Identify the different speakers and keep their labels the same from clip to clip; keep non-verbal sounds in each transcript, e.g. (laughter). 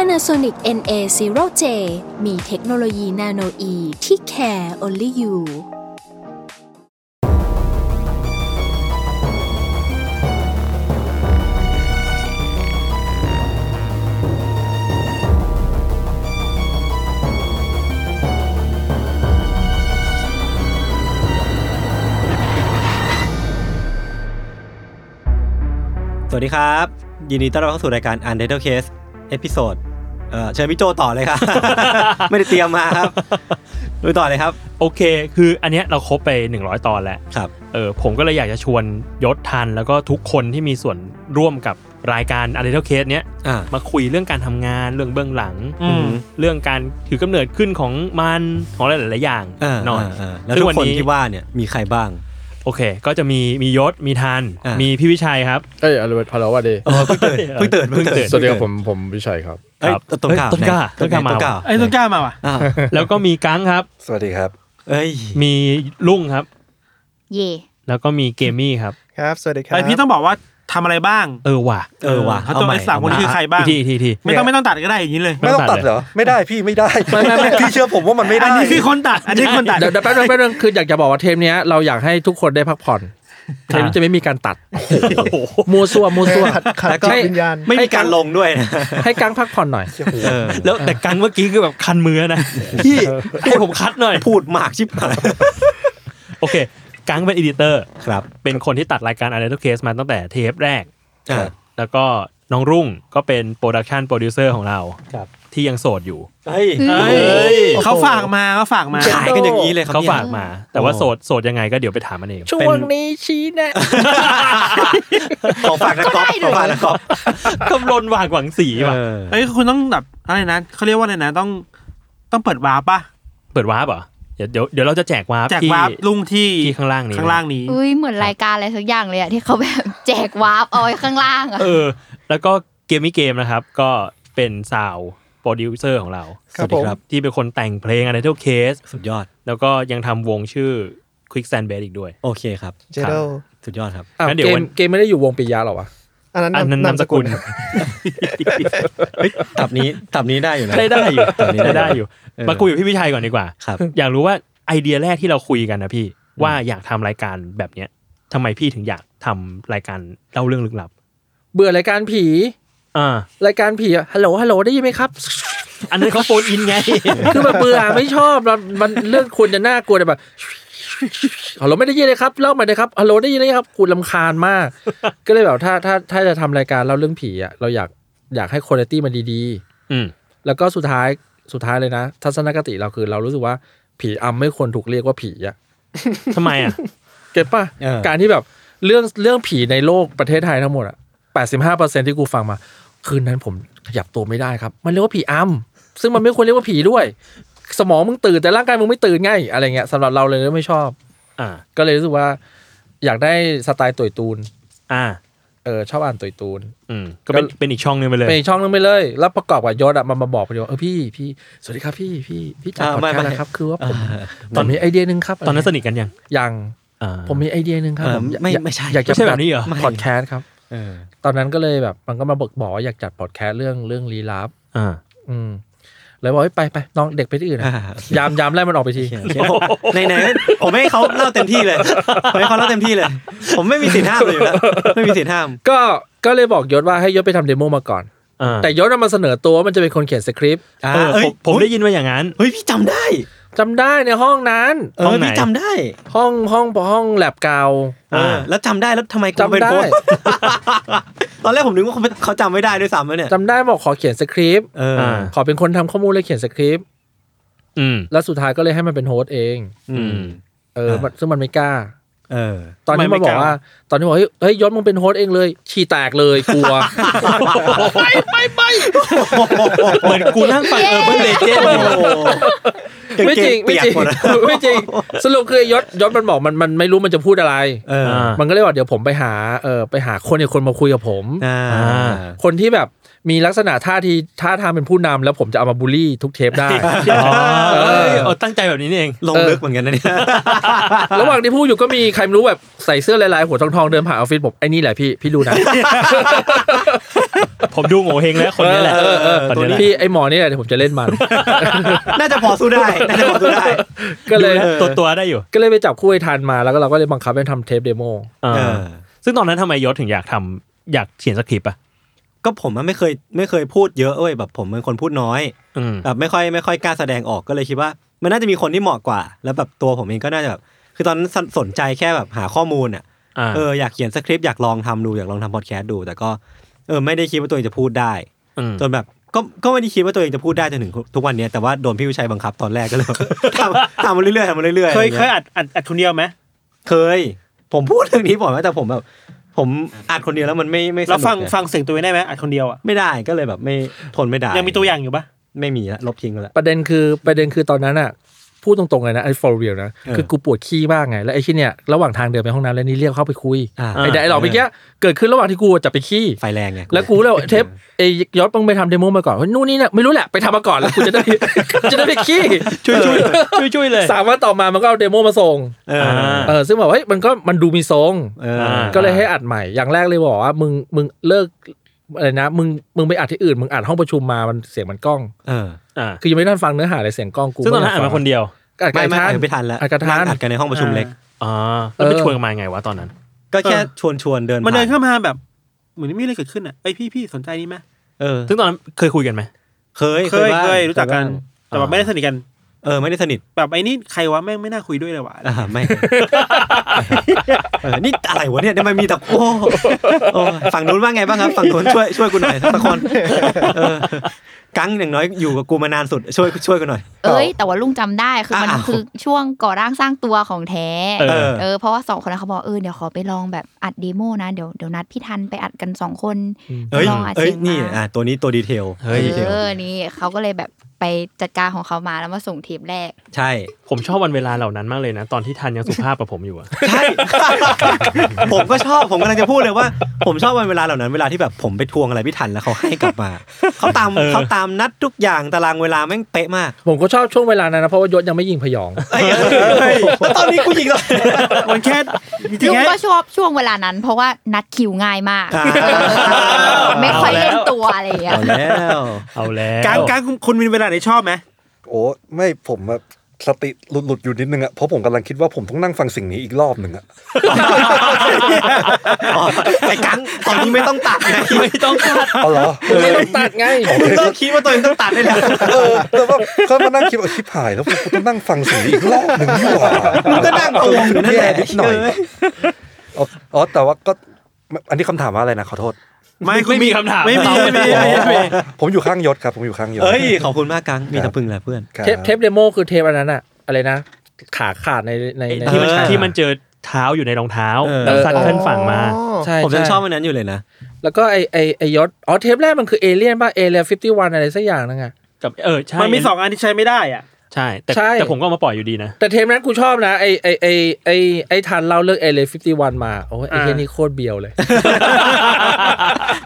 Speaker 1: Panasonic NA0J มีเทคโนโลยีนาโนอีที่ care only you
Speaker 2: สวัสดีครับ ยินดีต้อนรับเข้าสู่รายการ Untitled Case เอพิโซดเอ่อเชิญพี่โจต่อเลยครับ (laughs) ไม่ได้เตรียมมาครับดูต่อเลยครับ
Speaker 3: โอเค คืออันเนี้ยเราครบไป 100 ตอนแล้ว
Speaker 2: ครับ
Speaker 3: เออผมก็เลยอยากจะชวนยศทัน แล้วก็ทุกคนที่มีส่วนร่วมกับรายการอะไรเท่าเคสเนี้ย
Speaker 2: อ่า
Speaker 3: มาคุยเรื่องการทำงานเรื่องเบื้องหลัง
Speaker 2: อืม
Speaker 3: เรื่องการถือกำเนิดขึ้นของมันของหลาย ๆ อย่าง
Speaker 2: อ่า
Speaker 3: หน่อย
Speaker 2: าาแล้ว
Speaker 3: ซึ่
Speaker 2: ทุ
Speaker 3: ง
Speaker 2: กคนที่ว่าเนี่ยมีใครบ้าง
Speaker 3: โอเค ก็จะมีมียศมีทัน
Speaker 2: อ่ามี
Speaker 3: มีพี่วิชัย
Speaker 2: (laughs)
Speaker 3: ครับ
Speaker 4: เอ้ยอรุณพลวัตดี
Speaker 2: เพิ่งตื่น (laughs) เพิ่งตื่นเพิ่งตื่น
Speaker 4: สวัสดีครับผมผมวิชัยครับ
Speaker 2: เอ้ย
Speaker 3: ครับ
Speaker 2: ต้นกล้า
Speaker 3: เอ้ยต้นกล้า
Speaker 2: ไหน
Speaker 3: ต้นกล้ามา
Speaker 2: ต้นกล้า
Speaker 5: ไอ้ต้นกล้ามาว่ะ
Speaker 2: อ้าว
Speaker 3: แล้วก็มีกังครับ
Speaker 6: สวัสดีครับ
Speaker 2: เอ้ย
Speaker 3: มีลุงครับ
Speaker 7: เย่
Speaker 3: แล้วก็มีเกมมี่ครับ
Speaker 6: ครับ สวัสดีครับ
Speaker 5: ไปพี่ต้องบอกว่าทำอะไรบ้าง
Speaker 3: เออว่ะ
Speaker 2: เออว่ะ
Speaker 5: เขาตัวนักศึกษาคนนี้คือใครบ้าง
Speaker 3: อีกทีอีกทีอีกที
Speaker 5: ไม่ต้องไม่ต้องตัดก็ได้อย่างนี้เลย
Speaker 6: ไม่ต้องตัดเหรอ ไม่ได้พี่ไม่ได้ พี่เชื่อผมว่ามันไม่ได้
Speaker 5: อันนี้คือคนตัด อันนี้คนตัด
Speaker 4: เดี๋ยวเดี๋ยวแป๊บนึงแป๊บนึงคืออยากจะบอกว่าเทปเนี้ยเราอยากให้ทุกคนได้พักผ่อน เทปนี้จะไม่มีการตัดมัวซัวมัวซัว
Speaker 6: แล้วก็
Speaker 4: ให้
Speaker 6: วิญญาณ
Speaker 2: ไม่มีการลงด้วยนะ
Speaker 4: ให้กังพักผ่อนหน่อย
Speaker 2: เออ
Speaker 3: แล้วแต่กังเมื่อกี้คือแบบคันมือนะ พี่ให้ผมคัดหน่อย
Speaker 2: พูดมากชิบหาย
Speaker 3: โอเค กังเป็นอดิเตอร์
Speaker 2: ครับ
Speaker 3: เป็นคนที่ตัดรายการอะไรทุกเคสมาตั้งแต่เทปแรก
Speaker 2: อ่า
Speaker 3: แล้วก็น้องรุ่งก็เป็นโปรดักชันโปรดิวเซอร์ของเรา
Speaker 2: ครับ
Speaker 3: ที่ยังโสดอยู่
Speaker 2: เฮ้ย
Speaker 5: เฮ้ย เขาฝากมาเขาฝากมา
Speaker 2: ขายกันอย่างนี้เลยครับ
Speaker 3: เขา
Speaker 2: นี่ย
Speaker 3: ฝากมา แต่ว่า
Speaker 2: โอ้
Speaker 3: โสดโสดยังไงก็เดี๋ยวไปถามมันเอง (laughs)
Speaker 4: ช่วงนี้ชี้แนะ
Speaker 2: ของฝากนะก๊อฟของฝากนะก๊อฟ
Speaker 3: กำลนหวางหวังสีว่ะ
Speaker 2: เออ
Speaker 5: เอ้ยคุณต้องแบบอะไรนะเขาเรียกว่าอะไรนะต้องต้องเปิดวาร์ปป่ะ
Speaker 3: เปิดวาร์ปเหรอเดี๋ยวเดี๋ยวเดี๋ยวเราจะแจกวาร์ป
Speaker 5: แจก
Speaker 3: ที่
Speaker 5: วาร์ปลุงที่
Speaker 3: ที่ข้างล่างนี้
Speaker 5: ข้างล่างนี้
Speaker 7: อุ้ยเหมือนรายการอะไรสักอย่างเลยอะที่เขาแบบ แจกวาร์ปเอาไว้ข้างล่างอะ
Speaker 3: เออ แล้วก็เกมมี่เกมนะครับ ก็เป็นซาวโปรดิวเซอร์ของเรา
Speaker 2: สวัสดีครับ
Speaker 3: ที่เป็นคนแต่งเพลงอะไรทุกเคส
Speaker 2: สุดยอด
Speaker 3: แล้วก็ยังทำวงชื่อ Quick Sand Bed อีกด้วย
Speaker 2: โอเคครับ
Speaker 6: เจโด
Speaker 2: สุดยอดครับ
Speaker 4: อ้าว
Speaker 3: งั้นเดี๋ย
Speaker 4: เก
Speaker 3: ววั
Speaker 4: ม
Speaker 3: น
Speaker 4: เกมไม่ได้อยู่วงปิยะหรอวะ
Speaker 6: อันนั้น
Speaker 3: อันนั้นนามสกุล
Speaker 2: เฮ้ยตับนี้ตับนี้ได้อยู่นะ
Speaker 3: ได้ได้อยู่
Speaker 2: ตอนนี้ได้
Speaker 3: ได้ได้อยู่
Speaker 2: เออ
Speaker 3: มาคุยกับพี่วิชัยก่อนดีกว่า
Speaker 2: ครับ
Speaker 3: อยากรู้ว่าไอเดียแรกที่เราคุยกันนะพี่ ว่าอยากทำรายการแบบเนี้ยทำไมพี่ถึงอยากทำรายการเล่าเรื่องลึกลับ
Speaker 4: เบื่อรายการผี
Speaker 3: อ่า
Speaker 4: รายการผีอะฮัลโหลฮัลโหลได้ยินไหมครับ
Speaker 3: อันนั้นเขาโฟนอินไง
Speaker 4: คือแบบเบื่อไม่ชอบมันมันเรื่องควรจะน่ากลัวแต่แบบฮัลโหลไม่ได้ยินเลยครับเล่ามาเลยครับฮัลโหลได้ยินไหมครับคุณลำคาญมาก ก็เลยแบบถ้าถ้าถ้าจะทำรายการเล่าเรื่องผีอ่ะเราอยากอยากให้คุณภาพมันดี
Speaker 3: อืม
Speaker 4: ๆ แล้วก็สุดท้ายสุดท้ายเลยนะ ทัศนคติเราคือเรารู้สึกว่าผีอำไม่ควรถูกเรียกว่าผีอ่ะ
Speaker 3: ทำไมอ่ะ
Speaker 4: เก็ตป่ะ
Speaker 2: เออ
Speaker 4: การที่แบบเรื่องเรื่องผีในโลกประเทศไทยทั้งหมดอ่ะแปดสิบห้าเปอร์เซ็นที่กูฟังมา คืนนั้นผมขยับตัวไม่ได้ครับ มันเรียกว่าผีอำซึ่งมันไม่ควรเรียกว่าผีด้วย สมองมึงตื่นแต่ร่างกายมึงไม่ตื่นไง่ายอะไรเงี้ยสำหรับเราเลยไม่ชอบ
Speaker 3: อ่า
Speaker 4: ก็เลยรู้สึกว่าอยากได้สไตล์ตุยตูน
Speaker 3: อ่า
Speaker 4: เออชอบอ่านตุยตูน
Speaker 3: อืมก็เป็น
Speaker 4: ก็
Speaker 3: เป็นอีกช่องหนึงไปเลย
Speaker 4: เป็นอีกช่องนึงไปเลย แล้วประกอบกับยศอะมันมาบอกพอดีว่าเออพี่พี่สวัสดีครับพี่พี่พี่จัด
Speaker 2: อ่า
Speaker 4: พอด
Speaker 2: ไม่
Speaker 4: แคสต์
Speaker 2: ไม่
Speaker 4: นะครับคือว่า
Speaker 2: เอ
Speaker 4: ผม
Speaker 2: อ
Speaker 4: ตอนมีไอเดียหนึ่งครับ
Speaker 3: ตอนนั้นสนิทกันยัง
Speaker 4: ยัง
Speaker 3: อ่า
Speaker 4: ผมมีไอเดียหนึ่งครับ
Speaker 2: เออ
Speaker 4: ผมอยาก
Speaker 2: ไม่ไม่ใช่
Speaker 4: อยากจะ
Speaker 3: ไม่ใช่แบบนี้เหรอ
Speaker 4: พอดแคสต์ครับ
Speaker 2: เออ
Speaker 4: ตอนนั้นก็เลยแบบมันก็มาบอกบอกว่าอยากจัดพอดแคสต์เรื่องเรื่องลี้ลับ
Speaker 3: อ่า
Speaker 4: อืมเลยบอกให้ยไปไปน้องเด็กไปที่อื่นนะ
Speaker 2: อ่า
Speaker 4: ยามยามไล่มันออกไปที
Speaker 2: ในในๆผมให้เขาเล่าเต็มที่เลยผมให้เขาเล่าเต็มที่เลย ผมไม่มีสิทธิ์ห้ามเลยอยู่แล้วไม่มีสิทธิ์ห้าม
Speaker 4: ก็ก็เลยบอกยศว่าให้ยศไปทำเดโมมาก่อน
Speaker 3: อ่า
Speaker 4: แต่ยศเอามาเสนอตัวว่ามันจะเป็นคนเขียนสคริปต์
Speaker 2: อ่า
Speaker 3: เออ
Speaker 2: เอ้ย
Speaker 3: ผมผม
Speaker 2: เฮ้ย
Speaker 3: ได้ยินมาอย่างนั้น
Speaker 2: เฮ้ยพี่จำได้
Speaker 4: จำได้ในห้องนั้น
Speaker 2: เอ
Speaker 3: ห้อง
Speaker 2: อ
Speaker 3: ไหน
Speaker 2: พี่จำได้
Speaker 4: ห้องห้องห้องแลบเก่า
Speaker 2: เออแล้วจำได้แล้วทำไมกู
Speaker 4: จำได้
Speaker 2: เป็นโพสต์ ตอนแรกผมนึกว่าเขาเขาจำไม่ได้ด้วยซ้ำแล้วเนี่ย
Speaker 4: จำได้บอกขอเขียนสคริปต์
Speaker 2: เออ
Speaker 4: ขอเป็นคนทำข้อมูลเลยเขียนสคริปต์
Speaker 3: อืม
Speaker 4: แล้วสุดท้ายก็เลยให้มันเป็นโฮสต์เอง
Speaker 2: อืม
Speaker 4: เออมันซึ่งมันไม่กล้า
Speaker 2: เออ
Speaker 4: ตอนที่มันบอกว่า ตอนที่บอกเฮ้ยเฮ้ยยศมึงเป็นโฮสต์เองเลยฉี่แตกเลยกลัว
Speaker 3: เหมือนกูนั่งฟังเออเบิร์เลเจนอยู่
Speaker 4: ไม่จริง ไม่จริงไม่
Speaker 3: (laughs)
Speaker 4: จริง สรุปคือยศยศมันบอกมันมันไม่รู้มันจะพูดอะไร
Speaker 2: เออ
Speaker 3: อ่า
Speaker 4: มันก็เลยบอกเดี๋ยวผมไปหาเออไปหาคนอีกคนมาคุยกับผม
Speaker 2: อ่า
Speaker 4: คนที่แบบมีลักษณะท่าทีท่าทางเป็นผู้นำแล้วผมจะเอามาบูลลี่ทุกเทปได้
Speaker 3: อ๋อเออ
Speaker 4: เออ
Speaker 3: เออตั้งใจแบบนี้นี่เอง
Speaker 2: ลงลึกเหมือนกันนะเนี่ย
Speaker 4: ระหว่างที่พูดอยู่ก็มีใครไม่รู้แบบใส่เสื้อลายๆหัวทองๆเดินผ่านออฟฟิศผมไอ้นี่แหละพี่พี่ดูนะ
Speaker 3: ผมดูโง่เฮงแล้วคนนี้แหละ
Speaker 4: เออเออเออ
Speaker 3: คนนี้แหละ
Speaker 4: พี่ไอ้หมอนี่แหละเดี๋ยวผมจะเล่นมัน
Speaker 3: (laughs)
Speaker 2: น่าจะพอสู้ได้ (laughs) น่าจะพอสู้ได้
Speaker 4: ก็เลย
Speaker 3: ดูนะตัวตัวได้อยู่
Speaker 4: ก็เลยไปจับคู่ไอ้ทันมาแล้วก็เราก็เลยบังคับให้ทำเทปเดโม
Speaker 3: เออ
Speaker 2: เออ
Speaker 3: ซึ่งตอนนั้นทำไมยศถึงอยากทำอยากเขียนสคริปต์อ่ะ
Speaker 2: ก็ผมอะไม่เคยไม่เคยพูดเยอะเอ้ยแบบผมเป็นคนพูดน้อย
Speaker 3: อืม
Speaker 2: แบบไม่ค่อยไม่ค่อยกล้าแสดงออกก็เลยคิดว่า มันน่าจะมีคนที่เหมาะกว่า แล้วแบบตัวผมเองก็น่าจะแบบคือตอนนั้นสนสนใจแค่แบบหาข้อมูลอ่ะ
Speaker 3: อ่า
Speaker 2: เอออยากเขียนสคริปต์อยากลองทำดูอยากลองทำพอดแคสต์ดู แต่ก็เออไม่ได้คิดว่าตัวเองจะพูดได้
Speaker 3: ม
Speaker 2: จนแบบก็ก็ไม่ได้คิดว่าตัวเองจะพูดได้จนถึงทุกวันเนี้ยแต่ว่าโดนพี่วิชัยบังคับตอนแรกก็เลยแบบ (laughs) ทำทำมาเรื่อยๆทำมาเรื่อยๆ
Speaker 5: เคย
Speaker 2: อะไร
Speaker 5: เคย
Speaker 2: งี้
Speaker 5: อัดอัดอัดคนเดียวไหม
Speaker 2: เคย ผมพูดเรื่องนี้บ่อยมากแต่ผมแบบ ผมอัดคนเดียวแล้วมันไม่ไม่สนุก
Speaker 5: แล้วฟัง
Speaker 2: อะ
Speaker 5: ฟังเสียงตัวเองได้ไหมอัดคนเดียวอ่ะ
Speaker 2: ไม่ได้ก็เลยแบบไม่ทนไม่ได้
Speaker 5: ยังมีตัวอย่างอยู่ปะ
Speaker 2: ไม่มีละลบทิ้งไปละ
Speaker 4: ประเด็นคือประเด็นคือตอนนั้นอะพูดตรงๆเลยนะไอ้ for real นะ
Speaker 2: เออ
Speaker 4: คือกูปวดขี้มากไง แล้วไอ้ขี้เนี่ยระหว่างทางเดินไปห้องน้ำแล้วนี่เรียกเข้าไปคุย
Speaker 2: อ่า
Speaker 4: ไอ้ไอ้หลอกเมื่อกี้เกิดขึ้นระหว่างที่กูจะไปขี้
Speaker 2: ไฟแรงไง
Speaker 4: แล้วกูเลยเทปไอ้ยศมึงไปทำเดโมมาก่อนเฮ้ยนู่นนี่เนี่ยไม่รู้แหละไปทำมาก่อนแล้วกูจะได้ จะได้ไปขี้
Speaker 3: ช่วยช่วยช่วยช่วยเลย
Speaker 4: (laughs) สามวันต่อมามันก็เอาเดโมมาส่ง
Speaker 2: เออ
Speaker 3: อ่า
Speaker 4: เออซึ่งแบบเฮ้ยมันก็มันดูมีทรง
Speaker 2: เอออา
Speaker 4: ก็เลยให้อัดใหม่อย่างแรกเลยบอกว่ามึงมึงเลิกอะไรนะมึงมึงไปอัดที่อื่นมึงอัดห้องประชุมมามันเสียงมันกล้อง
Speaker 2: เออ
Speaker 3: อ่า
Speaker 4: คือยังไม่ได้ฟังเนื้อหาเลยเสียงกล้องกู
Speaker 3: ซึ่งตอนนั้นอ่านมาคนเดียว
Speaker 4: อัด
Speaker 2: ไม่
Speaker 4: กับ
Speaker 2: ไม่
Speaker 4: อ้ท่าน
Speaker 2: ไม่ทันแล้ว
Speaker 4: อากาศทัน
Speaker 2: งอัดกันในห้องประชุมเล็ก
Speaker 3: อ่าแล้วไปชวนกันมาไงวะตอนนั้น
Speaker 2: ก็แค่ชวนชวนๆเดิน
Speaker 5: มันเดิน
Speaker 2: ผ่
Speaker 5: เข้ามาแบบ เหมือนไม่มีอะไรเกิดขึ้นอ่ะไอยพี่พี่สนใจนี่ไหม
Speaker 2: เออ
Speaker 3: ซึ่งตอนนั้นเคยคุยกันไหม
Speaker 2: เคย
Speaker 5: เคย
Speaker 2: บ้าง
Speaker 5: เคยรู้จักกัน
Speaker 2: เคยบ้าง
Speaker 5: แต่แบบไม่ได้สนิทกัน
Speaker 2: เออไม่ได้สนิท
Speaker 5: แบบไอ้นี่ใครวะแม่งไม่น่าคุยด้วยเลยว่ะ
Speaker 2: อ่าไม่ (laughs) เออนี่อะไรวะเนี่ยทำไมมีแต่โอ้โอ้ฝั่งนู้นว่าไงบ้างครับ ฝั่งนู้นช่วยช่วยกูหน่อยสักคนเออกังอย่างน้อยอยู่กับกูมานานสุด ช่วยช่วยกูหน่อย
Speaker 7: เอ้ย แต่ว่าลุงจำได้คือมัน
Speaker 2: อ้าว
Speaker 7: คือช่วงก่อร่างสร้างตัวของแท้
Speaker 3: เออ
Speaker 2: เออ
Speaker 7: เออเพราะว่าสองคนนั้นเขาบอกเออเดี๋ยวขอไปลองแบบอัดเดโมนะเดี๋ยวเดี๋ยวนัดพี่ทันไปอัดกันสองคน
Speaker 2: เอ้ย
Speaker 7: ลองอัด
Speaker 2: เอ้ย
Speaker 7: เสียง
Speaker 2: นี่
Speaker 7: มา
Speaker 2: อ่ะตัวนี้ตัวดีเทล
Speaker 3: เฮ้ย
Speaker 2: ดีเทล
Speaker 7: เออนี่เขาก็เลยแบบไปจัดการของเขามาแล้วมาส่งเทปแรก
Speaker 2: ใช่
Speaker 3: ผมชอบวันเวลาเหล่านั้นมากเลยนะ ตอนที่ทันยังสุภาพกับผมอยู่อะ
Speaker 2: ใช่ (laughs) ผมก็ชอบผมกำลังจะพูดเลยว่า ผมชอบวันเวลาเหล่านั้นเวลาที่แบบผมไปทวงอะไรพี่ทันแล้วเขาให้กลับมาเขาตามเขาตามนัดทุกอย่างตารางเวลาแม่งเป๊ะมาก
Speaker 4: ผมก็ชอบช่วงเวลานั้นนะเพราะว่ายศยังไม่ยิงพยอง
Speaker 2: เอ้ยเอ้ยแล้วตอนนี้กูยิงเลย
Speaker 5: มันแค่จริงๆ
Speaker 7: ลุง
Speaker 5: แค่
Speaker 7: ก็ชอบช่วงเวลานั้น เพราะว่านัดคิวง่ายมาก
Speaker 2: อ่า
Speaker 7: เออไม่ค่อยเล่นตัวอะไรอย่างเงี้ย
Speaker 2: เอาแล้ว
Speaker 3: เอาแล้ว
Speaker 5: กลางกลางคุณมีเวลาไหนชอบไหม
Speaker 6: โอ้ไม่ผมแบบสติหลุดหลุดๆอยู่นิดนึงอะเพราะผมกำลังคิดว่าผมต้องนั่งฟังสิ่งนี้อีกรอบหนึ่งอะ
Speaker 2: อ๋อไอ้กังตอนนี้ไม่ต้องตัดไง
Speaker 3: ไม่ต้องคาด
Speaker 6: เอาเหรอ
Speaker 4: ไม่ต้องตัดไง
Speaker 2: มึงเลิกคิดว่าตัวเองต้องตัดได้แล้ว
Speaker 6: เออแต่ว่าก็มานั่งคิดว่าชิบหายแล้วกูต้องนั่งฟังสิ่งนี้อีกรอบหนึ่งดีกว่า
Speaker 2: มึงก็นั่งตรงอยู่นั่นแหละ
Speaker 6: ย่นิดหน่อยอ๋ออ๋อแต่ว่าก็อันนี้คำถามว่าอะไรนะขอโทษ
Speaker 5: ไม่
Speaker 3: ไม่มีคำถาม
Speaker 5: ไม่มี
Speaker 3: ตอบ
Speaker 5: ไม่มีไม่มี
Speaker 6: ผมอยู่ข้างยศครับ ผมอยู่ข้างยศ
Speaker 2: เอ้ย ขอบคุณมากกัง มีแต่พึ่งแหละเพื่อน
Speaker 6: ครับ
Speaker 4: เทปเทปเดโมคือเทปอันนั้นอะอะไรนะ ขาขาดในในใน
Speaker 3: ที่มัน
Speaker 2: เออ
Speaker 3: ที่มันเจอเท้าอยู่ในรองเท้า
Speaker 2: เออ
Speaker 3: แล้วซัดขึ้นฝั่งมา
Speaker 4: ใช่
Speaker 2: ผมยัง
Speaker 4: ใ
Speaker 2: ชอบมันนั้นอยู่เลยนะ
Speaker 4: แล้วก็ไอไอไอยศอ๋อเทปแรกมันคือเอเลี่ยนป่ะเอเลียฟิฟตี้วันอะไรสักอย่างนึงอะ
Speaker 3: กับเออใช่
Speaker 5: มันมีสองอันที่ใช้ไม่ได้อ่ะ
Speaker 3: ใช่แต่
Speaker 4: ใช่
Speaker 3: แต่ผมก็เอามาปล่อยอยู่ดีนะ
Speaker 4: แต่เทปนั้นกูชอบนะไอไอไอไอไอทันเล่าเรื่องเอเลียฟิฟตี้วันมาโอ้ยไอ
Speaker 5: อ่า
Speaker 4: เฮียนี่โคตรเบียวเลย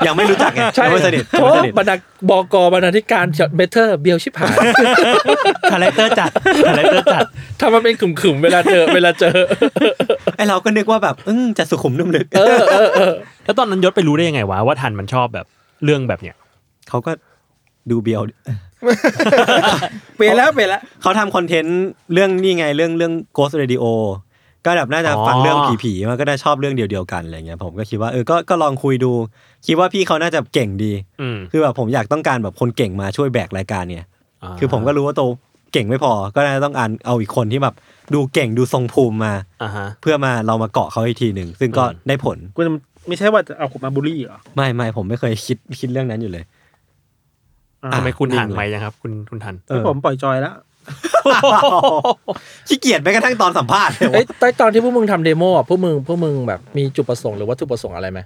Speaker 2: ยังไม่รู้จักไงยังไม่สนิทยัง
Speaker 4: โอ้
Speaker 2: ไม่สนิท
Speaker 4: บรรณาบกบรรณาธิการเบเตอร์เบียวชิบ
Speaker 2: (laughs)
Speaker 4: หาย
Speaker 3: คาแรคเตอร์จัดคาแรคเตอร์จัด
Speaker 4: ทำมาเป็นขึมๆเวลาเจอเวลาเจอ
Speaker 2: ไอเราก็นึกว่าแบบอืมจะสุขุมนุ่มลึก
Speaker 3: แล้วตอนนั้นยศไปรู้ได้ยังไงวะว่าทันมันชอบแบบเรื่องแบบเนี้ย
Speaker 2: เขาก็ดูเบียว
Speaker 5: เปลี่ยนแล้วเปลี่ยนแล้ว
Speaker 2: เขาทำคอนเทนต์เรื่องนี่ไงเรื่องเรื่อง Ghost Radio ก็แบบน่าจะฟัง
Speaker 3: อ๋อ
Speaker 2: เรื่องผีๆมันก็ได้ชอบเรื่องเดียวๆกันอะไรเงี้ยผมก็คิดว่าเออก็ก็ลองคุยดู คิดว่าพี่เขาน่าจะเก่งดี
Speaker 3: อืม
Speaker 2: คือแบบผมอยากต้องการแบบคนเก่งมาช่วยแบกรายการเนี่ย
Speaker 3: า
Speaker 2: คือผมก็รู้ว่าโตวเก่งไม่พอ ก็น่าจะต้องอ่านเอาอีกคนที่แบบดูเก่งดูทรงภูมิมา
Speaker 3: อ่าฮะ
Speaker 2: เพื่อมาเรามาเกาะเขาอีกทีหนึ่ง ซึ่งก็
Speaker 3: อืม
Speaker 2: ได้ผล
Speaker 5: คุณไม่ใช่ว่าจะเอาผมมาบูลลี่เหรอ
Speaker 2: ไม่ไม่ผมไม่เคยคิดคิดเรื่องนั้นอยู่เลย
Speaker 5: อ่า
Speaker 3: ทำไมคุณ
Speaker 2: นิ่ง
Speaker 3: ห่าง
Speaker 2: เลย (laughs)
Speaker 3: ไปยังครับ คุณคุณทัน
Speaker 2: เออ
Speaker 5: ผมปล่อยจอยแล้ว
Speaker 2: ขี้เกียจแม้กระทั่งตอนสัมภาษณ์เลยวะ
Speaker 4: เอ้ยตอนตอนที่พวกมึงทำเดโมอ่ะพวกมึงพวกมึงแบบมีจุดประสงค์หรือวัตถุประสงค์อะไรไหม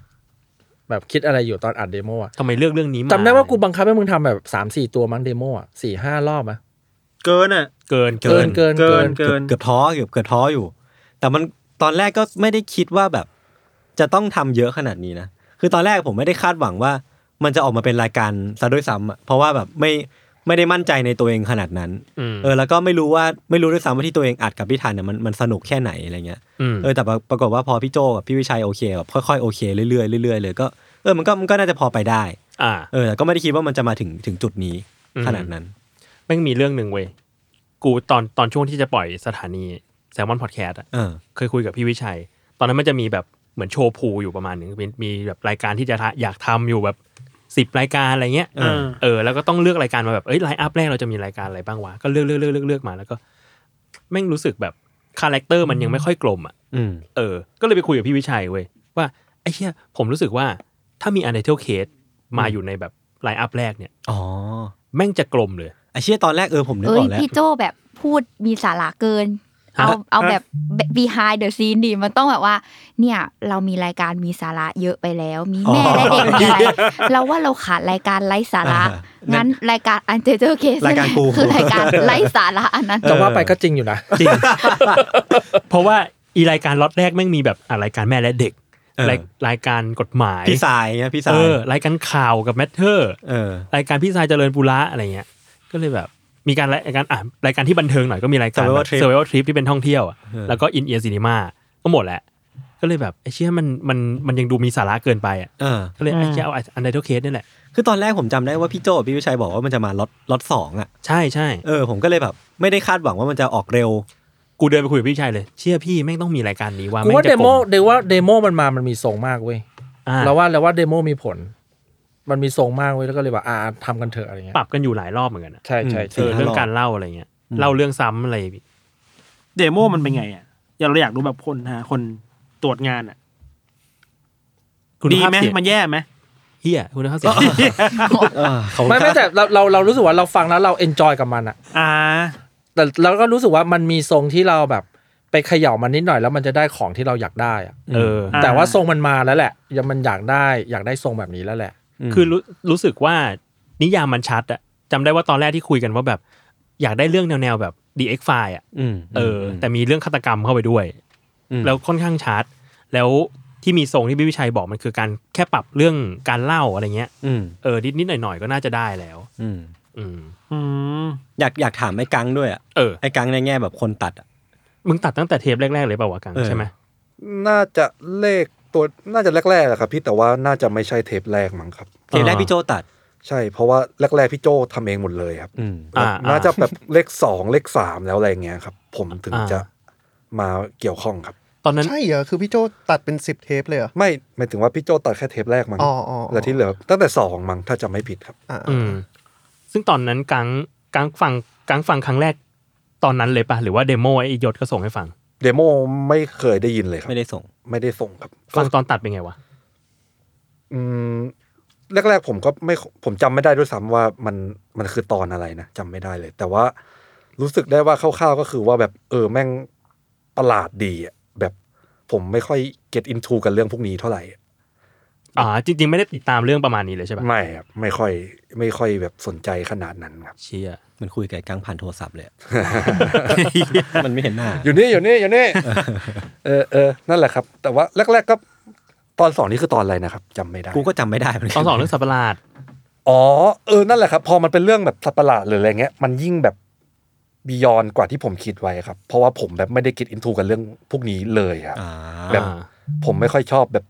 Speaker 4: แบบคิดอะไรอยู่ตอนอัดเดโมอ่ะ
Speaker 3: ทำไมเลือกเรื่องนี้มา
Speaker 4: จำได้ว่ากูบังคับให้มึงทำแบบสามสี่ตัวมั้งเดโมอ่ะสี่ห้ารอบไหม
Speaker 5: เกินอ่ะ
Speaker 3: เกิน
Speaker 4: เกินเกิน
Speaker 5: เกิ
Speaker 4: เกิ
Speaker 5: น
Speaker 4: น
Speaker 2: เกื
Speaker 5: เกิ
Speaker 2: อบ
Speaker 5: น
Speaker 2: เกือบท้อเกือบเกือบท้ออยู่ แต่มันตอนแรกก็ไม่ได้คิดว่าแบบ จะต้องทำเยอะขนาดนี้นะคือตอนแรกผมไม่ได้คาดหวังว่า มันจะออกมาเป็นรายการซะด้วยซ้ำอะเพราะว่าแบบไม่ไม่ได้มั่นใจในตัวเองขนาดนั้น
Speaker 3: ม
Speaker 2: เออแล้วก็ไม่รู้ว่าไม่รู้ด้วยซ้ำว่าที่ตัวเองอัดกับพี่ทันเนี่ยมันมันสนุกแค่ไหนอะไรเงี้ย
Speaker 3: ม
Speaker 2: เออแต่ปรปรากฏว่าพอพี่โจกับพี่วิชัยโอเคแบบค่อยๆโอเคเรื่อยๆเรื่อยๆเลยก็เออมันก็มันก็น่าจะพอไปได้
Speaker 3: อ่า
Speaker 2: เออแต่ก็ไม่ได้คิดว่ามันจะมาถึงถึงจุดนี้
Speaker 3: อืม
Speaker 2: ขนาดนั้น
Speaker 3: แม่งมีเรื่องหนึ่งเว้ย กูตอนตอนช่วงที่จะปล่อยสถานีแซลมอนพอดแคสต์อะ
Speaker 2: เออ
Speaker 3: เคยคุยกับพี่วิชัย ตอนนั้นมันจะมีแบบเหมือนโชว์พูลอยู่ประมาณหนึ่งมีมีแบบรายการที่จะทะอยากทำอยู่แบบสิบรายการอะไรเงี้ย
Speaker 2: เออ
Speaker 3: เออแล้วก็ต้องเลือกรายการมาแบบเอ้ยไลน์อัพแรกเราจะมีรายการอะไรบ้างวะก็เลือกเลือกเลือกเลือกเลือกมาแล้วก็แม่งรู้สึกแบบคาแรคเตอร์มันยังไม่ค่อยกลมอะ
Speaker 2: อืม
Speaker 3: เออ ก็เลยไปคุยกับพี่วิชัยเว้ยว่าไอ้เหี้ยผมรู้สึกว่าถ้ามีอันเดอร์เทลเคสมาอยู่ในแบบไลน์อัพแรกเนี่ย
Speaker 2: อ๋อ
Speaker 3: แม่งจะกลมเลย
Speaker 2: ไอเชี่ยตอนแรกเออผมนึก
Speaker 7: เอ้
Speaker 2: อย อกแล้ว
Speaker 7: พี่โจแบบพูดมีสาระเกิน เอา
Speaker 3: ฮะ
Speaker 7: เอาแบบ behind the scene ดิมันต้องแบบว่า เนี่ยเรามีรายการมีสาระเยอะไปแล้ว มีแม่
Speaker 2: อ๋อ
Speaker 7: และเด็กมีอะไรเราว่าเราขาดรายการไร้สาระ
Speaker 2: อ่างั้
Speaker 7: งั้นรายการอันเจเจอร์เคส
Speaker 2: รายการกู
Speaker 7: คือรายการไร้สาระอันนั้น
Speaker 4: จะว่าไปก็จริงอยู่นะ
Speaker 3: จริง (laughs) เพราะว่าอีรายการล็อตแรกแม่งมีแบบอ่ะรายการแม่และเด็ก
Speaker 2: เออ
Speaker 3: รายรายการกฎหมาย
Speaker 2: พี่สายเงี้ยพี่สา
Speaker 3: เอย อรายการข่าวกับแมทเทอร์
Speaker 2: เออ
Speaker 3: รายการพี่สายเจริญปุระอะไรเงี้ย ก็เลยแบบมีการรายการอ่ะรายการที่บันเทิงหน่อยก็มีรายการ
Speaker 2: Survival Trip
Speaker 3: เซอร์ไวทริปที่เป็นท่องเที่ยวอะแล้วก็อินเอียร์ซีนีมาก็หมดแหละก็เลยแบบไอ้เชี่ยมันมันมันยังดูมีสาระเกินไปอ่ะ
Speaker 2: เออ
Speaker 3: ก็เลยไอ้เจ้าอันไดเทลเคสนี่แหละ
Speaker 2: คือตอนแรกผมจำได้ว่าพี่โจกับพี่วิชัยบอกว่ามันจะมาล็อตล็อตสองอ่ะ
Speaker 3: ใช่ใช่
Speaker 2: เออผมก็เลยแบบไม่ได้คาดหวังว่ามันจะออกเร็ว
Speaker 3: กูเดินไปคุยกับพี่ชายเลย เชื่อพี่แม่งต้องมีรายการนี้ว่า
Speaker 4: กู
Speaker 3: แม่ง
Speaker 4: ว่า
Speaker 3: จะ
Speaker 4: เด
Speaker 3: โก
Speaker 4: โม
Speaker 3: ง
Speaker 4: เดว่าเดโมมันมามันมีทรงมากเว้ย
Speaker 3: อ่า
Speaker 4: เราว่าเราว่าเดโมมีผล มันมีทรงมากเว้ยแล้วก็เลยว่าอ่าทำกันเถอะอะไรเงี้ย
Speaker 3: ปรับกันอยู่หลายรอบเหมือนกันนะ
Speaker 4: ใช่ใช่
Speaker 2: สี่
Speaker 3: เออ
Speaker 4: ใช่
Speaker 2: ห้ารอบ
Speaker 3: เรื่องการเล่าอะไรเงี้ยเล่าเรื่องซ้ำอะไรอีก
Speaker 5: เดโมมันเป็นไงอ่ะอย่างเราอยากรู้แบบคนหาคนตรวจงานอ่ะ
Speaker 3: คุณ
Speaker 5: ดี
Speaker 3: ภาพ
Speaker 5: ไหม
Speaker 3: เสียง
Speaker 5: มันแย่ไหม
Speaker 3: เฮียคุณภาพเสียง
Speaker 2: เออขอบคุณ
Speaker 4: ไม่
Speaker 2: ค
Speaker 4: ไม่
Speaker 2: รับ
Speaker 4: แต่เราเราเรารู้สึกว่าเราฟังแล้วเราเอนจอยกับมันอะ
Speaker 5: อ่า
Speaker 4: แต่เราก็รู้สึกว่ามันมีทรงที่เราแบบไปเขย่ามันนิดหน่อยแล้วมันจะได้ของที่เราอยากได้อะ
Speaker 3: เออ
Speaker 5: อ่า
Speaker 4: แต่ว่าทรงมันมาแล้วแหละยังมันอยากได้อยากได้ทรงแบบนี้แล้วแหละ
Speaker 3: คือรู้รู้สึกว่านิยามมันชัดอะจำได้ว่าตอนแรกที่คุยกันว่าแบบ อยากได้เรื่องแนวๆแบบ DX File อะ
Speaker 2: อืม
Speaker 3: เอออแต่มีเรื่องฆาตกรรมเข้าไปด้วย
Speaker 2: อืม
Speaker 3: แล้วค่อนข้างชัดแล้วที่มีทรงที่พี่วิชัยบอกมันคือการแค่ปรับเรื่องการเล่าอะไรเงี้ย
Speaker 2: อืม
Speaker 3: เออนิดนิดหน่อยหน่อยๆก็น่าจะได้แล้ว
Speaker 2: อืม
Speaker 3: อืม
Speaker 5: อืม
Speaker 2: อยากอยากถามไอ้กังด้วยอ่ะ
Speaker 3: เออ
Speaker 2: ไอ้กังในแง่แบบคนตัดอะ
Speaker 3: มึงตัดตั้งแต่เทปแรก ๆ เลยเปล่าวะกัง
Speaker 2: เออ
Speaker 3: ใช่ไหม
Speaker 6: น่าจะเลขตัวน่าจะแรกๆแหละครับ พี่แต่ว่าน่าจะไม่ใช่เทปแรกมั้งครับ
Speaker 2: เทปแรกพี่โจตัด
Speaker 6: ใช่เพราะว่าแรกๆพี่โจทำเองหมดเลยครับ
Speaker 2: อืม
Speaker 3: อ่า
Speaker 6: น่าจะ
Speaker 3: อ่
Speaker 6: แบบเลขสองเลขสามแล้วอะไรเงี้ยครับ ผมถึงจะมาเกี่ยวข้องครับ
Speaker 3: ตอนนั้น
Speaker 8: ใช่เหรอ คือพี่โจตัดเป็นสิบเทปเลยเหรอ
Speaker 6: ไม่หมายถึงว่าพี่โจตัดแค่เทปแรกมั้ง
Speaker 8: อ๋ออ๋อ
Speaker 6: แล้วที่เหลือตั้งแต่สองมั้งถ้าจะไม่ผิดครับ
Speaker 8: อ่า
Speaker 3: อืม ซึ่งตอนนั้นกังกังฟังกังฟังครั้งแรก ตอนนั้นเลยปะหรือว่าเดโมไอ้ยศก็ส่งให้ฟัง
Speaker 6: เดโมไม่เคยได้ยินเลยครับ
Speaker 2: ไม่ได้ส่ง
Speaker 6: ไม่ได้ส่งครับ
Speaker 3: ฟังตอนตัดเป็นไงวะ
Speaker 6: อืมแรกๆผมก็ไม่ผมจำไม่ได้ด้วยซ้ำว่ามันมันคือตอนอะไรนะจำไม่ได้เลย แต่ว่ารู้สึกได้ว่าคร่าวๆก็คือว่าแบบเออแม่งประหลาดดีอะแบบผมไม่ค่อย get into กันเรื่องพวกนี้เท่าไหร่
Speaker 3: อ่า จริง ๆ ไม่ได้ติดตามเรื่องประมาณนี้เลยใช่ปะ
Speaker 6: ไม่ครับไม่ค่อยไม่ค่อยแบบสนใจขนาดนั้นครับ
Speaker 3: เชีย
Speaker 2: มันคุยกับไอ้กังผ่านโทรศัพ
Speaker 6: (laughs)
Speaker 2: ท์เลยอะ มันไม่เห็นหน้า
Speaker 6: อยู่นี่อยู่นี่อยู่นี่ (laughs) เออเออนั่นแหละครับ แต่ว่าแรก ๆก็ตอนสองนี่คือตอนอะไรนะครับจำไม่ได้
Speaker 2: กูก็จำไม่ได้เหมืน
Speaker 3: ต
Speaker 2: กั
Speaker 3: อนสองเรื่องสัตว์ประหลาด
Speaker 6: อ๋อเออนั่นแหละครับ พอมันเป็นเรื่องแบบสัตว์ประหลาดหรืออะไรเงี้ยมันยิ่งแบบบียอนกว่าที่ผมคิดไว้ครับ เพราะว่าผมแบบไม่ได้คิดอินทูกันเรื่องพวกนี้เลยครับ
Speaker 2: อ่า
Speaker 6: แบบ ผมไม่ค่อยชอบแบบ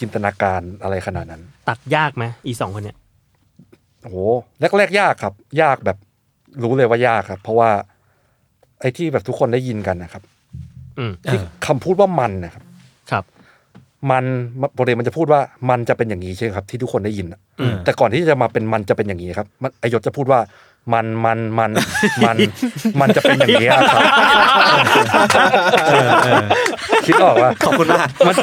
Speaker 6: จินตนาการอะไรขนาดนั้น
Speaker 3: ตัดยากไหมอีสองคนเนี้ย
Speaker 6: โอ้โหแรกๆยากครับ ยากแบบรู้เลยว่ายากครับ เพราะว่า ไอ้ที่แบบทุกคนได้ยินกันนะครับ
Speaker 3: อืม
Speaker 2: เออ
Speaker 6: คำพูดว่ามันนะครับ
Speaker 3: ครับ
Speaker 6: มันโปรเดมันจะพูดว่ามันจะเป็นอย่างนี้ใช่ไหมครับ ที่ทุกคนได้ยินอะ
Speaker 3: อืม
Speaker 6: แต่ก่อนที่จะมาเป็นมันจะเป็นอย่างนี้ครับมันไอยศจะพูดว่า
Speaker 2: มันมันมันมัน
Speaker 3: (laughs)
Speaker 2: มันจะเป็นอย่างนี้ยครับเออเออคิดออกว่า
Speaker 5: ขอบคุณมาก
Speaker 2: มัน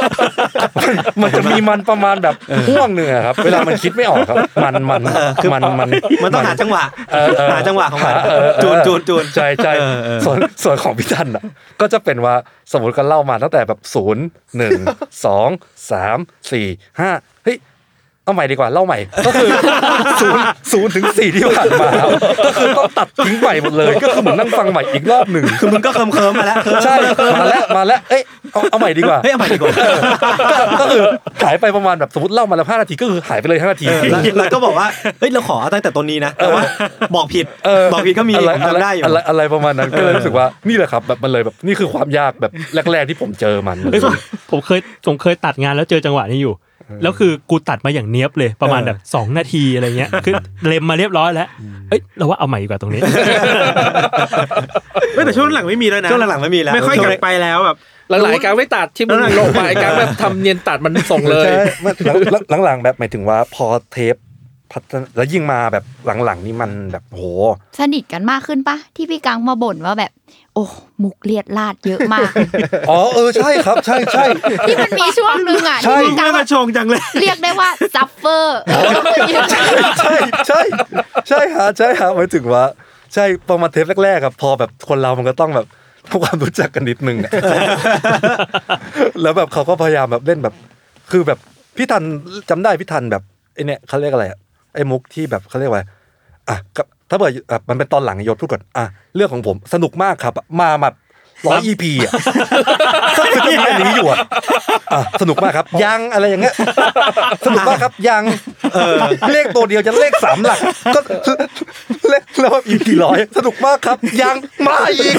Speaker 2: มันมันจะมีมันประมาณแบบห่วงหนึ่งอะครับ เวลามันคิดไม่ออกครับ มันมัน
Speaker 5: เออคือ
Speaker 2: มันมัน
Speaker 5: มันต้องหาจังหวะ
Speaker 2: เออเออ
Speaker 5: หาจังหวะของมัน
Speaker 2: เออเออ
Speaker 5: จูนจูนจูน
Speaker 2: ใช่ใช่
Speaker 5: เออเออ
Speaker 2: ส่วนส่วนของพี่ทันอ่ะ ก็จะเป็นว่าสมมติก็เล่ามาตั้งแต่แบบศูนย์หนึ่งสองสามสี่ห้าเฮ้ย เอาใหม่ดีกว่าเล่าใหม่ก็คือ ศูนย์ศูนย์ถึงสี่ที่ผ่านมาครับก็คือต้องตัดทิ้งใหม่หมดเลย ก็คือเหมือนนั่งฟังใหม่อีกรอบหนึ่ง
Speaker 5: คือมึงก็เคิมเคิมๆมาแล้วเคิม
Speaker 2: ใช่มาแล้วมาแล้วเอ้ยเอาเอาใหม่ดีกว่า
Speaker 5: เฮ้ยเอาใหม่ดีกว่า
Speaker 2: ก็ก็คือหายไปประมาณแบบสมมติเล่ามาแล้วห้านาทีก็คือหายไปเลยห้านาที
Speaker 5: เออแล้วแล้วก็บอกว่าเฮ้ยเราขอเอาตั้งแต่ต้นนี้นะแต่ว่าบอกผิด
Speaker 2: เ
Speaker 5: บอกผิดก็มีผมจำได้อยู่
Speaker 2: ะรอะไรประมาณนั้นก็เลยรู้สึกว่านี่แหละครับแบบมันเลยแบบนี่คือความยากแบบแรก ๆที่ผมเจอมัน (laughs)
Speaker 3: เอ้ยผมผมเคยผมเคยตัดงานแล้วเจอจังหวะนี้อยู่ แล้วคือกูตัดมาอย่างเนี้ยบเลยประมาณแบบสองนาทีอะไร
Speaker 2: (laughs)
Speaker 3: เงี้ย คือเลมมาเรียบร้อยแล้ว เอ้ยเราว่าเอาใหม่ดีกว่าตรงนี้
Speaker 9: เฮ้ยแต่ช่วงหลังไม่มีแล้วนะ
Speaker 5: ช่วงหลังๆไม่มีแล้ว
Speaker 9: ไม่ค่อยกลับไปแล้วแบบ
Speaker 4: หลายๆการไม่ตัดที่มันลงไปการแบบทำเนียนตัดมันส่งเลย
Speaker 2: ใช่มันหลังหลังหลังๆแบบหมายถึงว่าพอเทปพัฒนาแล้วยิ่งมาแบบหลังๆนี่มันแบบโห
Speaker 7: สนิทกันมากขึ้นปะที่พี่กังมาบ่นว่าแบบ โอ้มุกเลียดลาดเยอะมาก
Speaker 2: อ๋อเออใช่ครับ ใช่ใช่
Speaker 7: ที่มันมีช่วงหนึ่งอ่ะ
Speaker 2: ใช่
Speaker 7: ที่พี่กั
Speaker 9: น่าง กระชงจังเลย
Speaker 7: เรียกได้ว่าซัฟเฟอร์
Speaker 2: ใช่ใช่ใช่ฮะใช่ฮะหมายถึงว่า ใช่พอมาเทปแรกๆครับพอแบบคนเรามันก็ต้องแบบทำความรู้จักกันนิดนึงอะ (laughs) แล้วแบบเขาก็พยายามแบบเล่นแบบ คือแบบพี่ทันจำได้พี่ทันแบบไอเนี่ยเขาเรียกอะไรอะไอมุกที่แบบเขาเรียกว่าอ่ะกับถ้าเกิดอ่ะมันเป็นตอนหลังยศพูดก่อนอ่ะเรื่องของผมสนุกมากครับ มาแบบร้อยอีพีอ่ะ (laughs) ก็คือทำงานอย่างนี้อยู่อะอ่ะสนุกมากครับยังอะไรอย่างเงี้ย (laughs) สนุกมากครับยังเลขตัวเดียวจะเลขสามหลักก็เลขแล้วแบบอีกกี่ร้อยสนุกมากครับ ยังมาอีก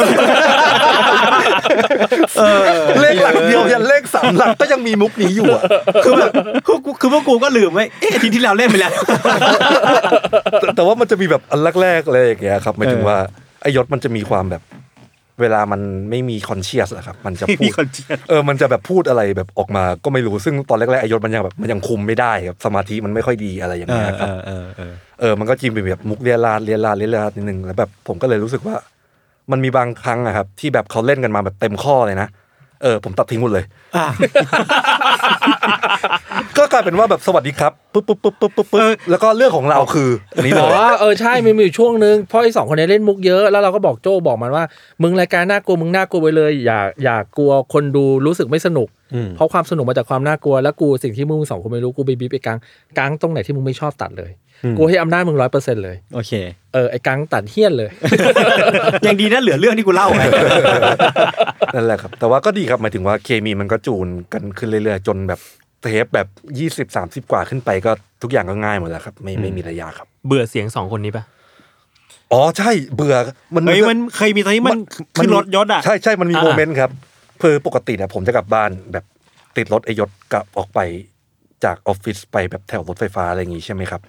Speaker 2: เลขหลักเดียวยันเลขสามหลักก็ยังมีมุกนี้อยู่อะ
Speaker 5: คือแบบ (laughs) พวกกูคือพวกกูก็ลืมไว้เอ๊ะอาทิตย์ที่เราเล่นไปแล้ว
Speaker 2: แต่แต่ว่ามันจะมีแบบอันแรกๆอะไรอย่างเงี้ยครับหมายถึงว่าไอยศมันจะมีความแบบ เวลามันไม่มีคอนเชียสอะครับ มันจะพูด เออ มันจะแบบพูดอะไรแบบออกมา ก็ไม่รู้ ซึ่งตอนแรกๆไอยศมันยังแบบมันยังคุมไม่ได้ครับ สมาธิมันไม่ค่อยดีอะไรอย่างเงี้ยครับ เออ มันก็จีมเป็นแบบมุกเรียลาดเรียลาดเรียลาดนิดนึงแล้วแบบผมก็เลยรู้สึกว่า มันมีบางครั้งอะครับ ที่แบบเขาเล่นกันมาแบบเต็มข้อเลยนะ เออ ผมตัดทิ้งหมดเลย
Speaker 5: อ่ะ
Speaker 2: ก็กลายเป็นว่าแบบสวัสดีครับปุ๊บปุ๊บปุ๊บปุ๊บปุ๊บปุ๊บแล้วก็เรื่องของเราคืออันนี้เล
Speaker 4: อ๋อย เออใช่มันมีอยู่ช่วงนึงเพราะไอ้สองคนนี้เล่นมุกเยอะแล้วเราก็บอกโจ้บอกมันว่า มึงรายการน่ากลัวมึงน่ากลัวไปเลย อย่าอย่ากลัวคนดูรู้สึกไม่สนุก เพราะความสนุกมาจากความน่ากลัวแล้วกูสิ่งที่มึงสองคนไม่รู้กูไปบีบไปกังกังตรงไหนที่มึงไม่ชอบตัดเลยกูให้อำนาจมึงร้อยเปอร์เซ็นต์เลย
Speaker 5: โอเค
Speaker 4: เออไอ้กังตัดเฮี้ยนเลย
Speaker 5: ยังดีนะเหลือเรื่องที่กูเล่าไว้
Speaker 2: (laughs) นั่นแหละครับ แต่ว่าก็ดีครับหมายถึงว่าเคมีมันก็จูนกันขึ้นเรื่อยๆ จนแบบเทปแบบยี่สิบสามสิบกว่าขึ้นไปก็ทุกอย่างก็ง่ายหมดแล้วครับ ไม่ไม่มีระยะครับ
Speaker 3: เบื่อเสียงสองคนนี้ปะ
Speaker 2: อ๋อใช่เบื่อมัน
Speaker 9: เฮ้ยมันเคยมีตอนที่มันขึ้นรถยศอ่ะ
Speaker 2: ใช่ใช่มันมีโมเมนต์ครับคือปกติเนี่ยผมจะกลับบ้านแบบติดรถไอยศกลับออกไปจากออฟฟิศไปแบบแถวรถไฟฟ้าอะไรอย่างงี้ใช่ไหมครับ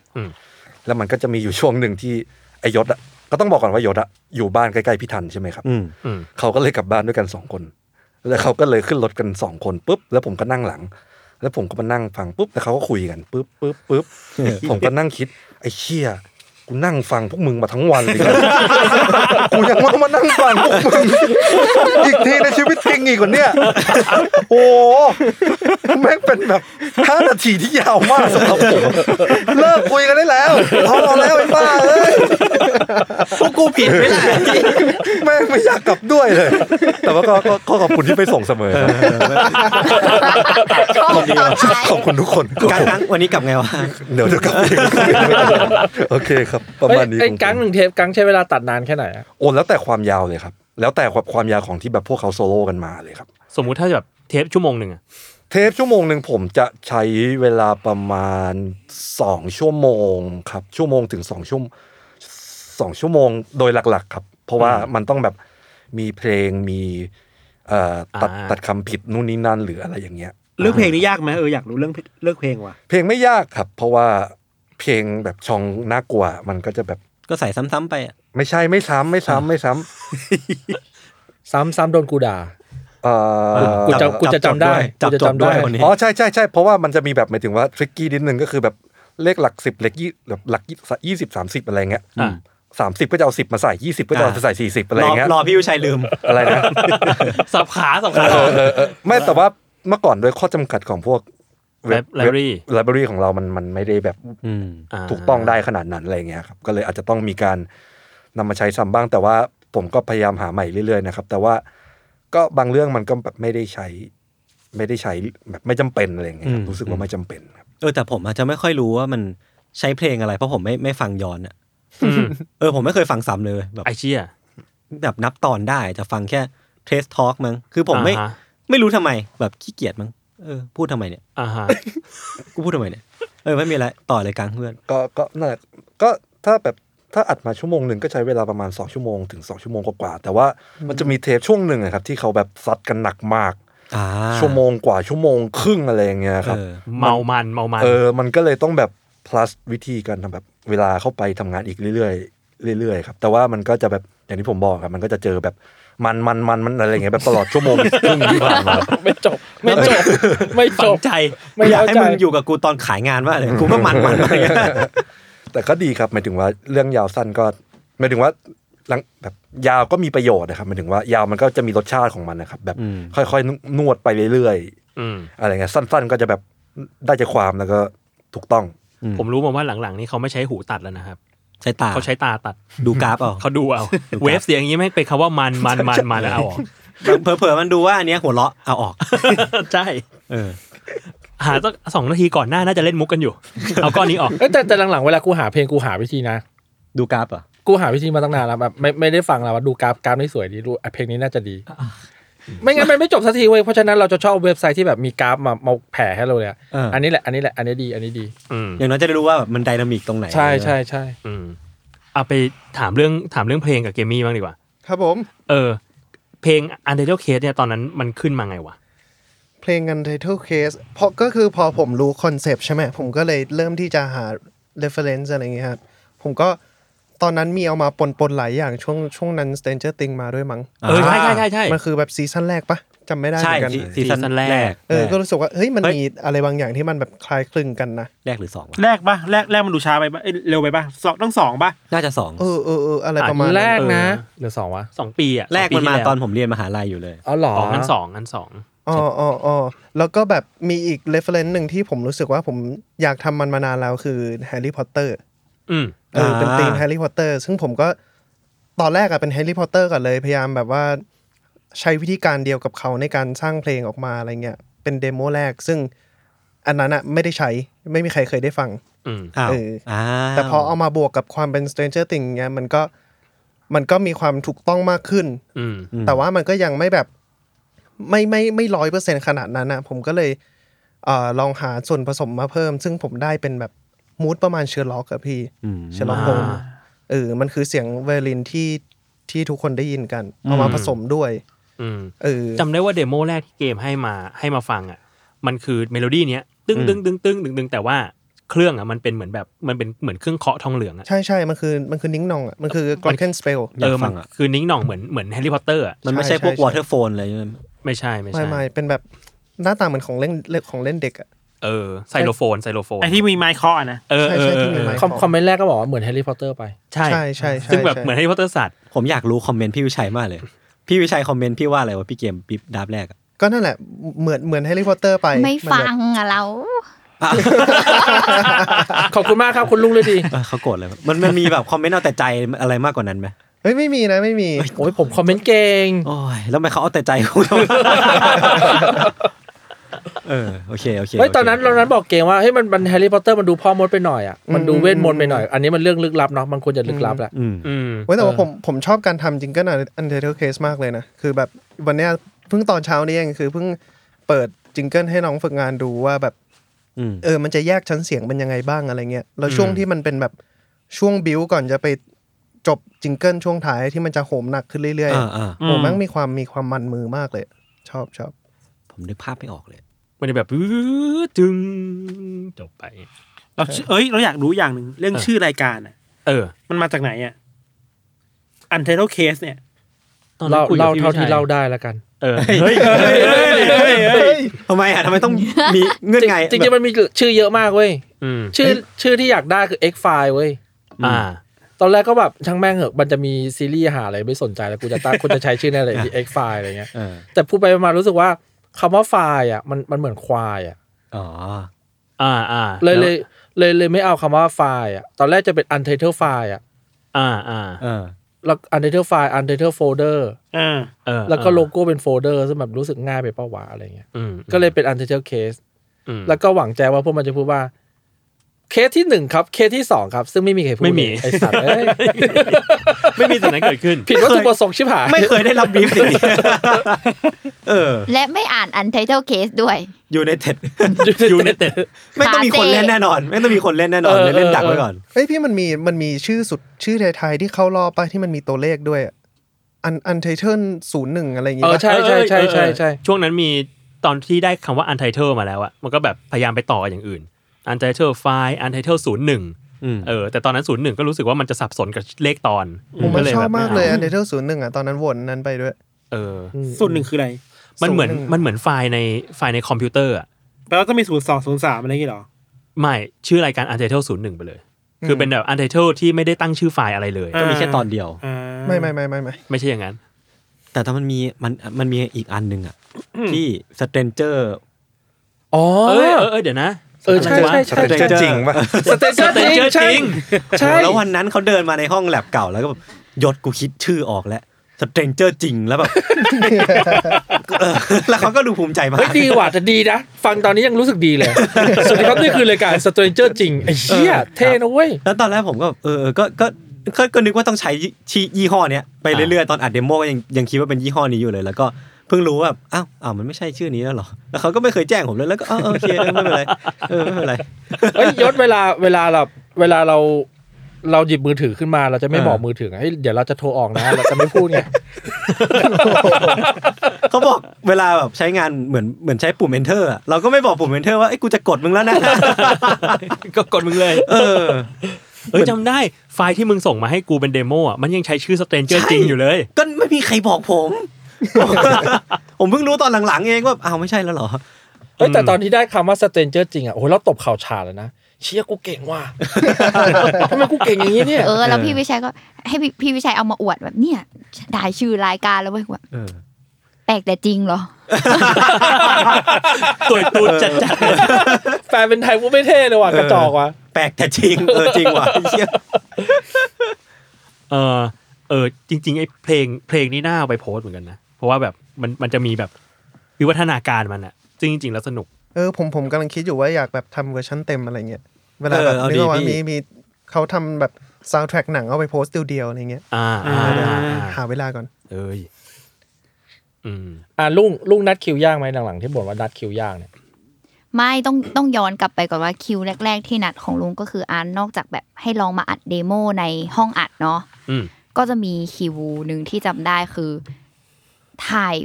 Speaker 2: แล้วมันก็จะมีอยู่ช่วงหนึ่งที่ไอยศอะก็ต้องบอกก่อนว่ายศอะอยู่บ้านใกล้ๆพี่ทันใช่ไหมครับ
Speaker 5: อืม
Speaker 3: อืม
Speaker 2: เขาก็เลยกลับบ้านด้วยกันสองคน แล้วเขาก็เลยขึ้นรถกันสองคนปุ๊บ แล้วผมก็นั่งหลัง แล้วผมก็มานั่งฟังปุ๊บ แล้วเขาก็คุยกันปุ๊บปุ๊บปุ๊บ ผมก็นั่งคิด ไอ้เชี่ยกูนั่งฟังพวกมึงมาทั้งวันเลยนะ กูยังว่ามานั่งฟังพวกมึง (laughs) อีกทีในชีวิตจริงอีกกว่าเนี่ย โอ้โหแม่งเป็นแบบห้านาทีที่ยาวมากสำหรับผมเลิกคุยกันได้แล้วพอแล้วไอ้บ้าเอ้ย
Speaker 5: พวกกูผิดไหมล่ะ
Speaker 2: แม่งไม่อยากกลับด้วยเลย แต่ว่าก็ก็ก็ขอบคุณที่ไปส่งเสมอครับ
Speaker 7: ชอบตอนท้าย
Speaker 2: (laughs) ขอบคุณทุกคน
Speaker 5: การนั้งวันนี้กลับไงวะ
Speaker 2: เดี๋ยวเดี๋ยวกลับเอง (laughs) โอเคครับ ประมาณนี้
Speaker 4: ไอ้กังหนึ่งเทปกังใช้เวลาตัดนานแค่ไหนอะ
Speaker 2: โอนแล้วแต่ความยาวเลยครับ แล้วแต่ความความยาวของที่แบบพวกเขาโซโล่กันมาเลยครับ
Speaker 3: สมมุติถ้าแบบเทปชั่วโมงหนึ่งอะ
Speaker 2: เทปชั่วโมงหนึ่งผมจะใช้เวลาประมาณสองชั่วโมงครับ ชั่วโมงถึงสองชั่วโมงสองชั่วโมงโดยหลักๆ ครับ เพราะว่ามันต้องแบบมีเพลงมีเอ่ออา ตัดตัดคำผิดนู่นนี่นั่นหรืออะไรอย่างเงี้ย
Speaker 9: เรื่องเพลงนี่ยากไหมเอออยากรู้เรื่องเลือกเพลงว่ะ
Speaker 2: เพลงไม่ยากครับ เพราะว่าเพลงแบบชองน่ากลัว มันก็จะแบบ
Speaker 5: ก็ใส่ซ้ำๆไปอะ
Speaker 2: ไม่ใช่ไม่ซ้ำไม่ซ้ำไม่ซ้
Speaker 4: ซ้ำซ้ำโดนกูด่า
Speaker 2: ำเอ่อ
Speaker 4: กูจะกูจะจำได้
Speaker 5: จับ
Speaker 4: กูจะ
Speaker 5: จด
Speaker 4: จำได้
Speaker 5: ด้วยคนนี้
Speaker 2: อ๋อใช่ใช่ใช่เพราะว่ามันจะมีแบบหมายถึงว่าทริกกี้นิดนึงก็คือแบบเลขหลักสิบเลขยี่แบบหลักยี่สิบสามสิบอะไรเงี้ย
Speaker 3: อ่า
Speaker 6: สามสิบก็จะเอาสิบมาใส่ยี่สิบก็จะเอา
Speaker 2: อ่า
Speaker 6: ใส่สี่สิบอะไร
Speaker 2: ร
Speaker 6: อ
Speaker 2: อย่าง
Speaker 6: เงี้ย
Speaker 2: รอพี่วิชัยลืม
Speaker 6: อะไรนะ
Speaker 3: สับขาสับขา
Speaker 6: เออเออเออไม่แต่ว่าเมื่อก่อนด้วยข้อจำกัดของพวก
Speaker 3: Library
Speaker 6: ไลบรารีของเรามันมันไม่ได้แบบ
Speaker 3: า
Speaker 6: ถูกต้องได้ขนาดนั้นอะไรเงี้ยครับก็เลยอาจจะต้องมีการนำมาใช้ซ้ำบ้าง แต่ว่าผมก็พยายามหาใหม่เรื่อยๆนะครับ แต่ว่าก็บางเรื่องมันก็แบบไม่ได้ใช้ ไม่ได้ใช้แบบไม่จำเป็นอะไรเงี้ยครับ
Speaker 2: อืม
Speaker 6: รู้สึกว่าไม่จำเป็นครับ
Speaker 2: เออแต่ผมอาจจะไม่ค่อยรู้ว่ามันใช้เพลงอะไรเพราะผมไม่ไม่ฟังย้อนอะ
Speaker 3: อืม
Speaker 2: เออผมไม่เคยฟังซ้ำเลยแบบ
Speaker 3: ไอเชี่ย
Speaker 2: แบบนับตอนได้จะฟังแค่เทสทอล์กมั้งคือผมไม่
Speaker 3: อ่าฮะ
Speaker 2: ไม่รู้ทำไมแบบขี้เกียจมั้งเออพูดทำไมเนี่ย
Speaker 3: อ่าฮะ
Speaker 2: กูพูดทำไมเนี่ยเออไม่มีอะไรต่อเลยกลางเพื่อน
Speaker 6: ก็ก็น่าก็ถ้าแบบ (laughs) ถ้าอัดมาชั่วโมงหนึ่งก็ใช้เวลาประมาณสองชั่วโมงถึงสองชั่วโมงกว่าๆแต่ว่ามันจะมีเทปช่วงหนึ่งอะครับที่เขาแบบซัดกันหนักมาก
Speaker 2: อ่า
Speaker 6: ชั่วโมงกว่าชั่วโมงครึ่งอะไรอย่างเงี้ยครับ
Speaker 2: เออ
Speaker 3: เมามันเมามัน
Speaker 6: เออ มันก็เลยต้องแบบ plus วิธีการทำแบบเวลาเข้าไปทำงานอีกเรื่อยๆ เรื่อยๆ ครับ แต่ว่ามันก็จะแบบอย่างที่ผมบอกครับ มันก็จะเจอแบบมันมันมันมันอะไรอย่างเงี้ยแบบตลอดชั่วโมง ครึ่งที่ผ่านมา
Speaker 4: ไม่จบ ไม่จบ ไม่จ
Speaker 3: ฝั
Speaker 4: บ
Speaker 3: งใจ
Speaker 4: ไม่
Speaker 2: อยากให้
Speaker 4: เข้าใจ
Speaker 2: มึงอยู่กับกูตอนขายงานว่ากเลยกูก็มันมันอะไรเงี้ย
Speaker 6: (laughs) แต่ก็ดีครับหมายถึงว่าเรื่องยาวสั้นก็หมายถึงว่าหลังแบบยาวก็มีประโยชน์นะครับหมายถึงว่ายาวมันก็จะมีรสชาติของมันนะครับ แบบค่อยๆนวดไปเรื่อย
Speaker 3: อืม
Speaker 6: ๆ อะไรเงี้ยสั้น ๆ ก็จะแบบได้ใจความแล้วก็ถูกต้อง
Speaker 3: ผมรู้มาว่าหลังๆ นี่เขาไม่ใช้หูตัดแล้วนะครับ
Speaker 2: ใช้ตา
Speaker 3: เขาใช้ตาตัด
Speaker 2: ดูกราฟเอา
Speaker 3: เขาดู
Speaker 6: (laughs)
Speaker 3: เอา เวฟเสียงอย่างนี้ไม่เป็นคำว่ามันมันมันมันแล้วเอาออก
Speaker 2: เผลอๆมันดูว่าอันเนี้ยหัวเราะเอาออก
Speaker 3: ใช่
Speaker 2: เออ
Speaker 3: หาสักสองนาทีก่อนหน้าน่าจะเล่นมุกกันอยู่ เอาก้อนนี้ออก
Speaker 4: เอ้ยแต่แต่หลังๆเวลากูหาเพลงกูหาวิธีนะ
Speaker 2: ดูกราฟเหรอ่ะ
Speaker 4: กูหาวิธีมาตั้งนานแล้วแบบไม่ไม่ได้ฟังแล้วว่าดูกราฟกราฟนี่สวยดีดูอ่ะเพลงนี้น่าจะดี ไม่งั้นมันไม่จบสักทีเว้ยเพราะฉะนั้นเราจะชอบเว็บไซต์ที่แบบมีกราฟมามาแผ่ให้เราเลยอะ
Speaker 2: เออ
Speaker 4: อันนี้แหละอันนี้แหละอันนี้ดีอันนี้ดี
Speaker 3: อืม
Speaker 2: อย่างน้อยจะได้รู้ว่าแบบมันไดนามิกตรงไหน
Speaker 4: ใช่ใช่ใช่
Speaker 3: อืมเอาไปถามเรื่องถามเรื่องเพลงกับเกมมี่บ้างดีกว่า
Speaker 8: ครับผม
Speaker 3: เออ เพลง u n d e r t a l e Case เนี่ยตอนนั้นมันขึ้นมาไงวะ
Speaker 8: เพลง Untitled Case เพราะก็คือพอผมรู้คอนเซปต์ใช่ไหมผมก็เลยเริ่มที่จะหา reference อะไรอย่างเงี้ยครับผมก็ตอนนั้นมีเอามาปนปนๆหลายอย่างช่วงช่วงนั้น Stranger Things มาด้วยมั้ง
Speaker 3: เออใช่ใช่ใช่ใช่
Speaker 8: มันคือแบบซีซั่นแรกปะจำไม่ได้เห
Speaker 2: ใช่
Speaker 8: มือนกัน
Speaker 2: ซีซี
Speaker 3: ซีซั่
Speaker 2: ซั่น
Speaker 3: น
Speaker 2: แร
Speaker 3: แร
Speaker 2: ก
Speaker 3: ก
Speaker 8: เออก็รู้สึกว่าเฮ้ยมัน
Speaker 2: เฮ้ย
Speaker 8: มีอะไรบางอย่างที่มันแบบคล้ายคลึงกันนะ
Speaker 2: แรกหรือสองวะ
Speaker 5: แรกปะแรกแรกมันดูช้าไปปะเอ้ยเร็วไปปะสองต้องสองปะ
Speaker 2: น่าจะสอง
Speaker 8: เออเออเอออะไรประมาณนั้น
Speaker 4: แรกนะ
Speaker 3: เออ
Speaker 4: หรือสองวะ
Speaker 3: สองปีอะ
Speaker 2: แรก
Speaker 3: สงปี
Speaker 2: มันมา
Speaker 3: ที่แล้ว
Speaker 2: ตอนผมเรียนมหาลัยอยู่เลย
Speaker 4: อ๋อเหรอ
Speaker 3: อ๋องั้นสองงั้นสอง
Speaker 8: อ๋ออ๋ออ๋อแล้วก็แบบมีอีก reference หนึ่งที่ผมรู้สึกว่าผมอยากทำมันมานานแล้วคือ Harry Potter
Speaker 3: อืม
Speaker 8: เออเป็น
Speaker 2: อ่า
Speaker 8: ธีมแฮร์รี่พอตเตอร์ ซึ่งผมก็ตอนแรกอะเป็นแฮร์รี่พอตเตอร์ก่อนเลย พยายามแบบว่าใช้วิธีการเดียวกับเขาในการสร้างเพลงออกมาอะไรเงี้ย เป็นเดโมแรก ซึ่งอันนั้นอะไม่ได้ใช้ไม่มีใครเคยได้ฟัง
Speaker 3: อืม
Speaker 2: อ้าว
Speaker 8: เออ
Speaker 2: อ้าว
Speaker 8: แต่พอเอามาบวกกับความเป็น Stranger Things เงี้ยมันก็มันก็มีความถูกต้องมากขึ้น
Speaker 3: อืม
Speaker 8: แต่ว่ามันก็ยังไม่แบบไม่ไม่ไม่ร้อยเปอร์เซ็นขนาดนั้นนะผมก็เลยเอ่อลองหาส่วนผสมมาเพิ่ม ซึ่งผมได้เป็นแบบมูดประมาณเชอร์ล็อกอะพี่เชอร์ล็อกโฮม
Speaker 3: อ่า
Speaker 8: เออมันคือเสียงไวโอลินที่ที่ทุกคนได้ยินกัน เอามาผสมด้วย
Speaker 3: อืม
Speaker 8: เออ
Speaker 3: จำได้ว่าเดโมแรกที่เกมให้มาให้มาฟังอ่ะ มันคือเมโลดี้เนี้ยตึ้งตึ้งตึ้งตึ้งตึ้งตึ้งแต่ว่าเครื่องอ่ะมันเป็นเหมือนแบบมันเป็นเหมือนเครื่องเคาะทองเหลืองอ่ะ
Speaker 8: ใช่ใช่มันคือมันคือนิ้งนองอะมันคือกลอนเคนสเปล
Speaker 2: อ
Speaker 3: เอย
Speaker 2: าก
Speaker 3: อมั
Speaker 2: ฟั
Speaker 3: น
Speaker 2: งอ่ะ
Speaker 3: คือนิ้งหน่องเหมือนเหมือนแฮร์รี่พอตเตอร์อ่ะ
Speaker 2: มันไม่ใช่
Speaker 8: ใช่
Speaker 2: พวก
Speaker 8: ใช่
Speaker 2: วอเตอร์โฟนเลยใช่ไหม
Speaker 3: ไม่ใช่ไม่
Speaker 8: ไม่
Speaker 3: ใช่
Speaker 8: ไม่เป็นแบบหน้าตาเหมือนของเล่นเล่นของเล่นเด็กอะ
Speaker 3: เออไซโลโฟนไซโลโฟน
Speaker 5: ไอที่มีไมค์เคาะอะนะ
Speaker 3: เออเออเอ
Speaker 8: ใช่ใช่
Speaker 3: อ
Speaker 8: ที่มีไม
Speaker 4: คอมคอมเมนต์แรกก็บอกว่าเหมือนแฮร์รี่พอตเตอร์ไป
Speaker 3: ใช่
Speaker 8: ใช่ใช่ใช่
Speaker 3: ซึ่งแบบ
Speaker 8: ใช่
Speaker 3: เหมือนแฮร์รี่พอตเตอร์สัตว์
Speaker 2: ผมอยากรู้คอมเมนต์พี่วิชัยมากเลย พี่วิชัยคอมเมนต์พี่ว่าอะไรวะพี่เกมปิ๊บดับแร
Speaker 8: (laughs)
Speaker 2: กอะ
Speaker 8: ก็นั่นแหละเหมือนเหมือนแฮร์รี่พอตเตอร์ไป
Speaker 7: ไม่
Speaker 8: นแบบ
Speaker 7: ฟังอะเรา
Speaker 4: ขอบคุณมากครับคุณลุงเลยดี
Speaker 2: เออเขาโกรธเลยมันมันมีแบบคอมเมนต์เอาแต่ใจอะไรมากกว่านั้นไหม
Speaker 8: เฮ้ยไม่มีนะไม่มี
Speaker 4: โอ้ยผมคอมเมนต์เก่ง
Speaker 2: โอ้ยแล้วทำไมเขาเอาแต่ใจกู (laughs) เออโอเคโอเค
Speaker 4: เฮ้ย
Speaker 2: โค
Speaker 4: ตอนนั้นตอนนั้นบอกเก่งว่าเฮ้ยมันมันแฮร์รี่พอตเตอร์มันดูพ่อมดไปหน่อยอ่ะมันดูเวทมนต์ไปหน่อยอันนี้มันเรื่องลึกลับเนาะมันควรจะลึกลับแหละ
Speaker 2: อืม
Speaker 3: อืม
Speaker 8: เว้ยแต่ว่า
Speaker 4: เออ
Speaker 8: ผมผมชอบการทำจิงเกิลอันเดอร์เคสมากเลยนะ คือแบบวันเนี้ยเพิ่งตอนเช้านี้เองคือเพิ่งเปิดจิงเกิลให้น้องฝึกงานดูว่าแบบ
Speaker 2: อืม
Speaker 8: เออมันจะแยกชั้นเสียงเป็นยังไงบ้างอะไรเงี้ยแล้วช่วงที่มันเป็นแบบช่วงบิวก่อนจะไปจบจิงเกิลช่วงท้ายที่มันจะโหมหนักขึ้นเรื่อยๆ
Speaker 2: อ่า
Speaker 8: อะ
Speaker 2: อ่า
Speaker 8: โหมันมีความมีความมันมือมากเลย ชอบชอบ
Speaker 2: ผมนึกภาพไม่ออกเลย
Speaker 3: มันจะแบบจึงจบไป
Speaker 5: เราชื่อเอ้ยเราอยากรู้อย่างหนึ่งเรื่อง
Speaker 3: เออ
Speaker 5: ชื่อรายการอะ
Speaker 3: เออ
Speaker 5: มันมาจากไหนอ่ะอันเทอร์เคสเนี่ย
Speaker 3: ตอนนั้
Speaker 4: เล่าน
Speaker 3: คุยกับ
Speaker 4: เล่า
Speaker 3: พี่
Speaker 4: เท่า
Speaker 3: วิชัย
Speaker 4: ที่เล่าได้แล้วกัน
Speaker 3: เออเฮ้ย
Speaker 2: ทำไมอ่ะทำไมต้องมีเงื่อนไง
Speaker 4: จริงๆจริงๆ
Speaker 2: แบบ
Speaker 4: มันมีชื่อเยอะมากเว้ย
Speaker 3: อืม
Speaker 4: ชื่อชื่อที่อยากได้คือ X file เว้ย
Speaker 3: อ่า
Speaker 4: ตอนแรกก็แบบช่างแม่งเหอะมันจะมีซีรีส์หาอะไรไม่สนใจแล้วกูจะตั้ง กูจะใช้ชื่อแน่เลย X File อะไรเงี้ย
Speaker 2: เออ
Speaker 4: แต่พูดไปประมาณรู้สึกว่าคำว่าไฟล์อ่ะมันมันเหมือนควายอ่ะ
Speaker 2: อ๋อ
Speaker 3: อ่าอ่า
Speaker 4: เลยเลยเลยเลยไม่เอาคำว่าไฟล์อ่ะตอนแรกจะเป็น untitled file อ่ะ
Speaker 3: อ่าอ่า
Speaker 2: เออ
Speaker 4: แล้ว untitled file untitled folder
Speaker 5: อ่า
Speaker 3: เออ
Speaker 4: แล้วก็
Speaker 3: เออ
Speaker 4: โลโก้เป็นโฟลเดอร์ซึ่งแบบรู้สึกง่ายไปเป้าวะอะไรเงี้ย
Speaker 3: อืม
Speaker 4: ก็เลยเป็น untitled case
Speaker 3: อืม
Speaker 4: แล้วก็หวังใจว่าพวกมันจะพูดว่า เคสที่หนึ่งครับ เคสที่สองครับ ซึ่งไม่มีใครพูด
Speaker 3: ไม่มี
Speaker 4: เลยไอสัตว์เอ้ย
Speaker 3: ไม่มีสิ่งนั้นเกิดขึ้น
Speaker 4: ผิดวัตถุประสงค์ชิบหาย
Speaker 2: ไม่เคยได้รับบีฟสิ่งนี้ เออ
Speaker 7: และไม่อ่านอันไทเทลเคสด้วย
Speaker 2: อยู่ในเท็ด
Speaker 3: อยู่ในเต็ด
Speaker 2: ไม่ต้องมีคนเล่นแน่นอน ไม่ต้องมีคนเล่นแน่นอนเลยเล่นดักไว้ก่อน
Speaker 8: เอ้ยพี่มันมีมันมีชื่อสุดชื่อไทยๆที่เข้ารอบไปะที่มันมีตัวเลขด้วยอะอันอันไทเทิลศูนย์หนึ่งอะไรอย่าง
Speaker 4: เอ
Speaker 8: งี้
Speaker 4: อ
Speaker 8: ปะ
Speaker 4: ใช่ใช่ใช่ใช่ใช่
Speaker 3: ช่วงนั้นมีตอนที่ได้คำว่า untitled มาแล้วอะมันก็แบบพยายามไปต่ออย่างอื่น untitled file untitled ศูนย์หนึ่ง
Speaker 2: อืม
Speaker 3: เออแต่ตอนนั้นศูนย์หนึ่งก็รู้สึกว่ามันจะสับสนกับเลขตอน
Speaker 8: ผมมัน
Speaker 3: เลย
Speaker 8: ชอ
Speaker 3: แบบ
Speaker 8: มากเลย
Speaker 3: ไอ
Speaker 8: อันไทเทิลศูนย์หนึ่งอ่ะตอนนั้นวนนั้นไปด้วย
Speaker 3: เออ
Speaker 5: ส่วนหนึ่งคืออะไร
Speaker 3: มันเหมือน
Speaker 8: ศูนย์หนึ่ง
Speaker 3: มันเหมือนไฟล์ในไฟล์ในคอมพิวเตอร์อะ
Speaker 5: แปลว่าต้องมีศูนย์สองศูนย์สามอะไรอย่างงี้เหรอ
Speaker 3: ไม่ชื่อรายการ untitled ศูนย์หนึ่งไปเลย คือเป็นแบบ untitled ที่ไม่ได้ตั้งชื่อไฟล์อะไรเลย
Speaker 5: อ่า
Speaker 2: ก็มีแค่ตอนเดียว
Speaker 5: อ่า
Speaker 8: ไม่ไม่ไม่ไม่ไม่
Speaker 3: ไม่ใช่อย่างนั้น
Speaker 2: แต่ถ้ามันมีมันมันมีอีกอันหนึ่งอ่ะ ที่สเตนเจอร์
Speaker 4: อ๋อ
Speaker 3: เออเออเออเดี๋ยว
Speaker 4: (laughs)
Speaker 3: นะ
Speaker 4: เออใช่ใช่ใช่
Speaker 2: สเตนเจอร์
Speaker 6: จริงป่ะ
Speaker 4: สเตเจอร์จ
Speaker 3: เจ
Speaker 4: ริ
Speaker 3: อง จ
Speaker 4: ใช่
Speaker 3: ริง
Speaker 4: ใช่
Speaker 2: แล้ววันนั้นเขาเดินมาในห้องแลบเก่าแล้วก็แบบยศกูคิดชื่อออกแล้วสเตนเจอร์จริงแล้วแบบ (laughs) เออแล้วเขาก็ดูภูมิใจมาก
Speaker 4: เฮ้ยดีว่ะแต่ดีนะ ฟังตอนนี้ยังรู้สึกดีเลย สวัสดีครับนี่คือรายการสเตเจอร์จริงไอ้เหี้ยเท่นะเว้ย
Speaker 2: แล้วตอนแรกผมก็เออเออก็ก็ก็ก็นึกว่าต้องใช้ชียี่ห้อเนี้ยไปเรื่อยๆตอนอัดเดโมก็ยังยังคิดว่าเป็นยี่ห้อนี้อยู่เลย แล้วก็เพิ่งรู้ว่าอ้าวอ้าวมันไม่ใช่ชื่อนี้แล้วเหรอแล้วเขาก็ไม่เคยแจ้งผมเลยแล้วก็เออโอเคเออไม่เป็นไรเออไม่เป็นไร (laughs)
Speaker 4: เฮ้ยยศเวลาเวลาเราเวลาเราเราหยิบมือถือขึ้นมาเราจะไม่
Speaker 2: เออ
Speaker 4: บอกมือถือไงเฮ้ยเดี๋ยวเราจะโทรออกนะเราจะไม่พูดไง
Speaker 2: เขาบอกเวลาแบบใช้งานเหมือนเหมือนใช้ปุ่ม enter อะเราก็ไม่บอกปุ่ม enter ว่าไอ้ยกูจะกดมึงแล้วนะ
Speaker 3: ก็กดมึงเลย
Speaker 2: เออ
Speaker 3: เอ้ยจำได้ไฟล์ที่มึงส่งมาให้กูเป็นเดโมอ่ะมันยังใช้ชื่อสเตนเจอร์
Speaker 2: ใช่
Speaker 3: จริงอยู่เลย
Speaker 2: ก็ไม่มีใครบอกผม (laughs) ผมเพิ่งรู้ตอนหลังๆเองว่าอ้าวไม่ใช่แล้วเหรอ
Speaker 4: เฮ้ยแต่ตอนที่ได้คำว่าสเตนเจอร์จริงอ่ะโอ้โหเราตบเข่าวฉาดเลยนะเชี่ยกูเก่งว่ะ ทำไมกูเก่งอย่างนี้เนี่ย
Speaker 7: เออ แล้วพี่วิชัยก็ให้พี่พี่วิชัยเอามาอวดแบบเนี่ยได้ชื่อรายการแล้วเว้ยแบบ
Speaker 2: เออ
Speaker 7: แปลกแต่จริงเหรอ
Speaker 3: (laughs) ตัวตูดจัดจ้าน
Speaker 4: แฟนเป็นไทยกูไม่เท่เลยว่ะกระจอกว่ะ
Speaker 2: แปลกแต่จริง เออจริงว่ะเชี่ย
Speaker 3: เออเออจริงๆไอ้เพลงเพลงนี้น่าเอาไปโพสต์เหมือนกันนะเพราะว่าแบบมันมันจะมีแบบวิวัฒนาการมันอ่ะซึ่งจริงๆแล้วสนุก
Speaker 8: เออผมผมกำลังคิดอยู่ว่าอยากแบบทำเวอร์ชันเต็มอะไรเงี้ยเวลา
Speaker 2: เอ
Speaker 8: แบ
Speaker 2: อบ เอา
Speaker 8: นึ
Speaker 2: ดี
Speaker 8: กว่ามี
Speaker 2: พี่
Speaker 8: มีเขาทำแบบซาวด์แทร็กหนังเอาไปโพสต์เดียวๆอะไรเงี้ย
Speaker 3: อ่าอ่าอ่าอ่า
Speaker 8: หาเวลาก่อน
Speaker 3: เอ้ยอืม
Speaker 4: อ่ะลุงลุงนัดคิวยากไหมหลังๆที่บ่นว่านัดคิวยากเนี่ย
Speaker 7: ไม่ต้องต้องย้อนกลับไปก่อนว่าคิวแรก ๆ ที่นัดของลุงก็คืออันนอกจากแบบให้ลองมาอัดเดโมในห้องอัดเนาะ
Speaker 3: อืม
Speaker 7: ก็จะมีคิวหนึ่งที่จำได้คือ ถ่าย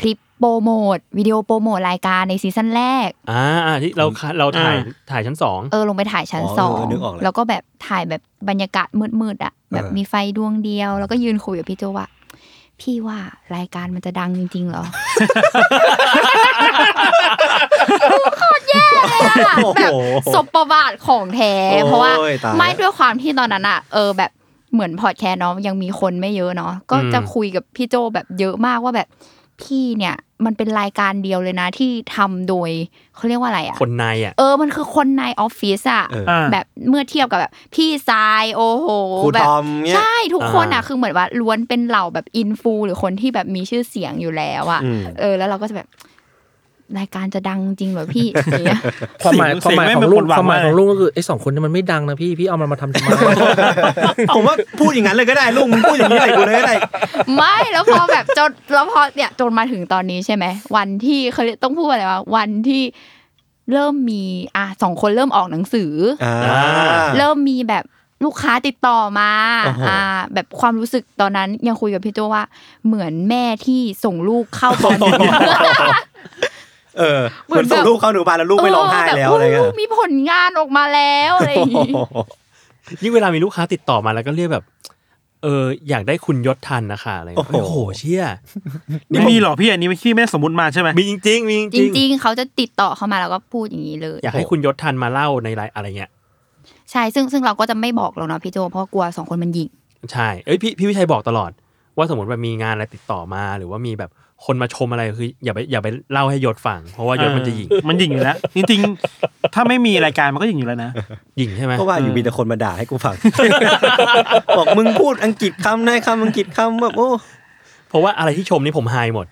Speaker 7: คลิปโปรโมทวิดีโอโปรโมทรายการในซีซั่นแรก
Speaker 3: อ่าอ่าที่เราเราถ่ายถ่ายชั้นสอง
Speaker 7: เออลงไปถ่ายชั้น
Speaker 2: อ๋อ
Speaker 7: สอง
Speaker 2: เออนึกออกแล้ว
Speaker 7: แล้วก็แบบถ่ายแบบบรรยากาศมืดๆอ่ะ แบบมีไฟดวงเดียว แล้วก็ยืนคุยกับพี่โจว่าพี่ว่ารายการมันจะดังจริงๆเหรอ โคตรแย่เลยอะแบบสบประบาทของแท้
Speaker 2: โอ้ย
Speaker 7: เพราะว่า
Speaker 2: ตาย
Speaker 7: ไม่ด้วยความที่ตอนนั้นอ่ะเออแบบเหมือนพอดแคสต์เนาะยังมีคนไม่เยอะเนาะก็จะคุยกับพี่โจแบบเยอะมากว่าแบบพี่เนี่ยมันเป็นรายการเดียวเลยนะที่ทำโดยเขาเรียกว่าอะไรอ่ะ
Speaker 3: คนในอ่ะ
Speaker 7: เออ มันคือคนในออฟฟิศอะ
Speaker 2: เออ
Speaker 7: แบบเมื่อเทียบกับแบบ พี่ทรายโอ้โห
Speaker 2: ครู
Speaker 7: แบบ
Speaker 2: ทอมเงี้ย
Speaker 7: ใช่ทุกคนอะ
Speaker 3: อ่า
Speaker 7: คือเหมือนว่าล้วนเป็นเหล่าแบบอินฟูหรือคนที่แบบมีชื่อเสียงอยู่แล้วอะ
Speaker 2: อืม
Speaker 7: เออ แล้วเราก็จะแบบ รายการจะดังจริงเหรอพี่ (laughs) อย่างเงี้ย
Speaker 4: ความหมาย
Speaker 5: เสียง
Speaker 4: ความหมาย
Speaker 5: เสียง
Speaker 4: ขอ
Speaker 5: ไม่
Speaker 4: ง
Speaker 5: เป็น
Speaker 4: ลุง
Speaker 5: คนหวั
Speaker 4: ค
Speaker 5: ง
Speaker 4: วามหมาย
Speaker 5: มาก
Speaker 4: ของลุงก็คือไอ้สองคนเนี่ยมันไม่ดังนะพี่พี่เอามันมาทำทำไม
Speaker 2: ผมว่าพูดอย่างนั้นเลยก็ได้ลุงมึงพูดอย่างนี้ใส่กูเลยก็ได้
Speaker 7: ไม่แล้วพอแบบจนแล้วพอเนี่ยจนมาถึงตอนนี้ใช่ไหมวันที่เขาเรียกต้องพูดว่าอะไรวะวันที่เริ่มมีอ่ะสองคนเริ่มออกหนังสือ
Speaker 2: อ่า
Speaker 7: เริ่มมีแบบลูกค้าติดต่อมา
Speaker 2: โอ้โห
Speaker 7: อ่าแบบความรู้สึกตอนนั้นยังคุยกับพี่โจว่าเหมือนแม่ที่ส่งลูกเข้าปหนึ่ง
Speaker 2: เออ
Speaker 7: เห
Speaker 2: เห
Speaker 7: มื
Speaker 2: มื
Speaker 7: อ
Speaker 2: อน น
Speaker 7: แบ
Speaker 2: ส่
Speaker 7: บ
Speaker 2: งลูกเขาหนูบานแล้วลูกไม่ร้องไห้แล้วอะไร
Speaker 7: เอ
Speaker 2: เงี้
Speaker 7: อแบบ
Speaker 2: ย
Speaker 7: โอ้ลูกมีผลงานออกมาแล้วอะไรอย่างงี้
Speaker 2: โอ้โห
Speaker 3: ยิ่งเวลามีลูกค้าติดต่อมาแล้วก็เรียกแบบ เอออยากได้คุณยศทันนะคะอะไรเงี้ยโอ้โหเชี่ย
Speaker 5: นี่มีเหรอพี่อันนี้ไม่พี่ไม่ได้สมมติมาใช่ไหม
Speaker 3: มีจริงๆมีจ
Speaker 7: จ
Speaker 3: ริงๆ
Speaker 7: ริง ๆ เขาจะติดต่อเข้ามาแล้วก็พูดอย่างนี้เลย
Speaker 3: อยากให้คุณยศทันมาเล่าในรายอะไรเงี้ย
Speaker 7: ใช่ซึ่งซึ่งเราก็จะไม่บอกหรอกเนาะพี่โจเพราะกลัวสองคนมันหยิง
Speaker 3: ใช่เอ้ยพี่พี่วิชัยบอกตลอด ว่าสมมติว่ามีงานอะไรติดต่อมา หรือว่ามีแบบคนมาชมอะไรคืออย่าไปอย่าไปเล่าให้ยศฟัง เพราะว่ายศมันจะหยิง
Speaker 5: เออมันหยิงอยู่แล้ว จริงๆ ถ้าไม่มีรายการมันก็หยิงอยู่แล้วนะ
Speaker 3: หยิงใช่ไหม
Speaker 2: ก็ว่าอยู่มีแต่คนมาด่าให้กูฟัง (laughs) บอกมึงพูดอังกฤษคำได้คำอังกฤษคำแบบโอ้
Speaker 3: เพราะว่าอะไรที่ชมนี่ผมไฮหมด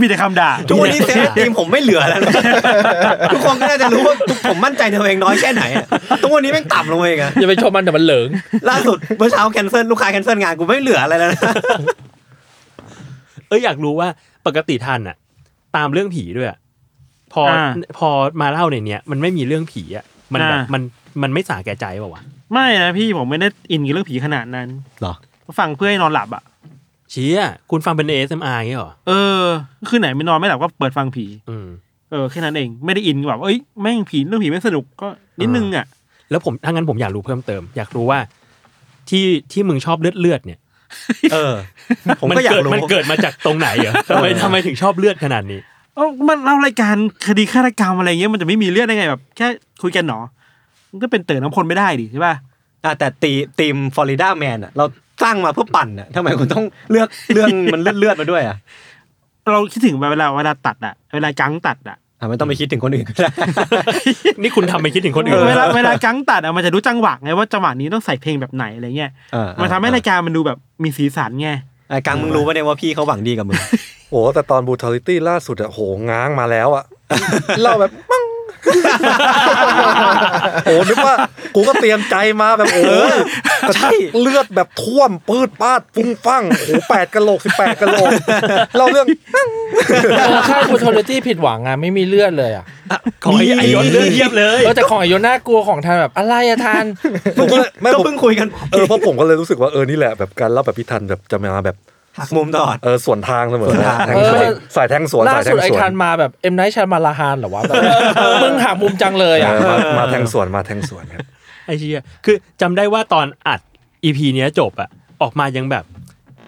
Speaker 5: มีแต่คำด่า
Speaker 2: ทุกวันนี้เซลล์ทีมผมไม่เหลือแล้วนะ (laughs) ทุกคนก็น่าจะรู้ว่าผมมั่นใจในตัวเองน้อยแค่ไหนอะทุกวันนี้แม่งต่ำลงไปอีกอะ
Speaker 4: อย่าไปชมมันแต่มันเหลิง
Speaker 2: ล่าสุดเมื่อเช้าแคนเซิลลูกค้าแคนเซิลงานกูไม่เหลืออะไรแล้วนะ
Speaker 3: เอ้ยอยากรู้ว่าปกติทันอะตามเรื่องผีด้วยอะพออา พอมาเล่าในเนี้ยมันไม่มีเรื่องผีอะมันแบบ
Speaker 5: อ่ามั
Speaker 3: มันมันไม่สาแก่ใจเปล่าวะ
Speaker 5: ไม่นะพี่ผมไม่ได้อินกับเรื่องผีขนาดนั้น
Speaker 2: หรอ
Speaker 5: ฟังเพื่อให้นอนหลับอ่ะ
Speaker 3: เชี่ยคุณฟังเป็น ASMR อย่างเงี้ยเหรอ
Speaker 5: เออคืนไหนไม่นอนไม่หลับก็เปิดฟังผี
Speaker 3: อืม
Speaker 5: เออแค่นั้นเองไม่ได้อินกับแบบเอ้ยแม่งผีเรื่องผีแม่งสนุกก็นิดนึงอ่ะ
Speaker 3: แล้วผมถ้างั้นผมอยากรู้เพิ่มเติม อยากรู้ว่าที่ที่มึงชอบเลือดเลือดเนี่ย
Speaker 2: เออ ผมก็อยากรู้
Speaker 3: มันเกิดมาจากตรงไหนเหรอทำไมทำไมถึงชอบเลือดขนาดนี้
Speaker 5: เอ้ามันเล่ารายการคดีฆาตกรรมอะไรเงี้ยมันจะไม่มีเลือดได้ไงแบบแค่คุยกันหนอมันก็เป็นเต๋อน้ำพลไม่ได้ดิใช่ป่ะ
Speaker 2: อ่ะแต่ตีทีมฟลอริดาแมนอ่ะเราสร้างมาเพื่อปั่นอ่ะทำไมคุณต้องเลือกเรื่อง (laughs) มันเลือดเลือดๆมาด้วยอ่ะ
Speaker 5: เราคิดถึงเวลาเวลาตัดอะเวลากังตัดอะ
Speaker 2: อ่ะไม่ต้องไปคิดถึงคนอื่น (laughs) ก็ได้
Speaker 3: นี่คุณทำไปคิดถึงคนอื่น
Speaker 5: เวลาเวลากังตัดอะมันจะรู้จังหวะไงว่าจังหวะนี้ต้องใส่เพลงแบบไหนอะไรเงี้ย
Speaker 2: เออ
Speaker 5: มันทำให้รายการมันดูแบบมีสีสันไง
Speaker 2: ไอ้กังมึงรู้ปะเนี่ยว่าพี่เขาหวังดีกับมึง
Speaker 6: โอ้แต่ตอนบูทาลิตี้ล่าสุดอะโหง้างมาแล้วอะเล่าแบบมั่งโอ้นึกว่ากูก็เตรียมใจมาแบบโอ้ใช่เลือดแบบท่วมปืดปาดฟุ้งฟั่งโอ้แปดกะโหลกสิบแปดกะโหลก (laughs) เล่าเรื่องมั่ง
Speaker 4: เออค่ายคุณทอร์เรตี้ผิดหวังอ่ะไม่มีเลือดเลยอ่ะ
Speaker 3: ของไอ้ไอ้ยศเลือดเยียบเลย
Speaker 4: เออแต่ของอายนน่ากลัวของทานแบบอะไรอะทาน
Speaker 6: ผมก็เลยไม่
Speaker 2: ก็
Speaker 6: ผม
Speaker 2: เพิ่งคุยกัน
Speaker 6: เออเพราะผมก็เลยรู้สึกว่าเออนี่แหละแบบการเล่าแบบพิธันแบบจะมาแบบ
Speaker 2: หักมุมตลอด
Speaker 6: เออส่วนทางเสมอ
Speaker 2: ส่วนทาง
Speaker 6: แทงสวน
Speaker 4: เออ
Speaker 6: สายแทงสวน
Speaker 4: ล่า
Speaker 6: สายแท
Speaker 4: สุด
Speaker 6: ง
Speaker 4: ไอ้
Speaker 6: สวน
Speaker 4: ทานมาแบบเอ็มไนท์ชามาลาฮานเหรอวะแบบมึงหักมุมจังเลย
Speaker 6: เอ
Speaker 4: อ่ะ
Speaker 6: อมามาแทงสวนมาแทงสวนครับ
Speaker 3: ไอ้เชี่ยคือจำได้ว่าตอนอัดอีพีเนี้ยจบอะออกมายังแบบ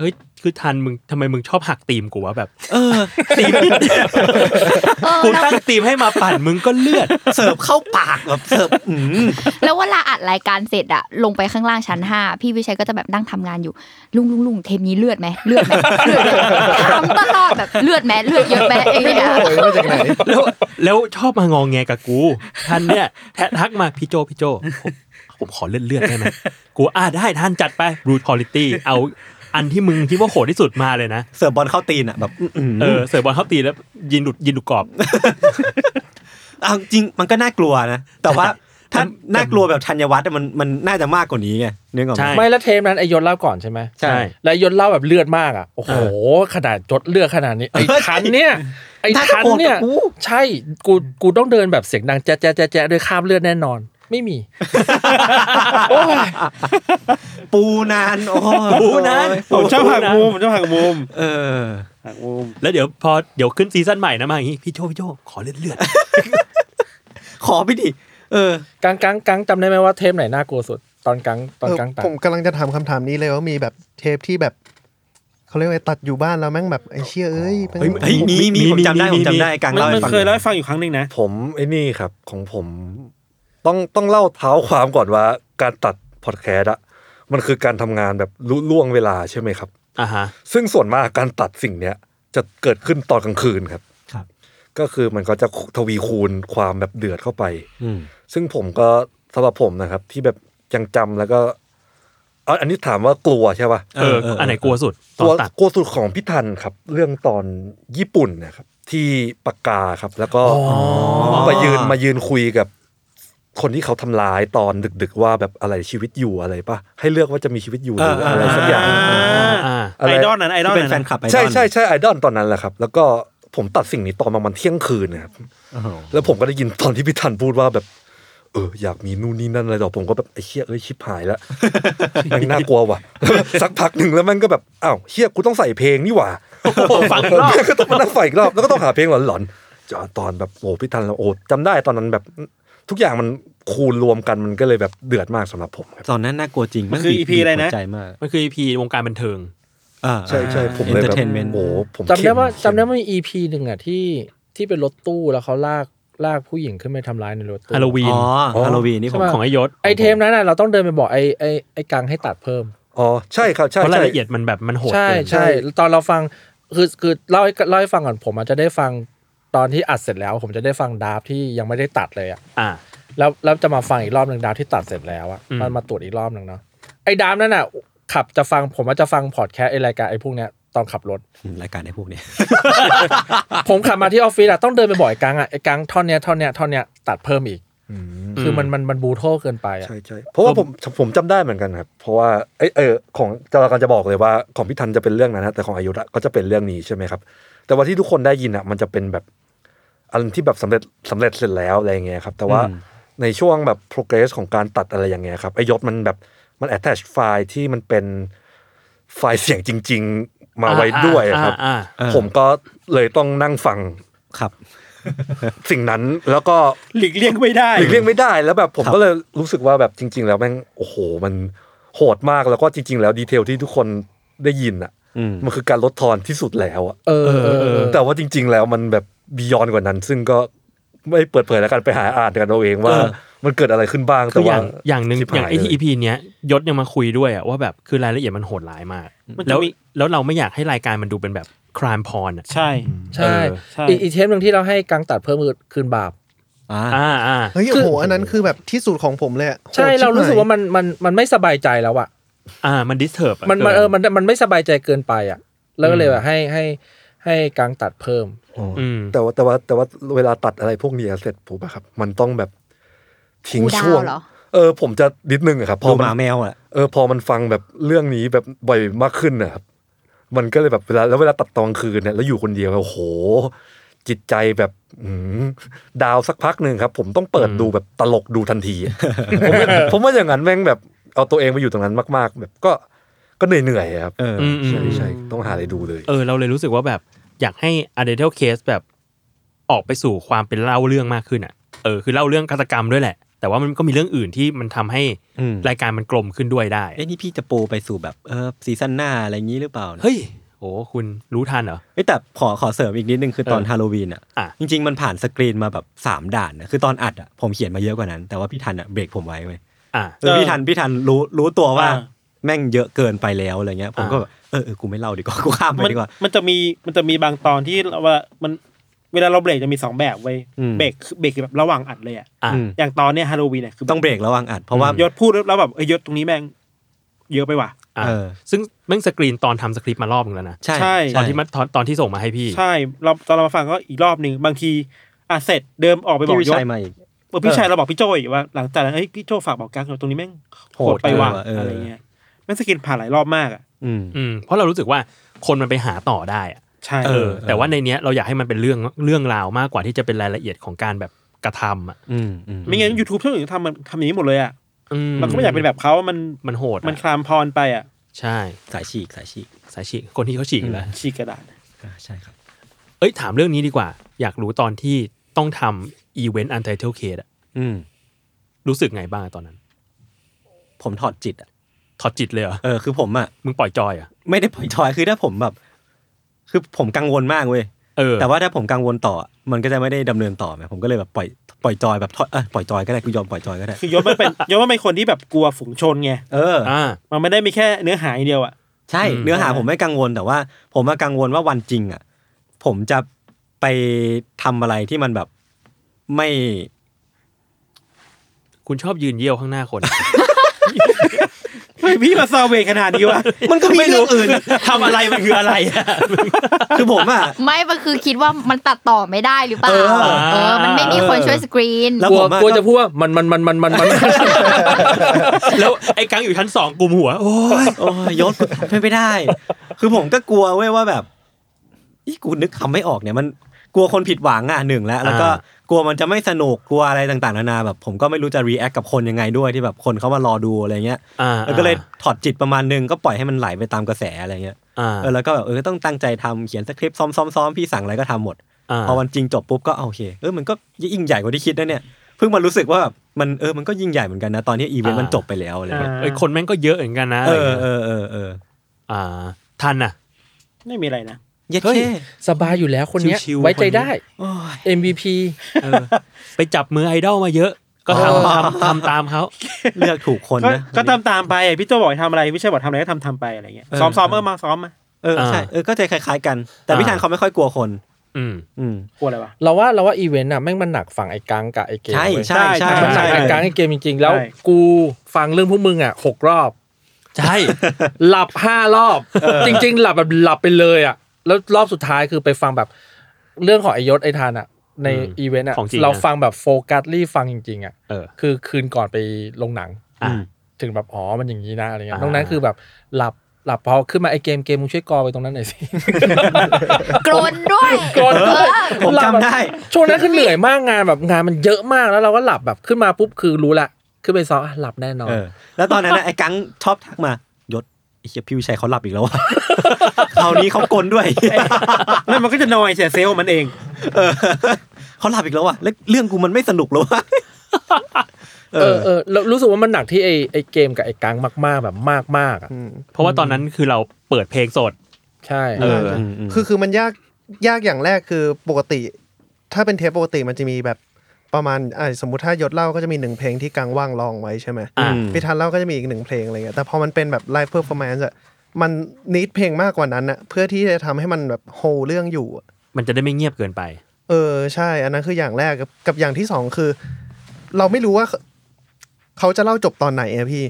Speaker 3: เฮ้ยคือทันมึงทำไมมึงชอบหักตีมกูวะแบบ เออตีม
Speaker 7: เออ
Speaker 3: กู
Speaker 7: แล้ว
Speaker 3: ตั้งตีมให้มาปั่นมึงก็เลือด
Speaker 2: เสิร์ฟเข้าปากแบบเสิร์ฟอืม
Speaker 7: แล้วเวลาอัดรายการเสร็จอะลงไปข้างล่างชั้นห้าพี่วิชัยก็จะแบบนั่งทำงานอยู่ ลุงลุงลุงเทปนี้เลือดไหมเลือดไหมเลือดไหมถามตลอดแบบเลือดไหมเลือดเยอะไหมเองอะ
Speaker 8: เออมาจากไหน
Speaker 3: แล้วแล้วชอบมางองแงกับกูท่านเนี่ยแทะทักมาพี่โจพี่โจผมผมขอเลื่อนเลื่อนได้ไหมกูอ่าได้ท่านจัดไป brutality เอาอันที่มึงคิดว่าโหดที่สุดมาเลยนะ
Speaker 2: เสิร์ฟบอลเข้าตีนอ่ะแบบอืม
Speaker 3: เออเสิร์ฟบอลเข้าตีแล้วยินดุดยินดุกรอบ
Speaker 2: เอาจริงมันก็น่ากลัวนะ แต่ว่าถ้า
Speaker 3: แต่
Speaker 2: น่ากลัวแบบธัญวัฒน์อะมันมันน่าจะมากกว่านี้ไงนึกออกไห
Speaker 3: ใช่
Speaker 2: ม
Speaker 4: ไม่และเทปนั้นไอยนเล่าก่อนใช่ไหม
Speaker 3: ใช่
Speaker 4: และยนเล่าแบบเลือดมากอ่ะโอ้โหขนาดจดเลือดขนาดนี้ไอ้ทันเนี่ยไอ้
Speaker 2: น่าจะ
Speaker 4: ทัน
Speaker 2: โกรธ
Speaker 4: เนี่ย
Speaker 2: กับกู
Speaker 4: ใช่กูกูต้องเดินแบบเสียงดังแจ๊ะแจ๊ะแจ๊ะแจ๊ะด้วยคราบเลือดแน่นอน ไม่มี โอ้ย
Speaker 2: ปูนานโอ้ย
Speaker 3: ปูนาน
Speaker 5: ผมชอบหักมุมผมชอบหักมุม
Speaker 2: เออ
Speaker 5: หักมุม
Speaker 3: แล้วเดี๋ยวพอเดี๋ยวขึ้นซีซั่นใหม่นะมาอย่างงี้พี่โจพี่โจขอเลื่อนเลื่อน
Speaker 2: ขอไปดิเออ
Speaker 4: กังกังกังจำได้ไหมว่าเทปไหนน่ากลัวสุด ตอนกังตอนกังตัด
Speaker 8: เออผมกำลังจะถามคำถามนี้เลยว่ามีแบบเทปที่แบบเขาเรียกว่าไงตัดอยู่บ้านแล้วแม่งแบบไอ้เชี่ยเอ้ยแม่ง
Speaker 2: เฮ้ยเฮ้ยมีมีผมจำได้ผมจำได้กลาง
Speaker 5: มัน
Speaker 2: เล่า
Speaker 5: มั
Speaker 2: ให้
Speaker 5: น
Speaker 2: ฟัง
Speaker 5: เคยเล่าให้ฟังอยู่ครั้งหนึ่งนะ
Speaker 6: ผมไอ้นี่ครับของผมต้องต้องเล่าเท้าความก่อนว่าการตัดพอดแคสต์อะมันคือการทำงานแบบลุล่วงเวลาใช่ไหมครับ
Speaker 3: อ่ะฮะ
Speaker 6: ซึ่งส่วนมากการตัดสิ่งเนี้ยจะเกิดขึ้นตอนกลางคืนครับ
Speaker 2: ครับ
Speaker 6: ก็คือมันก็จะทวีคูณความแบบเดือดเข้าไป
Speaker 2: อืม
Speaker 6: ซึ่งผมก็สำหรับผมนะครับ ที่แบบยังจำแล้วก็เอาอันนี้ถามว่ากลัวใช่ปะ
Speaker 3: เออ
Speaker 2: เออเอออั
Speaker 3: อันไหนกลัวสุดต
Speaker 6: ก
Speaker 3: อ
Speaker 6: ลั
Speaker 3: น
Speaker 6: ว
Speaker 3: ตัด
Speaker 6: กลัวสุดของพี่ทันครับ เรื่องตอนญี่ปุ่นนะครับ ที่ปากกาครับ แล้วก็มายืนมายืนคุยกับ คนที่เขาทำร้ายตอนดึก ๆ ว่าแบบอะไรชีวิตอยู่อะไรปะให้เลือกว่าจะมีชีวิตอยู่หรืออะไรสักอย่าง
Speaker 5: อ่า
Speaker 3: อ่า
Speaker 6: ะไร
Speaker 5: ไอดอลนั้นไอดอล
Speaker 2: ที่เป็น
Speaker 5: นั้น
Speaker 2: แฟนคลับไอดอล
Speaker 6: ใช่ใช่ใช่ไอดอลตอนนั้นแหละครับ แล้วก็ผมตัดสิ่งนี้ตอนประมาณเที่ยงคืนนะครับแล้วผมก็ได้ยินตอนที่พี่ทันพูดว่าแบบ เอออยากมีนู่นนี่นั่นอะไรต่อผมก็แบบไอ้เชี่ยเอ้ยชิบห (laughs) ายแล้ว แมันน่ากลัวว่ะ (laughs) สักพักหนึ่งแล้วมันก็แบบอ้าวเชี่ยกูต้องใส่เพลงนี่หว่า (laughs)
Speaker 3: ฟังรอบ
Speaker 6: ก็ต้องมานั่งฝ่ายอีกรอบแล้วก็ต้องหาเพลงหลอนๆจะตอนแบบโอ้พี่ทันเราโอ้จำได้ตอนนั้นแบบทุกอย่างมันคูณรวมกันมันก็เลยแบบเดือดมากสำหรับผมครับ
Speaker 2: ตอนนั้นน่ากลัวจริง
Speaker 5: มันคือ
Speaker 2: บีบ
Speaker 5: อีพีอะไรนะ
Speaker 2: หัวใจมาก
Speaker 3: มันคือ EP วงการบันเทิง
Speaker 2: อ่า
Speaker 6: ใช่ใช่ผมเลยแบบ
Speaker 2: Entertainment
Speaker 6: โอ้ผม
Speaker 4: จำได้ว่า
Speaker 6: เข้ม
Speaker 4: จำได้ว่ามีอีพีหนึ่งอ่ะที่ที่เป็นรถตู้แล้วเขาลาก ลากผู้หญิงขึ้นไปทำร้ายในรถตู้
Speaker 3: ฮาโลวีน
Speaker 2: อ๋อฮาโลวีนนี่ผ
Speaker 4: ใช่
Speaker 2: ม
Speaker 4: ปะ
Speaker 3: ของไอยศ
Speaker 4: ไอเทมนั้นน่ะเราต้องเดินไปบอกไอไอไอกังให้ตัดเพิ่ม
Speaker 6: อ๋อใช่ครับใช่
Speaker 3: เพราะรา
Speaker 6: ใช่
Speaker 3: ยละเอียดมันแบบมันโหด
Speaker 4: ใช่
Speaker 3: เกิน
Speaker 4: ใช่ตอนเราฟังคือคือเล่าให้เล่าให้ฟังก่อนผมอาจจะได้ฟังตอนที่อัดเสร็จแล้ว ผมจะได้ฟังดราฟที่ยังไม่ได้ตัดเลยอะ
Speaker 3: อ่า
Speaker 4: แล้วแล้วจะมาฟังอีกรอบหนึ่งดราฟที่ตัดเสร็จแล้วอะ
Speaker 3: อืม
Speaker 4: มันมาตรวจอีกรอบหนึ่งเนาะไอ้ดราฟนั่นน่ะขับจะฟังผมว่าจะฟังพอดแคสต์ไอรายการไอพวกเนี้ยตอนขับรถ
Speaker 2: รายการไอ้พวกเนี้ย
Speaker 4: ผมขับมาที่ออฟฟิศอะต้องเดินไปบ่อยกังอะไอ้กังท่อนเนี้ยท่อนเนี้ยท่อนเนี้ยตัดเพิ่มอีก คือมันมันมันบูโทเกินไปอะ
Speaker 6: ใช่ใช่เพราะว่าผมผมจำได้เหมือนกันครับ เพราะว่าเอ้ยเออของจะเรากำลังจะบอกเลยว่าของพี่ทันจะเป็นเรื่องนั้นนะแต่ของอายุธอะก็จะเป็นเรื่องนี้ใช่ไหมครับ แต่ว่าที่ทุกคนได้ยินอ่ะ มันจะเป็นแบบอะไรที่แบบสำเร็จสำเร็จเสร็จแล้วอะไรอย่างเงี้ยครับ แต่ว่า
Speaker 2: อืม
Speaker 6: ในช่วงแบบ progress ของการตัดอะไรอย่างเงี้ยครับไอยศมันแบบมัน attach ไฟล์ที่มันเป็นไฟล์เสียงจริง ๆ มาไว้ด้วยอะครับ
Speaker 3: อ่า
Speaker 2: เออ
Speaker 6: ผมก็เลยต้องนั่งฟัง
Speaker 2: ครับ
Speaker 6: สิ่งนั้นแล้วก็
Speaker 5: หลีกเลี่ยงไม่ได้
Speaker 6: หลีกเลี่ยงไม่ได้แล้วแบบผม
Speaker 2: ครับ
Speaker 6: ก็เลยรู้สึกว่าแบบจริง ๆ แล้วแม่งโอ้โหมันโหดมากแล้วก็จริง ๆ แล้วดีเทลที่ทุกคนได้ยินอ่ะ
Speaker 2: อืม
Speaker 6: มันคือการลดทอนที่สุดแล้วอ่ะ
Speaker 4: เออเออเออ
Speaker 6: แต่ว่าจริง ๆ แล้วมันแบบบียอนกว่านั้น ซึ่งก็ไม่เปิดเผยแล้วกันไปหาอ่านกันเอาเองว่า
Speaker 3: เออ
Speaker 6: มันเกิดอะไรขึ้นบ้าง
Speaker 3: คื
Speaker 6: แต่
Speaker 3: ออ
Speaker 6: ว่า
Speaker 3: ย่างอย่างหนึ่ง
Speaker 6: ชิบ
Speaker 3: อย่าง
Speaker 6: หาย
Speaker 3: ไอ
Speaker 6: เล
Speaker 3: ที่อีพีเนี้ยยศยังมาคุยด้วยอะว่าแบบคือรายละเอียดมันโหดร้ายมาก
Speaker 5: มันจะ
Speaker 3: แล้ว
Speaker 5: มี
Speaker 3: แล้วเราไม่อยากให้รายการมันดูเป็นแบบครามพรอ่ะ
Speaker 5: ใช่
Speaker 4: ใช่
Speaker 3: เออ
Speaker 5: ใช่
Speaker 4: อีกอีกเทปหนึ่งที่เราให้กังตัดเพิ่มคือคืนบาป
Speaker 2: อ่า
Speaker 3: อ่าอ่า
Speaker 8: เฮ้ยโอ้โหอันนั้นคือแบบที่สุดของผมเลยอะ
Speaker 4: ใช่
Speaker 8: โหดบ
Speaker 4: เรารู้สึกว่า
Speaker 8: หย
Speaker 4: มันมันมันไม่สบายใจแล้วอะ
Speaker 3: อ่ามันดิสเทิร์บ
Speaker 4: มันมันเออมันมันไม่สบายใจเกินไปอะแล้วก็เลยแบบให้ให้ให้กังตัดเพิ่ม
Speaker 6: อ๋ออ
Speaker 3: อืม
Speaker 6: แต่ว่าแต่ว่าแต่ว่าเวลาตัดอะไรพวกนี้เสร็จปุ๊บอะครับ มันต้องแบบทิ้ง
Speaker 7: กูดาว
Speaker 6: ช่วง
Speaker 7: เหรอ
Speaker 6: เออ ผมจะนิดนึงอะครับพ
Speaker 2: ดู
Speaker 6: อ
Speaker 2: ห
Speaker 6: น
Speaker 2: มาแมวอ่ะ
Speaker 6: เออพอมันฟังแบบเรื่องนี้แบบบ่อยมากขึ้นนะครับ มันก็เลยแบบเวลาแล้วเวลาตัดตอนกลางคืนเนี่ยแล้วอยู่คนเดียวโอ้โห จิตใจแบบอืมดาวสักพักหนึ่งครับ ผมต้องเปิดดูแบบตลกดูทันที
Speaker 2: (laughs)
Speaker 6: ผมว่าผมว่าอย่างนั้นแม่งแบบเอาตัวเองไปอยู่ตรงนั้นมาก ๆ แบบก็ก็เหนื่อยๆอะครับ
Speaker 2: เออ
Speaker 3: มอืม
Speaker 6: ใช่ใช่ต้องหาอะไรดูเลย
Speaker 3: เออเราเลยรู้สึกว่าแบบอยากให้ a d e n t a l case แบบออกไปสู่ความเป็นเล่าเรื่องมากขึ้นอ่ะเออคือเล่าเรื่องฆาตกรรมด้วยแหละ แต่ว่ามันก็มีเรื่องอื่นที่มันทำให้
Speaker 2: อืม
Speaker 3: รายการมันกลมขึ้นด้วยได้
Speaker 2: เอ้ยนี่พี่จะปูไปสู่แบบเออซีซั่นหน้าอะไรอย่างนี้หรือเปล่านะ
Speaker 3: เฮ้ยโอ้คุณรู้ทันเหรอ
Speaker 2: เอ้ยแต่ขอขอเสริมอีกนิดนึงคือตอน
Speaker 3: เออ
Speaker 2: ฮาโลวีนอ่ะ
Speaker 3: อ่ะ
Speaker 2: จริง ๆ มันผ่านสกรีนมาแบบสามด่านนะคือตอนอัดอ่ะผมเขียนมาเยอะกว่านั้น แต่ว่าพี่ทันอ่ะเบรกผมไว้เว้ย
Speaker 3: อ่ะ
Speaker 2: เออพี่ทันพี่ทันรู้รู้ตัวว่า
Speaker 5: อ่า
Speaker 2: แม่งเยอะเกินไปแล้วอะไรเงี้ย ผมก็
Speaker 3: อ่า
Speaker 2: แบบเออเออกูไม่เล่าดีกว่า (laughs) กูข้ามไป
Speaker 5: มัน
Speaker 2: ดีกว่า
Speaker 5: มันจะมีมันจะมีบางตอนที่เราว่ามันเวลาเราเบรกจะมีสองแบบเว้ย
Speaker 2: อืม
Speaker 5: เบรกคือเบรกแบบระหว่างอัดเลยอะ
Speaker 3: อ่ะ
Speaker 2: อืม
Speaker 5: อย่างตอนเนี้ยฮาโลวีนเนี่ยคือ
Speaker 2: ต้องเบรกระหว่างอัดเพราะว่าย
Speaker 5: ศพูดแล้วแบบเอ้ยยศตรงนี้แม่งเยอะไปว่ะ
Speaker 3: อ่ะ
Speaker 2: เออ
Speaker 3: ซึ่งแม่งสกรีนตอนทำสคริปต์มารอบหนึงแล้วนะ
Speaker 2: ใช่
Speaker 5: ใช่
Speaker 3: ตอนที่มันตอนตอนที่ส่งมาให้พี่
Speaker 5: ใช่เราตอนเรามาฟังก็อีกรอบหนึ่งบางทีอ่ะเสร็จเดิมออกไปบอ
Speaker 2: พี่
Speaker 5: ก
Speaker 2: วิ
Speaker 5: ยศ
Speaker 2: ชัยมาอีก
Speaker 5: เออพี่
Speaker 2: เออ
Speaker 5: ชัยเราบอกพี่โจอีกว่าหลังจากนั้นเอ้ยพี่โจฝากบอกกังตรงนี้แม่งโหดไปว่ะ
Speaker 2: โหดเกินว่ะเอออ
Speaker 5: อะไรเงี้ยแม่งสกินผ่านหลายรอบมากอ่ะ
Speaker 2: อืม
Speaker 3: อืมเพราะเรารู้สึกว่าคนมันไปหาต่อได้อะ
Speaker 5: ใช่
Speaker 3: เออ
Speaker 2: เออ
Speaker 3: แต่ว่าในเนี้ยเราอยากให้มันเป็นเรื่องเรื่องราวมากกว่าที่จะเป็นรายละเอียดของการแบบกระทำอ่ะ
Speaker 2: อืมอืม
Speaker 5: ไม่งั้นยูทูบช่องอื่นทำมันทำอย่างนี้หมดเลยอ่ะ
Speaker 3: อื
Speaker 5: เราก็ไม่อยากเป็นแบบเขามัน
Speaker 3: มันโหดอะ
Speaker 5: มันคลามพรไปอ่ะ
Speaker 3: ใช่
Speaker 2: สายฉีกสายฉีก
Speaker 3: สายฉีกคนที่เขาฉีกอยู่แล้ว
Speaker 5: ฉีกกระดาษ
Speaker 2: อ่าใช่ครับ
Speaker 3: เอ้ยถามเรื่องนี้ดีกว่า อยากรู้ตอนที่ต้องทำอีเวนต์อันไทเทลเคอะ
Speaker 2: อืม
Speaker 3: รู้สึกไงบ้างอะตอนนั้น
Speaker 2: ผมถอดจิตอ่ะ
Speaker 3: ถอดจิตเลยเหรอ
Speaker 2: เออคือผมอ่ะ
Speaker 3: มึงปล่อยจอยเหรอ่ะ
Speaker 2: ไม่ได้ปล่อยทอยคือถ้าผมแบบ คือผมกังวลมากเว้ย
Speaker 3: เออ
Speaker 2: แต่ว่าถ้าผมกังวลต่อ มันก็จะไม่ได้ดำเนินต่อไงผมก็เลยแบบปล่อยปล่อยจอยแบบทอดเอยปล่อยจอยก็ได้กูยอมปล่อยจอยก็ได้
Speaker 5: คือยศมันเป็น (laughs) ยศมันเป็นคนที่แบบกลัวฝูงชนไง
Speaker 2: เออ
Speaker 3: อ่า
Speaker 5: มันไม่ได้มีแค่เนื้อหาอย่างเดียวอ่ะ
Speaker 2: ใช่
Speaker 3: อืม
Speaker 2: เนื้อหาผมไม่กังวลแต่ว่า ผมมากังวลว่าวันจริงอ่ะผมจะไปทำอะไรที่มันแบบไม่
Speaker 3: คุณชอบยืนเยี่ยวข้างหน้าคน (laughs)
Speaker 5: ไม่พี่มาซาเวขนาดนี้
Speaker 2: (laughs)
Speaker 5: วะ
Speaker 2: มันก็ไม่รู้ (laughs) อื่นทำอะไรมันคืออะไร (laughs) คือผมอ่ะ
Speaker 7: ไม่มันคือคิดว่ามันตัดต่อไม่ได้หรือเปล่า
Speaker 2: เออ
Speaker 7: เออ มันไม่มีคนช่วยสกรีน
Speaker 2: แล้ว
Speaker 4: กลั
Speaker 2: ผ
Speaker 4: ว
Speaker 2: มอะ
Speaker 4: กลัวจะพูดว่ามันมันมันมันมัน
Speaker 2: (laughs)
Speaker 4: มัน
Speaker 3: แล้วไอ้กังอยู่ชั้นสองกลุ่มหัว โอ้ย
Speaker 2: โอ้ยยศไม่ไปได้ คือผมก็กลัวเว้ยว่าแบบอีกูนึกคำไม่ออกเนี่ยมันกลัวคนผิดหวังอ่ะหนึ่งแล้ว แล้วก็กลัวมันจะไม่สนุกกลัวอะไรต่างๆนานาแบบ ผมก็ไม่รู้จะรีแอคกับคนยังไงด้วยที่แบบคนเขามารอดูอะไรเงี้ย
Speaker 3: อ่า
Speaker 2: แล้วก็เลยถอดจิตประมาณนึงก็ปล่อยให้มันไหลไปตามกระแสอะไรเงี้ย
Speaker 3: อ่า
Speaker 2: เออแล้วก็แบบเออต้องตั้งใจทำเขียนสคริปต์ซ้อมๆซ้อมๆพี่สั่งอะไรก็ทำหมด
Speaker 3: อ่า
Speaker 2: พอวันจริงจบปุ๊บก็เอาโอเคเออมันก็ยิ่งใหญ่กว่าที่คิดนะเนี่ยเพิ่งมารู้สึกว่าแบบมันเออมันก็ยิ่งใหญ่เหมือนกันนะตอนที่อีเวนต์มันจบไปแล้วอะไรเงี้ย
Speaker 3: เอ้ยคนแม่งก็เยอะเหมือนกันนะ
Speaker 2: เอ
Speaker 3: อะไร
Speaker 2: อ
Speaker 3: เงี้ย
Speaker 2: เออเออเออ
Speaker 3: อ่าทันอ่ะ
Speaker 5: ไม่มีอะไรนะ
Speaker 2: เย็ด
Speaker 4: เฮ้ย
Speaker 2: เช่
Speaker 4: สบายอยู่แล้วคนเนี้ย
Speaker 3: ชิวๆ
Speaker 4: ไว้ใจ
Speaker 3: คนนี้
Speaker 4: ได้
Speaker 2: โอ้ย
Speaker 4: MVP
Speaker 3: เออไปจับมือไอดอลมาเยอะ ก็
Speaker 2: อ๋อ
Speaker 3: ทำทำทำตามเขา
Speaker 2: เลือกถูกคน
Speaker 5: ก็
Speaker 2: นะ
Speaker 5: ก็ทำตามไปพี่โจบอกให้ทำอะไรพี่เชยบอกทำอะไรก็ทำทำไปอะไรเงี้ย
Speaker 2: เออ
Speaker 5: ซ้อมซ้อมเออมาซ้อมมา
Speaker 2: เออใช่เออก็จะคล้ายๆกัน แต่พี่ธันเขาไม่ค่อยกลัวคน
Speaker 3: อืม
Speaker 2: อืม
Speaker 5: กลัวอะไรวะ
Speaker 4: เราว่าเราว่าอีเวนต์อ่ะแม่งมันหนักฝั่งไอ้กังกับไอ้เกม
Speaker 2: ใช่
Speaker 4: เว้ย
Speaker 2: ใช่ใช่
Speaker 4: มันหนั
Speaker 5: ใช่
Speaker 2: ใช่
Speaker 4: กไอ้กังไอ้เกมจริง ๆ แล้ว
Speaker 5: ใช่
Speaker 4: กูฟังเรื่องพวกมึงอ่ะหกรอบ
Speaker 3: ใช่
Speaker 4: หลับห้ารอบ จริง ๆ หลับแบบหลับไปเลยอ่ะ แล้วรอบสุดท้ายคือไปฟังแบบเรื่องของไอยศไอทานอ่ะ ใน
Speaker 3: อืม
Speaker 4: อีเวนต์อ่ะ
Speaker 3: ของจริงอะ
Speaker 4: เราฟังแบบโฟกัสลี่ฟังจริงๆอ่ะ
Speaker 3: เออ
Speaker 4: คือคืนก่อนไปลงหนัง
Speaker 3: อ่ะ
Speaker 4: ถึงแบบอ๋อมันอย่างนี้นะอะไรเงี้ย
Speaker 3: อ่า
Speaker 4: ตรงนั้นคือแบบหลับหลับพอขึ้นมาไอเกมเกมมึงช่วยกอไปตรงนั้นหน่อย
Speaker 2: (laughs)
Speaker 4: สิ
Speaker 7: กรนด้วย
Speaker 4: กรน
Speaker 7: เออ
Speaker 2: ผมจำได้
Speaker 4: ช่วงนั้นคือเหนื่อยมากงานแบบงานมันเยอะมากแล้วเราก็หลับแบบขึ้นมาปุ๊บคือรู้ละขึ้นไปซ้อมอ่ะหลับแน่นอน
Speaker 2: เออ แล้วตอนนั้นน่ะไอ้กั (laughs) งชอบทักมายศไอ้เหี้ยพี่วิชัยเขาหลับอีกแล้วว่ะ (laughs) คราวนี้เขากลนด้วย (laughs)
Speaker 5: แล้วมันก็จะนอยเสียเซลล์มันเอง
Speaker 2: เออเขาหลับอีกแล้วว่ะแล้วเรื่องกูมันไม่สนุกแล้วว่ะเอ
Speaker 4: เอ
Speaker 2: อ
Speaker 4: อเออแล้วรู้สึกว่ามันหนักที่ไอไอเกมกับไอกังมากๆแบบมากๆอ่ะ
Speaker 3: เพราะว่าตอนนั้นคือเราเปิดเพลงสด
Speaker 4: ใช่
Speaker 3: เออ
Speaker 8: คือคือมันยากยากอย่างแรกคือปกติ ถ้าเป็นเทปปกติมันจะมีแบบประมาณอ่ะสมมติถ้ายศเล่าก็จะมีหนึ่งเพลงที่กังว่างลองไว้ใช่ไหม
Speaker 3: อ่า
Speaker 2: อืม
Speaker 8: พี่ทันเล่าก็จะมีอีกหนึ่งเพลงอะไรเงี้ยแต่พอมันเป็นแบบไลฟ์เพอร์ฟอร์แมนซ์อะมันนิดเพลงมากกว่านั้นอะเพื่อที่จะทำให้มันแบบโฮเรื่องอยู่อะ
Speaker 3: มันจะได้ไม่เงียบเกินไป
Speaker 8: เออใช่ อันนั้นคืออย่างแรกกับกับอย่างที่สองคือ เราไม่รู้ว่าเขาจะเล่าจบตอนไหนอะพี่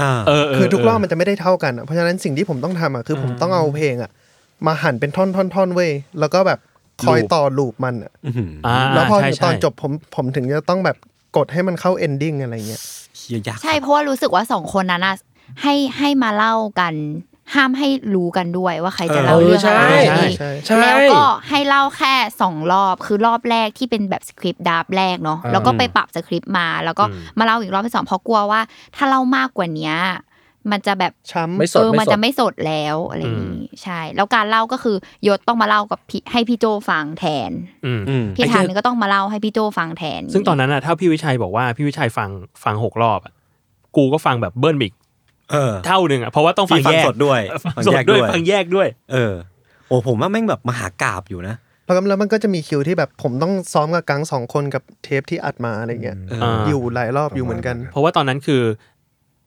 Speaker 2: อ่า
Speaker 3: เออเ
Speaker 8: คือทุกรอบมันจะไม่ได้เท่ากันอะเพราะฉะนั้นสิ่งที่ผมต้องทำอ่ะคือผมต้องเอาเพลงอ่ะมาหั่นเป็นท่อนท่อนท่อนๆๆเว้ยแล้วก็แบบคอย
Speaker 3: ลูป
Speaker 8: ต่อลูปมันอะ
Speaker 3: อ่า
Speaker 8: แล้วพอถึ
Speaker 3: ใช่
Speaker 8: ง
Speaker 3: ใช่
Speaker 8: ตอนจบผมผมถึงจะต้องแบบกดให้มันเข้าเอนดิ้งอะไรเงี้ย
Speaker 2: เฮียยาก
Speaker 7: ใช่เพราะว่ารู้สึกว่าสองคนนั้นน่ะให้ให้มาเล่ากัน ห้ามให้รู้กันด้วยว่าใครจะ
Speaker 4: เอ
Speaker 7: เล่า
Speaker 4: อ
Speaker 7: เรื่องอะ
Speaker 4: ใช่
Speaker 7: ไร
Speaker 8: ใช่
Speaker 4: ใช่
Speaker 7: แล้วก็ให้เล่าแค่สองรอบคือรอบแรกที่เป็นแบบสคริปต์ดราฟต์แรกเนาะ
Speaker 4: อ่า
Speaker 7: แล้วก็ไปปรับสคริปต์มา แล้วก็มาเล่าอีกรอบที่สองเพราะกลัวว่า ถ้าเล่ามากกว่าเนี้ยมันจะแบบ
Speaker 8: ช้ำ
Speaker 4: ไม่สด
Speaker 7: เออ
Speaker 4: ไม่
Speaker 7: มัน
Speaker 4: สด
Speaker 7: จะไม่สดแล้วอะไรอย่างนี้ใช่ แล้วการเล่าก็คือยศต้องมาเล่ากับพี่ให้พี่โจฟังแทน
Speaker 3: อืม
Speaker 2: อืม
Speaker 7: พี่
Speaker 3: ไอ้เหี้
Speaker 7: ธั
Speaker 3: ย
Speaker 7: นก็ต้องมาเล่าให้พี่โจฟังแทน
Speaker 3: ซึ่งตอนนั้นอะถ้าพี่วิชัยบอกว่าพี่วิชัยฟังฟังหกรอบอะกูก็ฟังแบบเบิ้ลบิก
Speaker 2: เออ
Speaker 3: เท่าหนึ่งอะเพราะว่าต้องฟั
Speaker 2: พี่
Speaker 3: ง
Speaker 2: ฟัง
Speaker 3: แยก
Speaker 2: สดด้วย
Speaker 3: ฟังสดด้วยฟังแยกด้วย
Speaker 2: เออ โอ้ผมว่าแม่งแบบมหากราบอยู่นะ
Speaker 8: แล้วก็แล้วมันก็จะมีคิวที่แบบผมต้องซ้อมกับกังสองคนกับเทปที่อัดมาอะไรเงี้ย
Speaker 2: เออ
Speaker 3: อ่า
Speaker 8: อยู่หลายรอบอยู่เหมือนกัน
Speaker 3: เพราะว่าตอนนั้นคือ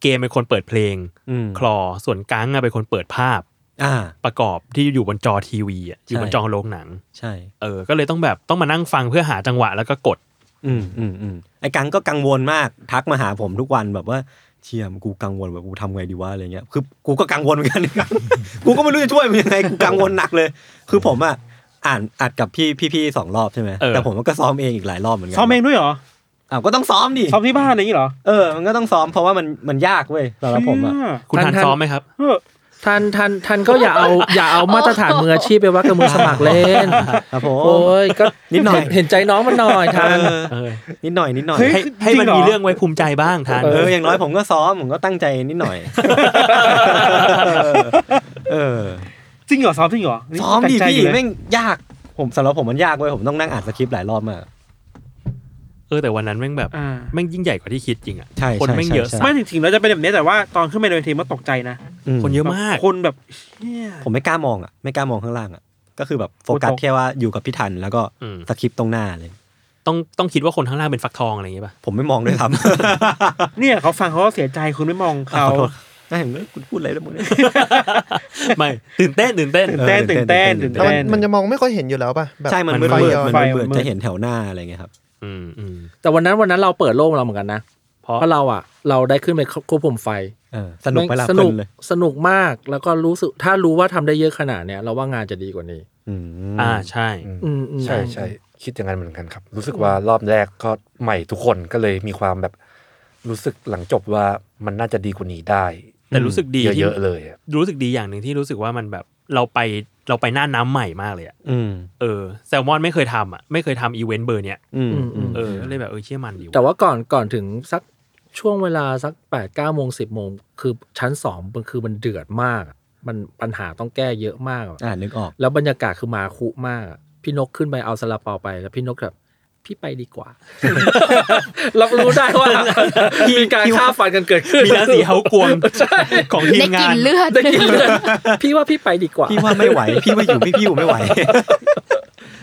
Speaker 3: เกมเป็นคนเปิดเพลง
Speaker 2: อืม
Speaker 3: คลอส่วนกังอะเป็นคนเปิดภาพ
Speaker 2: อ่า
Speaker 3: ประกอบที่อยู่บนจอทีวีอะอยู่บน
Speaker 2: ใช่
Speaker 3: จอโรงหนัง
Speaker 2: ใช่
Speaker 3: เออ ก็เลยต้องแบบต้องมานั่งฟังเพื่อหาจังหวะแล้วก็กด
Speaker 2: อืมอืมอืมไอ้กังก็กังวลมากทักมาหาผมทุกวันแบบว่าเชียมกูกังวลแบบกูทำไงดีวะอะไรเงี้ยคือกูก็กังวลเหมือน (laughs) กัน กูก็ไม่รู้จะช่วยมันยังไงกูกังวลหนักเลย คือผมอ่ะอ่านอัดกับพี่พี่พี่สองรอบใช่ไหม
Speaker 3: เออ
Speaker 2: แต่ผมก็ซ้อมเองอีกหลายรอบเหมือนกั
Speaker 5: ซ้อมเองด้วยเหรอ
Speaker 2: อ้าวก็ต้องซ้อมดิ
Speaker 5: ซ้อมที่บ้านอะไรอย่างงี้เหรอ
Speaker 2: เออมันก็ต้องซ้อมเพราะว่ามันมันยากเว้ยสำหรับผมอ่ะ
Speaker 5: เชี่ย
Speaker 3: คุณทัน
Speaker 4: ทัน
Speaker 3: ซ้อมไหมครับ
Speaker 5: เออ
Speaker 4: ท่านท่านท่านก็อย่า
Speaker 7: (laughs)
Speaker 4: เอา อย่าเอามาตรฐานมืออาชีพไปวัดกับมือสมัครเล่น
Speaker 2: ครับผม
Speaker 4: โอ้ยก็
Speaker 2: นิดหน่อย
Speaker 4: เเห็นใจน้องมันหน่อยทัน
Speaker 2: เออ
Speaker 3: เออ
Speaker 2: นิดหน่อยนิดหน่อย
Speaker 5: เฮ้ย
Speaker 3: ให้ให้มัน
Speaker 5: จ
Speaker 3: มีเรื่องไว้ภูมิใจบ้างทัน
Speaker 2: เอออย่างน้อยผมก็ซ้อม ผมก็ตั้งใจนิดหน่อย เออ
Speaker 5: จริงเหรอซ้อมจริงเหรอนี่
Speaker 2: ซ้อมดิ
Speaker 5: แปลกใจ
Speaker 2: พี่
Speaker 5: ยู่เลย
Speaker 2: แม่งยากผมสำหรับผมมันยากเว้ยผมต้องนั่งอ่านสคริปต์หลายรอบมาก
Speaker 3: เออแต่วันนั้นแม่งแบบ
Speaker 5: อ่า
Speaker 3: แม่งยิ่งใหญ่กว่าที่คิดจริงอะ
Speaker 2: ใช่
Speaker 3: คน
Speaker 2: ใช่
Speaker 3: แม่งเยอะ
Speaker 2: ใช่ใช่
Speaker 3: สั
Speaker 5: ไม่
Speaker 3: ส
Speaker 5: ถึงถึงเราจะเป็นแบบนี้แต่ว่าตอนขึ้นไปในเวทีมันตกใจนะ
Speaker 3: คนเยอะ
Speaker 5: แบบ
Speaker 3: มาก
Speaker 5: คนแบบเชี่ย
Speaker 2: ผมไม่กล้ามองอ่ะไม่กล้ามองข้างล่างอ่ะก็คือแบบโฟกัส
Speaker 5: โอ้โห
Speaker 2: แค่ว่าอยู่กับพี่ทันแล้วก็
Speaker 3: อืม
Speaker 2: สคริปต์ตรงหน้าเลย
Speaker 3: ต้องต้องคิดว่าคนข้างล่างเป็นฟักทองอะไรอย่างเงี้ยป่ะ
Speaker 2: ผมไม่มองด้วยครับ
Speaker 5: เนี่ยเขาฟังเขาก็เสียใจคุณไม่มองเขา
Speaker 2: ขอโทษ ได้เห็นไหมคุณพูดอะไรแล้วมึงเนี่ย
Speaker 3: ไม่ตื่นเต้นตื่นเต้น
Speaker 5: ตื่นเต้น
Speaker 2: เออ
Speaker 5: ตื่นเต้น
Speaker 2: ตื่
Speaker 5: ตื่
Speaker 2: น
Speaker 5: น
Speaker 2: เต้
Speaker 8: แล้ว
Speaker 5: เต้
Speaker 8: มัน
Speaker 5: น
Speaker 8: มันจะมองไม่ค่อยเห็นอยู่แล้วป่ะแบบ
Speaker 2: ใช่มัน
Speaker 3: มั
Speaker 2: เบื่
Speaker 3: น
Speaker 2: อเบื่อ
Speaker 8: ไฟ
Speaker 2: มัน
Speaker 8: ไฟ
Speaker 2: เบื่อ
Speaker 8: มันมืด
Speaker 2: จะเห็นแถวหน้าอะไรเงี้ยครับ
Speaker 3: อืมอืม
Speaker 4: แต่วันนั้นวันนั้นเราเปิดโลกเราเหมือนกันนะ เพ
Speaker 3: เพราะ
Speaker 4: ราะเราอะเราได้ขึ้นไปควบคุมไฟ
Speaker 2: เออสนุกไปละ
Speaker 4: ส
Speaker 2: เพลิ
Speaker 4: นุก
Speaker 2: นเลย
Speaker 4: สนุกมากแล้วก็รู้สึกถ้ารู้ว่าทำได้เยอะขนาดเนี้ยเราว่างานจะดีกว่านี้
Speaker 2: อืม
Speaker 3: อ่าใช่
Speaker 4: อืมอืม
Speaker 6: ใช่ใช่คิดอย่างนั้นเหมือนกันครับ รู้สึกว่ารอบแรกก็ใหม่ทุกคนก็เลยมีความแบบ รู้สึกหลังจบว่ามันน่าจะดีกว่านี้ได้
Speaker 3: แต่รู้สึกดีที่
Speaker 6: เยอะๆเลยอะ
Speaker 3: รู้สึกดีอย่างหนึ่งที่รู้สึกว่ามันแบบเราไปเราไปหน้าน้ำใหม่มากเลยอะ
Speaker 2: อืม
Speaker 3: เออแซลมอนไม่เคยทำอ่ะไม่เคยทำอีเวนต์เบอร์เนี้ย
Speaker 2: อืมอืม
Speaker 3: เออก็เลยแบบเออเชื่อมันดีว่ะ
Speaker 4: แต่ว่าก่อนก่อนถึงสักช่วงเวลาสัก8ปดเก้าโมงสิบโมงคือชั้นสองมันคือมันเดือดมากอะมันปัญหาต้องแก้เยอะมากอะ
Speaker 2: อ่านึกออก
Speaker 4: แล้วบรรยากาศคือมาคุมากอะพี่นกขึ้นไปเอาซาลาเปาไป แล้วพี่นกแบบ พี่ไปดีกว่า รับรู้ได้ว่า (laughs) มีการฆ่าฟันกันเกิดขึ้น
Speaker 3: มีราศีเฮากวงของทีม
Speaker 7: ได้ก
Speaker 3: งา
Speaker 7: ลิ
Speaker 3: น
Speaker 7: นเลือด
Speaker 4: ได้กินเลือดพี่ว่าพี่ไปดีกว่า
Speaker 2: พี่ว่าไม่ไหว พี่ว่าอยู่พี่พี่อยู่ไม่ไหว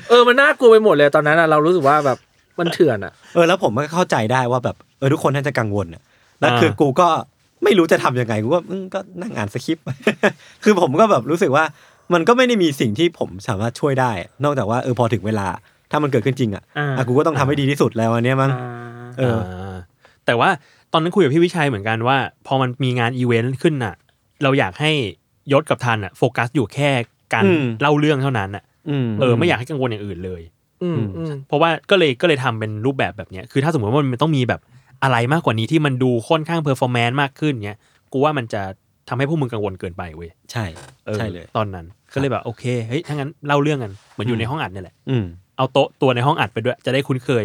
Speaker 4: เออมันน่ากลัวไปหมดเลยตอนนั้นอะเรารู้สึกว่าแบบมันเถื่อนอะ
Speaker 2: เออแล้วผมก็เข้าใจได้ว่าแบบเออทุกคนน่าจะกังวลน่ะแล้วคือกูก็ไม่รู้จะทำยังไงกูก็อืมก็นั่งอ่านสคริปต์ (laughs) คือผมก็แบบรู้สึกว่ามันก็ไม่ได้มีสิ่งที่ผมสามารถช่วยได้ นอกจากว่าเออพอถึงเวลา ถ้ามันเกิดขึ้นจริงอ่ะอ่ะกูก็ต้องทำให้ดีที่สุดแล้วอันเนี้ยมั้งเออ
Speaker 3: าแต่ว่าตอนนั้นคุยกับพี่วิชัยเหมือนกันว่า พอมันมีงานอีเวนต์ขึ้นน่ะ เราอยากให้ยศกับทันอ่ะโฟกัสอยู่แค่การ
Speaker 2: อืม
Speaker 3: เล่าเรื่องเท่านั้นอ่ะ
Speaker 2: อืม
Speaker 3: เออไม่อยากให้กังวลอย่างอื่นเลย
Speaker 4: อืมอืม
Speaker 3: เพราะว่าก็เลยก็เลยทำเป็นรูปแบบแบบเนี้ยคือถ้าสมมติว่ามันต้องมีแบบอะไรมากกว่านี้ที่มันดูค่อนข้างเพอร์ฟอร์แมนซ์มากขึ้นเนี้ยกูว่ามันจะทำให้พวกมึงกังวลเกินไปเว้ย
Speaker 2: ใช่
Speaker 3: ออ
Speaker 2: ใช่เลย
Speaker 3: ตอนนั้นก็เลยแบบโอเคเฮ้ยถ้างั้นเล่าเรื่องกันเหมือนอยู่ในห้องอัดเนี่ยแหละ
Speaker 2: อืม
Speaker 3: เอาโต๊ะตัวในห้องอัดไปด้วยจะได้คุ้นเคย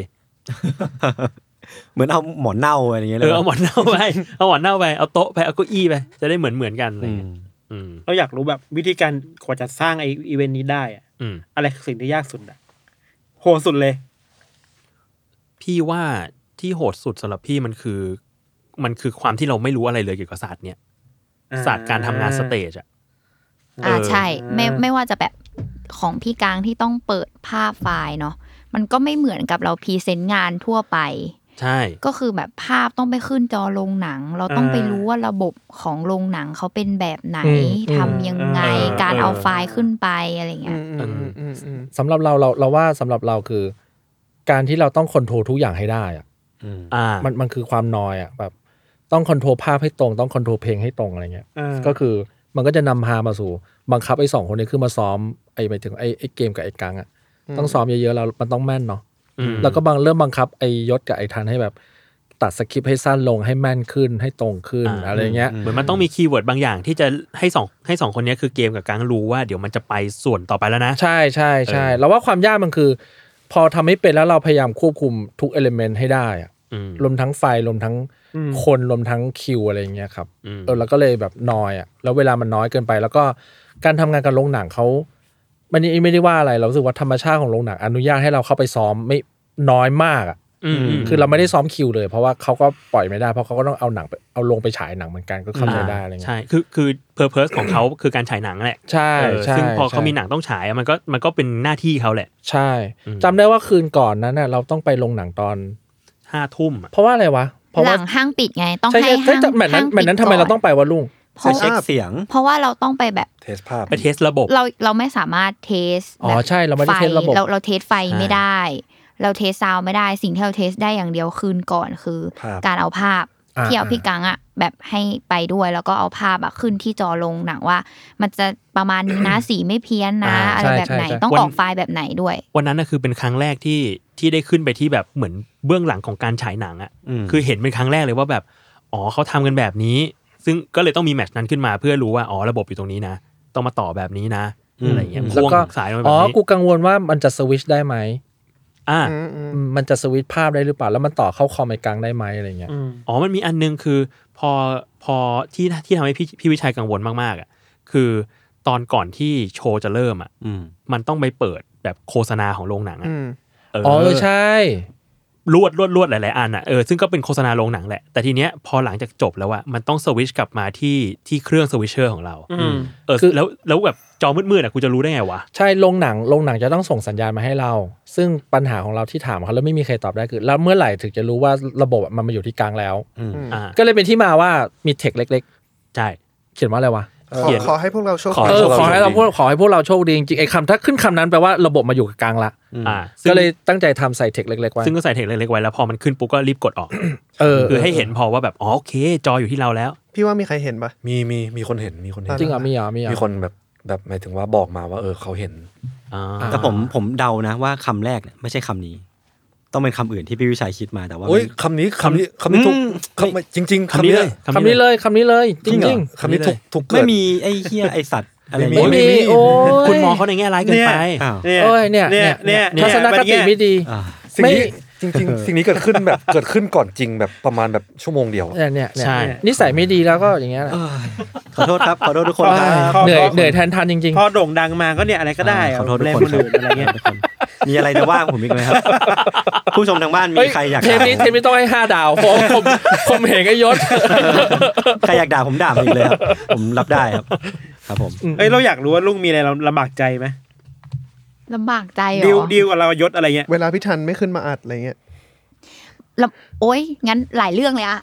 Speaker 2: เหมือนเอาหมอนเน่าอะไรอย่างเงี้ย
Speaker 3: เอ
Speaker 2: เลย
Speaker 3: อเอาหมอนเน่าไป (laughs) เอาหมอนเน่าไป เอาโต๊ะไป เอาเก้าอี้ไป จะได้เหมือนเหมือนๆกันอะไร
Speaker 2: อื
Speaker 3: เงี้ย
Speaker 2: ม
Speaker 3: อืม
Speaker 5: เราอยากรู้แบบวิธีการกว่าจะสร้างไออีเวนต์นี้ได้อะ
Speaker 3: อืม
Speaker 5: อะไรคือสิ่งที่ยากสุดอะโหดสุดเลย
Speaker 3: พี่ว่าที่โหดสุดสำหรับพี่มันคือ มันคือความที่เราไม่รู้อะไรเลยเกี่ยวกับศาสตร์เนี้ยศาสตร์การทำงานสเตจอะ
Speaker 7: อ่า
Speaker 3: เออ
Speaker 7: ใช่ ไม่ไม่ว่าจะแบบของพี่กลางที่ต้องเปิดภาพไฟล์เนาะมันก็ไม่เหมือนกับเราพรีเซนต์งานทั่วไป
Speaker 3: ใช่
Speaker 7: ก็คือแบบภาพต้องไปขึ้นจอโรงหนัง เราต้อง
Speaker 5: อ่า
Speaker 7: ไปรู้ว่าระบบของโรงหนังเขาเป็นแบบไหน
Speaker 4: อืมอืม
Speaker 7: ทำยังไง
Speaker 5: เออ
Speaker 7: การ
Speaker 3: เออ
Speaker 7: เอาไฟล์ขึ้นไปอะไรเงี้ย
Speaker 3: อืมอืม
Speaker 4: สำหรับเราเราเราว่าสำหรับเราคือ การที่เราต้องคอนโทรลทุกอย่างให้ได้อะ
Speaker 3: อ่า
Speaker 4: มันมันคือความนอยอะแบบ ต้องคอนโทรลภาพให้ตรง ต้องคอนโทรลเพลงให้ตรงอะไรเงี้ย
Speaker 5: เออ
Speaker 4: ก็คือมันก็จะนำพามาสู่ บังคับไอ้สองคนนี้คือมาซ้อมไอ้หมายถึงไอ้ไอ้เกมกับไอ้กังอะต้องซ้อมเยอะๆแล้วมันต้องแม่นเนาะ
Speaker 3: อืม
Speaker 4: แล้วก็บางเริ่มบังคับไอ้ยศกับไอ้ทันให้แบบ ตัดสคริปต์ให้สั้นลงให้แม่นขึ้นให้ตรงขึ้นอะไรเงี้ย
Speaker 3: เหมือนมันต้องมีคีย์เวิร์ดบางอย่างที่จะให้สองให้สองคนเนี้ยคือเกมกับกังรู้ว่าเดี๋ยวมันจะไปส่วนต่อไปแล้วนะ
Speaker 4: ใช่ใช่ใช่
Speaker 3: เออ
Speaker 4: เราว่าความยากมันคือ พอทำให้เป็นแล้วเราพยายามควบคุมทุกเอลิเมนต์ให้ได้อะ
Speaker 3: อืม
Speaker 4: รวมทั้งไฟรวมทั้ง
Speaker 5: อืม
Speaker 4: คนรวมทั้งคิวอะไรเงี้ยครับ
Speaker 3: อืม
Speaker 4: เออแล้วก็เลยแบบน้อยอ่ะแล้วเวลามันน้อยเกินไป แล้วก็การทำงานกับโรงหนังเขามันนี่ไม่ได้ว่าอะไรเรารู้สึกว่าธรรมชาติของโรงหนังอนุญาตให้เราเข้าไปซ้อมไม่น้อยมากอ่ะ
Speaker 3: อืม
Speaker 4: คือเราไม่ได้ซ้อมคิวเลย เพราะว่าเขาก็ปล่อยไม่ได้ เพราะเขาก็ต้องเอาหนังไปเอาลงไปฉายหนังเหมือนกันก็เข้าใจได้อะไรเงี้ย
Speaker 3: ใช่ คือคือเพอร์เพสของเขาคือการฉายหนังแหละ
Speaker 4: ใช่
Speaker 3: เออ
Speaker 4: ใช่
Speaker 3: ซึ่งพอเขา
Speaker 4: ใช่
Speaker 3: มีหนังต้องฉายอะมันก็มันก็เป็นหน้าที่เขาแหละ
Speaker 4: ใช่
Speaker 3: อืม
Speaker 4: จำได้ว่าคืนก่อนนั้นน่ะเราต้องไปลงหนังตอน
Speaker 3: ห้าทุ่มอะ
Speaker 4: เพราะว่าอะไรวะ เพราะ
Speaker 7: ห
Speaker 4: ว่า
Speaker 7: ลังห้างปิดไงต้อง
Speaker 4: ใช่
Speaker 7: ให้
Speaker 4: ใช่
Speaker 7: ห้าง
Speaker 4: ใช่แมตช์นั้
Speaker 7: ห้าน ง
Speaker 4: แมตช์นั้นทำไมเราต้องไปวะลุง
Speaker 7: เพ
Speaker 2: ใช่
Speaker 7: ราะ
Speaker 2: เช็คเสียง
Speaker 7: เพราะว่าเราต้องไปแบบ
Speaker 6: เทสภาพ
Speaker 3: ไปเทสระบบ
Speaker 7: เราเราไม่สามารถเทส
Speaker 4: อ๋อ
Speaker 7: แบบ
Speaker 4: ใช่เราไม่ได้
Speaker 7: ฟ
Speaker 4: เทสระบบ
Speaker 7: เราเราเทสไฟ
Speaker 3: ใช่
Speaker 7: ไม่ได้ เราเทสซาวด์ไม่ได้สิ่งที่เราเทสได้อย่างเดียวคืนก่อนคือ
Speaker 6: ภาพ
Speaker 7: การเอาภาพ
Speaker 4: อ่า
Speaker 7: ที่เอาพี่กังอะแบบให้ไปด้วยแล้วก็เอาภาพอะขึ้นที่จอลงหนังว่า มันจะประมาณนี้
Speaker 4: (coughs)
Speaker 7: นะ สีไม่เพี้ยนนะ
Speaker 4: อ่า
Speaker 7: อะไรแบบ
Speaker 4: ใช่
Speaker 7: ไหน
Speaker 4: ใช่ใช่
Speaker 7: ต้อง
Speaker 3: วัน
Speaker 7: ออกไฟล์แบบไหนด้วย
Speaker 3: วันนั้นนะคือเป็นครั้งแรกที่ที่ได้ขึ้นไปที่แบบเหมือนเบื้องหลังของการฉายหนังอะ่ะ
Speaker 2: อืม
Speaker 3: คือเห็นเป็นครั้งแรกเลยว่าแบบอ๋อเขาทำกันแบบนี้ ซึ่งก็เลยต้องมีแมตช์นั้นขึ้นมาเพื่อรู้ว่าอ๋อระบบอยู่ตรงนี้นะ ต้องมาต่อแบบนี้นะอะไรอย่างเงี้ย
Speaker 4: แล้ว
Speaker 3: พ่วง
Speaker 4: ก็
Speaker 3: สายลงไป
Speaker 4: อ๋
Speaker 3: แบ
Speaker 4: อบ
Speaker 3: นี้
Speaker 4: กูกังวลว่ามันจะสวิตชได้ไหม
Speaker 3: อ่า
Speaker 4: อืมมันจะสวิตชภาพได้หรือเปล่า แล้วมันต่อเข้าคอมไอกลางได้ไหมอะไรเงี้ย
Speaker 5: อืม
Speaker 3: อ๋อมันมีอันนึงคือพอพอที่ที่ทำให้พี่พี่วิชัยกังวลมากๆอะ่ะคือตอนก่อนที่โชว์จะเริ่มอะ่ะ
Speaker 2: อืม
Speaker 3: มันต้องไปเปิดแบบโฆษณาของโรงหนังอะเ
Speaker 4: อ๋อเออใช่
Speaker 3: ลวดลวดลวดหลาย ๆ อันอ่ะเออซึ่งก็เป็นโฆษณาโรงหนังแหละ แต่ทีเนี้ยพอหลังจากจบแล้วอะมันต้องสวิตชกลับมาที่ที่เครื่องสวิตเชอร์ของเรา
Speaker 5: อืม
Speaker 3: เออแล้วแล้วแบบจอมืด ๆอ่ะกูจะรู้ได้ไงวะ
Speaker 4: ใช่โรงหนังโรงหนังจะต้องส่งสัญญาณมาให้เรา ซึ่งปัญหาของเราที่ถามเขาแล้วไม่มีใครตอบได้คือ แล้วเมื่อไหร่ถึงจะรู้ว่าระบบอะมันมาอยู่ที่กลางแล้ว
Speaker 3: อ่า
Speaker 4: ก็เลยเป็นที่มาว่ามีเทคเล็ก
Speaker 3: ใช่
Speaker 4: ๆ เขียนว่าอะไรวะ
Speaker 8: ขอ
Speaker 3: เขียน
Speaker 8: ขอให้พวกเราโชค
Speaker 3: ขอ
Speaker 4: เอ
Speaker 3: ให้
Speaker 4: อ
Speaker 3: พวกเรา
Speaker 4: ขอให้เราพวกขอให้พวกเราโชคดีจริงๆไอ้คำถ้าขึ้นคำนั้นแปลว่าระบบมาอยู่กับกลางละ
Speaker 3: อ่า
Speaker 4: ก็เลยตั้งใจทำใส่เทคเล็กๆไว้
Speaker 3: ซึ่งก็ใส่เทคเล็กๆไว้แล้วพอมันขึ้นปุ๊บก็รีบกดออก
Speaker 4: เออ
Speaker 3: คือให้เห็นพอว่าแบบ อ๋อโอเค จออยู่ที่เราแล้ว
Speaker 8: พี่ว่ามีใครเห็นปะ
Speaker 6: มีมีมีคนเห็นมีคนเห็น
Speaker 4: จริงเหรอมีเหรอมีเหรอ
Speaker 6: มีคนแบบแบบหมายถึงว่าบอกมาว่าเออเขาเห็น
Speaker 3: อ่า
Speaker 2: แต่ผมผมเดานะว่าคำแรกเนี่ยไม่ใช่คำนี้ ต้องเป็นคำอื่นที่พี่วิชัยคิดมาแต่ว่า
Speaker 6: โอ้ยคำนี้คำนี้คำนี้ทุก
Speaker 2: อืม
Speaker 6: คำจริงจริง ๆ
Speaker 3: คำนี้เลย
Speaker 4: คำนี้เลยคำนี้เลย
Speaker 6: จ
Speaker 4: จ
Speaker 6: ริงเหร
Speaker 4: ริ
Speaker 6: องคำนี้ทุกทุกเกิ
Speaker 2: ไม่
Speaker 6: ด
Speaker 2: มีไอ้เหี้ยไอ้สัตว์อะไร
Speaker 6: ไม่มี
Speaker 4: ๆไม่มีโอ้ย
Speaker 3: คุณมองเขาในแง่ร้ายเกินไป
Speaker 2: อ้าว
Speaker 5: เนี่ย
Speaker 4: โอ้ยเนี่ยเนี่ย
Speaker 5: เนี่ย
Speaker 4: ทัศนคติไม่ดี
Speaker 2: อ่า
Speaker 6: สิ่งนี้
Speaker 4: ไม่
Speaker 6: จริง ๆ สิ่งนี้เกิดขึ้นแบบ (laughs) เกิดขึ้นก่อนจริงแบบประมาณแบบชั่วโมงเดียวอะ
Speaker 4: เนี่ยเนี่ยเนี่ย
Speaker 3: ใช่
Speaker 4: นิสัยไม่ดีแล้วก็อย่างเงี้ยแหละ
Speaker 2: เอ้ยขอโทษครับ ขอโทษทุกคนครับ
Speaker 5: ขอ
Speaker 4: เหนื่อย
Speaker 5: ขอ
Speaker 4: เหนื่อยแทนทันจริง
Speaker 5: พอโด่งดังมาก็เนี่ยอะไรก็ได้ะ
Speaker 2: ขอโทษทุก
Speaker 5: เล่น
Speaker 2: คน
Speaker 5: คนอื่น
Speaker 2: ค
Speaker 5: อะไรเงี้ย
Speaker 2: ขอโทษทุกคน มีอะไรจะว่าผมอีกไหมครับ ผู้ชมทางบ้านมี
Speaker 4: เฮ้ย
Speaker 2: ใครอยาก
Speaker 4: เทป
Speaker 2: ด่า
Speaker 4: นี้
Speaker 2: ผ
Speaker 4: เทป
Speaker 2: ม
Speaker 4: นี้ต้องให้ห้าดาวเพราะผมผมเห็นไอ้ยศ
Speaker 2: ใครอยากด่าผมด่าผมอีกเลยครับ ผมรับได้ครับ ครับผม
Speaker 5: เอ้ยเราอยากรู้ว่าลุงมีอะไรเราลำบากใจไหม
Speaker 7: ลำบากใจเหร
Speaker 5: ดิว
Speaker 7: อ
Speaker 5: ดิวกับเรายศอะไรเงี้ย
Speaker 8: เวลาพี่ทันไม่ขึ้นมาอัดอะไรเงี้ย
Speaker 7: ลำโอ๊ย งั้นหลายเรื่องเลยอะ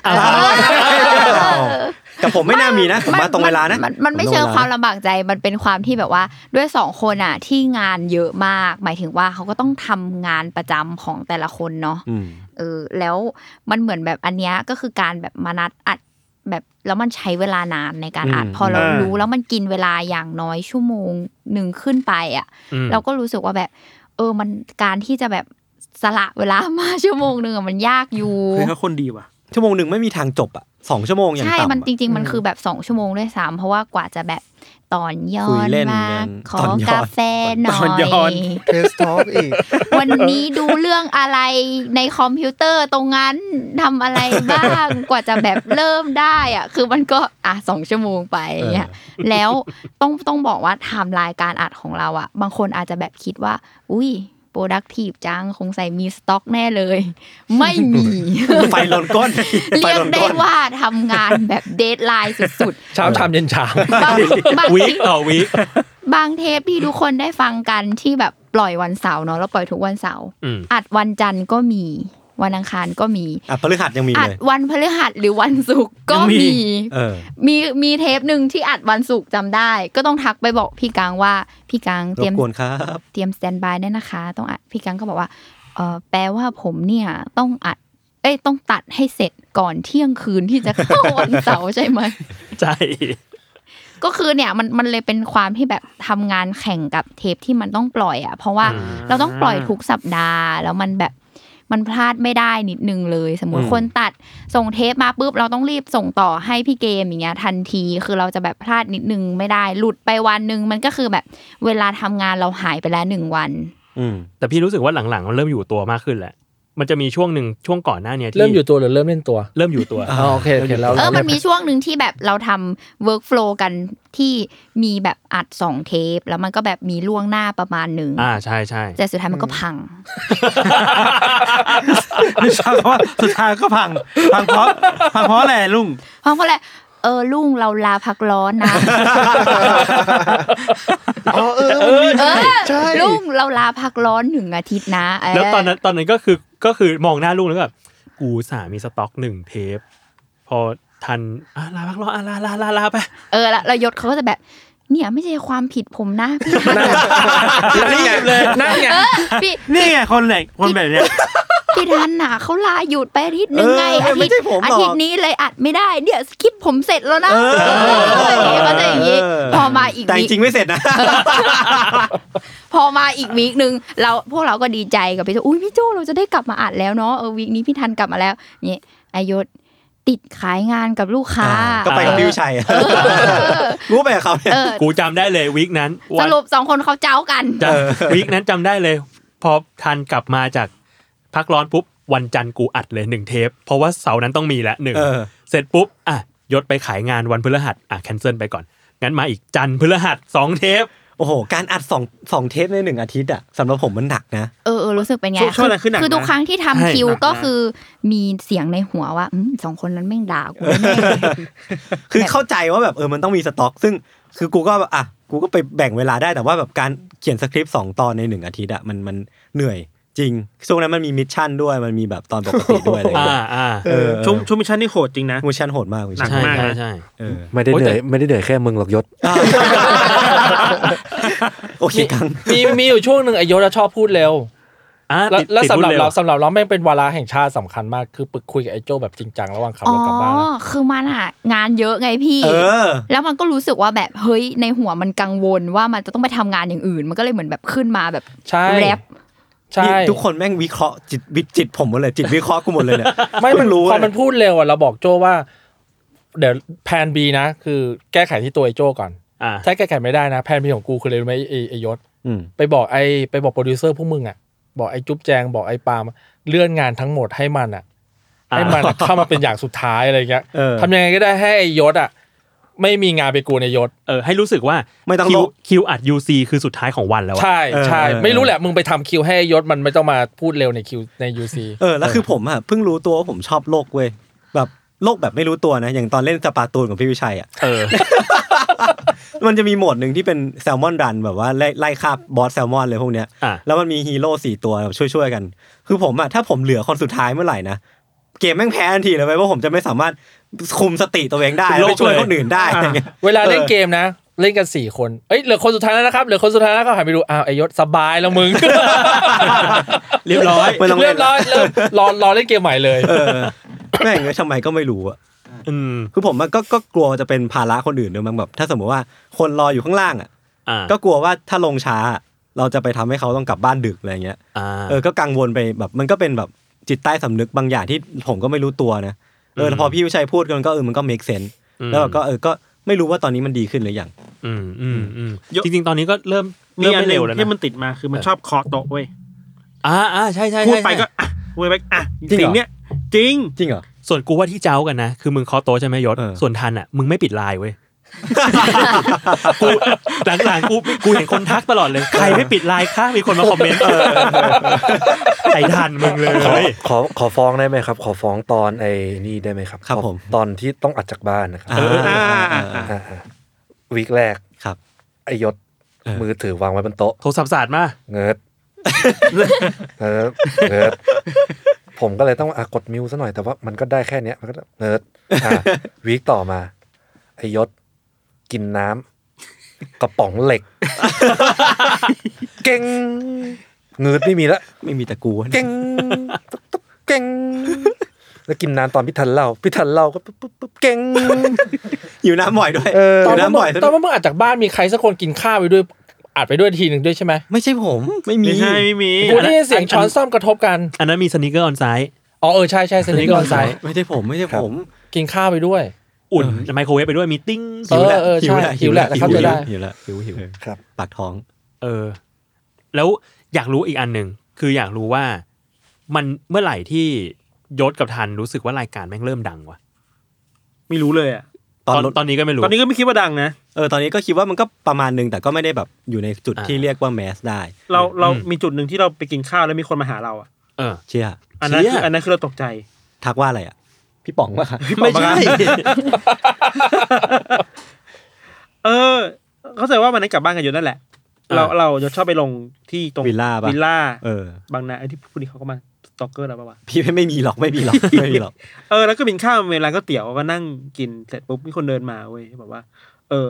Speaker 2: แต่ผมไม่น่ามีนะ ผมมาตรงเวลานะ
Speaker 7: มันมันไม่เชิงความลำบากใจมันเป็นความที่แบบว่าด้วยสองคนอะที่งานเยอะมาก หมายถึงว่าเขาก็ต้องทำงานประจำของแต่ละคนเนาะ
Speaker 2: อืม
Speaker 7: เออแล้วมันเหมือนแบบอันเนี้ยก็คือการแบบมานัดอัดแบบแล้วมันใช้เวลานานในการอัด
Speaker 2: อืม
Speaker 7: พอเรารู้แล้วมันกินเวลาอย่างน้อยชั่วโมงหนึ่งขึ้นไปอ่ะ เราก็รู้สึกว่าแบบ เออมันการที่จะแบบสละเวลา (laughs) มา ชั่วโมงหนึ่งอะมันยากอยู่
Speaker 5: เฮ้ยเขาคนดีว่ะ
Speaker 2: ชั่วโมงหนึ่งไม่มีทางจบอ่ะสองชั่วโมงอย่าง
Speaker 7: ใช่
Speaker 2: ต่ำอะ
Speaker 7: มันจริง ๆ มันคือแบบสองชั่วโมงด้วยซ้ำเพราะว่ากว่าจะแบบตอนย้อ
Speaker 2: คุย
Speaker 7: น
Speaker 2: เล่น
Speaker 7: มา
Speaker 2: กัน
Speaker 7: ขอ
Speaker 2: ตอนย้อน
Speaker 7: กาแฟหน่
Speaker 5: ตอนย้
Speaker 7: อ
Speaker 5: อน
Speaker 7: ย
Speaker 8: เทสท็อกอีก
Speaker 7: (laughs) วันนี้ดูเรื่องอะไรในคอมพิวเตอร์ตรงนั้นทำอะไรบ้างกว่าจะแบบเริ่มได้อะคือมันก็อ่ะสองชั่วโมงไปอย่างเงี้ยแล้วต้องต้องบอกว่าไทม์ไลน์การอัดของเราอะบางคนอาจจะแบบคิดว่า อุ้ย productive จังคงใส่มีสต็อกแน่เลย ไม่มี
Speaker 2: ไฟลนก้น
Speaker 7: เรียกได้ว่าทำงานแบบเดทไลน์สุด
Speaker 4: เช้าชามเย็นชาม
Speaker 7: ๆบางบาง
Speaker 3: วีค
Speaker 7: ที
Speaker 3: ต่อวีค
Speaker 7: บางเทปที่ทุกคนได้ฟังกันที่แบบปล่อยวันเสาร์เนาะเราปล่อยทุกวันเสาร์
Speaker 3: อืม
Speaker 7: อัดวันจันทร์ก็มีวันอังคารก็มี
Speaker 2: อ่ะพฤหัสยังมี
Speaker 7: อัด
Speaker 2: เลย
Speaker 7: วันพฤหัสหรือวันศุกร์ก็
Speaker 2: ยังมี
Speaker 7: มี
Speaker 2: เออ
Speaker 7: มีมีเทปหนึ่งที่อัดวันศุกร์จำได้ ก็ต้องทักไปบอกพี่กังว่าพี่กัง
Speaker 2: ร
Speaker 7: เตรี
Speaker 2: บ
Speaker 7: ยม
Speaker 2: กวนครับ
Speaker 7: เตรียมสแตนบายได้นะคะ ต้องอัดพี่กังก็บอกว่าเออแปลว่าผมเนี่ยต้องอัด เอ้ยต้องตัดให้เสร็จก่อนเที่ยงคืนที่จะเข้าวันเสาร์ใช่ไหม (laughs)
Speaker 3: ใช่
Speaker 7: ก็คือเนี่ยมันมันเลยเป็นความที่แบบทำงานแข่งกับเทปที่มันต้องปล่อยอ่ะ เพราะว่าเราต้องปล่อยทุกสัปดาห์ แล้วมันแบบมันพลาดไม่ได้นิดนึงเลย สมมติ
Speaker 2: อืม
Speaker 7: คนตัดส่งเทปมาปุ๊บเราต้องรีบส่งต่อให้พี่เกมอย่างเงี้ยทันทีคือเราจะแบบพลาดนิดนึงไม่ได้ หลุดไปวันหนึ่งมันก็คือแบบเวลาทำงานเราหายไปแล้วหนึ่งวัน
Speaker 2: อืม
Speaker 3: แต่พี่รู้สึกว่าหลังๆ มันเริ่มอยู่ตัวมากขึ้นแหละ มันจะมีช่วงหนึ่งช่วงก่อนหน้าเนี้ยที่
Speaker 4: เริ่มอยู่ตัวหรือเริ่มเล่นตัว
Speaker 3: เริ่มอยู่ตัว
Speaker 4: อ๋อโอเคโอเคแล้ว
Speaker 7: เออ มันมีช่วงหนึ่งที่แบบเราทำ workflow กันที่มีแบบอัดสองเทป แล้วมันก็แบบมีล่วงหน้าประมาณหนึ่ง
Speaker 3: อ่าใช่ใช่
Speaker 7: แต่สุดท้ายมันก็พัง
Speaker 5: ไม่ทราบว่าสุดท้ายก็พังพังเพราะพังเพราะอะไรลุง
Speaker 7: พร้อมก็เลยเออลุงเราลาพักร้อนนะ
Speaker 8: อ๋อเออมันมี
Speaker 7: เออ
Speaker 8: ใช่
Speaker 7: ลุงเราลาพักร้อนหนึ่งอาทิตย์นะเ
Speaker 3: แล้วตอนนั้นตอนนั้นก็คือก็คือมองหน้าลูกแล้วก็แบบกูสามีสต็อกหนึ่งเทป พอทันอ่ะลาพักร้อนอ่ะลาลาลาลาไป
Speaker 7: เออแล้วแล้วยศเขาก็จะแบบ เนี่ยไม่ใช่ความผิดผมนะพี่ทัน
Speaker 4: นั่นไงเลยนั่นไง
Speaker 7: เออพี่
Speaker 5: นี่ไงคนไหนคนแบบเนี้ย
Speaker 7: พี่ทันน่ะเขาลาหยุดไปอาทิตย์หนึ่งไง
Speaker 2: เอ
Speaker 7: อา
Speaker 2: อไม่
Speaker 7: ทิต
Speaker 2: ใช่
Speaker 7: ย์
Speaker 2: ผมหรอก
Speaker 7: อาทิตย์นี้เลยอัดไม่ได้เดี๋ยวคิดผมเสร็จแล้วนะ
Speaker 2: เออ
Speaker 7: เอออย่างเงี้ยก็จะอย่างงี้พอมาอีก
Speaker 2: แต่จ
Speaker 7: วีค
Speaker 2: ริงๆไม่เสร็จนะ
Speaker 7: พอมาอีกวีคนึงเราพวกเราก็ดีใจกับพี่โจอุ้ยพี่โจเราจะได้กลับมาอัดแล้วเนาะเออวีคนี้พี่ทันกลับมาแล้วเนี่ยอายศติดขายงานกับลูกค้า
Speaker 2: ก็ไปกับพี่วิชัยรู้ไปกับเขาเนี่ย
Speaker 7: เออ
Speaker 3: กูจำได้เลยวีคนั้น
Speaker 7: ส
Speaker 3: วัน
Speaker 7: รุปสองคนเขาเจ้ากัน
Speaker 3: จะ
Speaker 2: เออ
Speaker 3: วีคนั้นจำได้เลย พอทันกลับมาจากพักร้อนปุ๊บวันจันทร์กูอัดเลยหนึ่งเทป เพราะว่าเสาร์นั้นต้องมีละหนึ่ง
Speaker 2: เออ
Speaker 3: เสร็จปุ๊บ อ่ะ ยศไปขายงานวันพฤหัส อ่ะ แคนเซิลไปก่อน งั้นมาอีกจันทร์พฤหัสสองเทป
Speaker 2: โอ้โห การอัดสองสองเทปในหนึ่งอาทิตย์อ่ะสำหรับผมมันหนักนะ
Speaker 7: เออเออรู้สึกเป็นไง
Speaker 5: ช่วงช่วงนั้นคือหนัก
Speaker 7: คือทุกครั้งที่ทำ
Speaker 3: ใช่
Speaker 7: คิว
Speaker 5: หนักนะ
Speaker 7: ก็คือมีเสียงในหัวว่าอืมสองคนนั้นแม่งด่ากูแน่
Speaker 2: คือ
Speaker 7: แบบ
Speaker 2: เข้าใจว่าแบบเออมันต้องมีสต็อก ซึ่งคือกูก็แบบอ่ะกูก็ไปแบ่งเวลาได้แต่ว่าแบบการเขียนสคริปต์สองตอนในหนึ่งอาทิตย์อ่ะมันมันเหนื่อยจริง ช่วงนั้นมันมีมิชชั่นด้วยมันมีแบบตอนปกติด้วยอะไรอย่าง
Speaker 3: อ่า
Speaker 2: เงี้ย
Speaker 3: อ่า
Speaker 2: เออ
Speaker 5: ช่วงช่วงมิชชั่นนี่โหดจริงนะ
Speaker 2: มิชชั่นโหดมากมิช
Speaker 5: หนั
Speaker 2: ชั่น
Speaker 5: ก
Speaker 3: ใช่
Speaker 5: มาก
Speaker 3: ใช่
Speaker 5: นะ
Speaker 3: ใช่
Speaker 2: เออ
Speaker 6: ไม่ได้
Speaker 3: โอ้ย
Speaker 6: เห
Speaker 3: แต่
Speaker 6: นื่อยไม่ได้เหนื่อยแค่มึงหรอกยศ
Speaker 2: อ่าโอเคกัง
Speaker 4: มีมีอยู่ช่วงหนึ่งไอโยศอะชอบพูดเร็ว
Speaker 3: อ่า
Speaker 4: แล้ว
Speaker 3: ติด
Speaker 4: แล้ว
Speaker 3: ติด
Speaker 4: สำหรับ
Speaker 3: น
Speaker 4: เรา
Speaker 3: ว
Speaker 4: สำหรับเราแม่งเป็นวาระแห่งชาติสำคัญมากคือปรึกคุยกับไอโจแบบจริงจังระหว่างขับ
Speaker 7: อ๋
Speaker 4: ร
Speaker 7: อ
Speaker 4: ถกลับบ้าน
Speaker 7: คือมันอะงานเยอะไงพี่
Speaker 2: เออ
Speaker 7: แล้วมันก็รู้สึกว่าแบบเฮ้ยในหัวมันกังวลว่ามันจะต้องไปทำงานอย่างอื่น มันก็เลยเหมือนแบบขึ้นมาแบบ
Speaker 4: ใช่
Speaker 7: แรป
Speaker 4: ใช่
Speaker 2: นี่ทุกคนแม่งวิเคราะห์จิตวิจิตผมหมดเลยจิตวิเคราะห์กูหมดเลยเนี่ย
Speaker 4: ไม่มัน
Speaker 2: เพิ่งรู้
Speaker 4: พอ
Speaker 2: เล
Speaker 4: มัน
Speaker 2: ย
Speaker 4: พูดเร็วอ่ะเราบอกโจว่า เดี๋ยวแพนบีนะ คือแก้ไขที่ตัวไอโจก่อน
Speaker 3: อ่า
Speaker 4: ถ้าแก้ไขไม่ได้นะแพนบีของกูคือเลยไหมไอไอยศ
Speaker 2: อืม
Speaker 4: ไปบอกไอไปบอกโปรดิวเซอร์พวกมึงอ่ะ บอกไอจุ๊บแจงบอกไอปาล์มเลื่อนงานทั้งหมดให้มันอ่ะ ให้มันอะเข้ามาเป็นอย่างสุดท้ายอะไรเงี้ย
Speaker 2: เออ
Speaker 4: ทำยังไงก็ได้ให้ไอยศอ่ะ ไม่มีงานไปกูในยศ
Speaker 3: เออให้รู้สึกว่า
Speaker 2: ไม่ต้อง
Speaker 3: คิว
Speaker 2: โลก
Speaker 3: คิวอัดยูซีคือสุดท้ายของวันแล้วอะ
Speaker 4: ใช่ใช่
Speaker 2: เออ
Speaker 4: ไม่รู้แหละมึงไปทำคิวให้ยศมันไม่ต้องมาพูดเร็วในคิวในยูซี
Speaker 2: เออแล้วคือผมอ่ะเพิ่งรู้ตัวว่าผมชอบโลกเว้ยแบบโลกแบบไม่รู้ตัวนะ อย่างตอนเล่นสปาตูนของพี่วิชัยอ่ะ
Speaker 3: เออ
Speaker 2: มันจะมีโหมดหนึ่งที่เป็นแซลมอนรันแบบว่าไล่ไล่คาบบอสแซลมอนเลยพวกเนี้ย
Speaker 3: อ่ะ
Speaker 2: แล้วมันมีฮีโร่สี่ตัวแบบช่วยๆกัน คือผมอะถ้าผมเหลือคนสุดท้ายเมื่อไหร่นะ เกมแม่งแพ้ทันทีเลยเว้ยเพราะผมจะไม่สามารถคุมสติตัวเองได้
Speaker 3: เป็นโรค
Speaker 2: ไม่ช่วยคนอื่นได้อะไรเงี้ย
Speaker 4: เวลาเล่นเกมนะ เล่นกันสี่คนเอ้ยเหลือคนสุดท้ายแล้วนะครับเหลือคนสุดท้ายแล้วก็หันไปดูอ้าวไอยศสบายแล้วมึง
Speaker 3: เรียบร้อย
Speaker 2: ไม่ต้องเล่
Speaker 4: เรีย
Speaker 2: น
Speaker 4: บ
Speaker 2: ละ
Speaker 4: ร้อยเริ่มรอรอเล่นเกมใหม่เลย
Speaker 2: เออแม่งทำไมก็ไม่รู้อะ
Speaker 3: อืม
Speaker 2: คือผมอะก็ก็กลัวจะเป็นภาระคนอื่นด้วยมั้งแบบถ้าสมมติว่าคนรออยู่ข้างล่างอะ
Speaker 3: อ่า
Speaker 2: ก็กลัวว่าถ้าลงช้า เราจะไปทำให้เขาต้องกลับบ้านดึกอะไรเงี้ย
Speaker 3: อ่า
Speaker 2: เออ ก็กังวลไปแบบมันก็เป็นแบบจิตใต้สำนึกบางอย่างที่ผมก็ไม่รู้ตัวนะ เออแต่พอพี่วิชัยพูดกันก็เออมันก็ make sense
Speaker 3: อืม
Speaker 2: แล้วก็เออ ก็ไม่รู้ว่าตอนนี้มันดีขึ้นหรือยัง
Speaker 3: อืมอืมอืม
Speaker 5: เยอะ
Speaker 3: จริงๆ ตอนนี้ก็เริ่ม
Speaker 5: มี
Speaker 3: เริ่ม
Speaker 5: อัน
Speaker 3: ไม่
Speaker 5: ห
Speaker 3: เร็
Speaker 5: นึ่ง
Speaker 3: วแล้ว
Speaker 5: ที่มั
Speaker 3: นะ
Speaker 5: นติดมาคือมันชอบเคอโต๊ะเว้ย
Speaker 3: อ่าอ่าใช่ใช่ใช่
Speaker 5: พูดไปก็
Speaker 3: ใช่
Speaker 5: อ่ะเว้ยไปอ่ะ
Speaker 2: จริงเหรอ
Speaker 5: สิ่งเนี้ยจริง
Speaker 2: จริงเหรอ
Speaker 3: ส่วนกูว่าที่เจ้ากันนะ คือมึงเคอโตะใช่ไหมยศ
Speaker 2: เออ
Speaker 3: ส่วนทันอ่ะมึงไม่ปิดไลน์เว้ย (laughs) กูหลังๆกูกูเห็นคนทักตลอดเลย ใครไม่ปิดไลน์คะมีคนมาคอมเมนต์ใส่ทันมึงเลย
Speaker 6: ขอขอขอฟ้องได้ไหมครับ ขอฟ้องตอนไอ้นี่ได้ไหมครับ
Speaker 2: ครับ
Speaker 6: ขอ
Speaker 2: ผม
Speaker 6: ตอนที่ต้องอัดจากบ้านนะครับ
Speaker 2: อ่าอ่าอ่าอ่า
Speaker 6: อ่าอ่าวีคแรก
Speaker 2: ครับ
Speaker 6: ไอยศมือถือวางไว้บนโต๊ะ
Speaker 3: โทรศัพท์ศาสตร์มา
Speaker 6: เงิร์ด
Speaker 2: (laughs)
Speaker 6: เงิร์ดเงิร์ดผมก็เลยต้องอะกดมิวซะหน่อยแต่ว่ามันก็ได้แค่เนี้ยมันก็เงิร์ดอ่ะวีคต่อมา ไอยศกินน้ำกระป๋องเหล็ก เก่งเงิร์ดไม่มีละ
Speaker 2: ไม่มีแต่กูนะ
Speaker 6: เก่งตุ๊บตุ๊บเก่งแล้วกินน้ำตอนพิธันเล่าพิธันเล่าก็ปุ๊บปุ๊บปุ๊บเก่ง
Speaker 2: อยู่น้ำบ่อยด้วย
Speaker 6: เออ
Speaker 2: อ
Speaker 4: ตอน
Speaker 2: ยู่
Speaker 4: นั้น
Speaker 2: น้ำบ่อยซะ
Speaker 4: ต
Speaker 2: ด้
Speaker 4: อ
Speaker 2: วน ย
Speaker 4: นั้นมึงอาจจากบ้านมีใครสักคนกินข้าวไปด้วยอัดไปด้วยทีหนึ่งด้วยใช่ไหม
Speaker 2: ไม่ใช่ผม ไม่มี
Speaker 5: ไม่ใช่ไม่มี
Speaker 4: กูได้ยินเสียงช้อนซ่อมกระทบกัน
Speaker 3: อันนั้นมีสนิเกอร์ออนไซด์
Speaker 4: อ๋อเออใช่ใช่เซนิกอนไซ
Speaker 2: ไม่ใช่ผมไม่ใช่ผม
Speaker 4: กินข้าวไปด้วย
Speaker 3: อุ่นไมโครเวฟไปด้วยมีติ้ง
Speaker 4: เออเออใช่หิวแหละแต่เข้าใจได้
Speaker 2: หิวแล้วหิวหิว
Speaker 6: ครับ
Speaker 2: ปากท้อง
Speaker 3: เออ แล้วอยากรู้อีกอันหนึ่งคืออยากรู้ว่ามันเมื่อไหร่ที่ยศกับทันรู้สึกว่ารายการแม่งเริ่มดังวะ
Speaker 5: ไม่รู้เลยอ่ะ
Speaker 2: ต
Speaker 3: ต
Speaker 2: อ
Speaker 3: อน นตอนนี้ก็ไม่รู้
Speaker 5: ตอนนี้ก็ไม่คิดว่าดังนะ
Speaker 2: เออตอนนี้ก็คิดว่ามันก็ประมาณหนึงแต่ก็ไม่ได้แบบอยู่ในจุด
Speaker 3: อ่า
Speaker 2: ที่เรียกว่าแมสได้
Speaker 5: เราเรา
Speaker 3: อืม
Speaker 5: มีจุดหนึ่งที่เราไปกินข้าวแล้วมีคนมาหาเราอ่ะ
Speaker 3: เออ
Speaker 2: เชี่ย
Speaker 5: อันนั้น
Speaker 3: เชี่
Speaker 5: คื
Speaker 3: ย
Speaker 5: ออันนั้นคือเราตกใจ
Speaker 2: ทักว่าอะไรอ่ะ พี่ป๋องว่า
Speaker 3: ไม่ใช่
Speaker 5: เออ เข้าใจว่าวันนั้นกลับบ้านกันอยู่นั่นแหละ เราเราจะชอบไปลงที่ตรง
Speaker 2: วิลล่าปะ
Speaker 5: วิลล่า
Speaker 2: เออ
Speaker 5: บางนาไอ้ที่พวกนี้เขาก็มาสตอกเกอร์เราปะวะ
Speaker 2: (laughs) พี่ไม่มีหรอกไม่มีหรอกไม่มีหรอก
Speaker 5: เออแล้วก็กินข้าวเวลาก็เตี๋ยวก็นั่งกินเสร็จปุ๊บมีคนเดินมาเว้ยบอกว่า เออ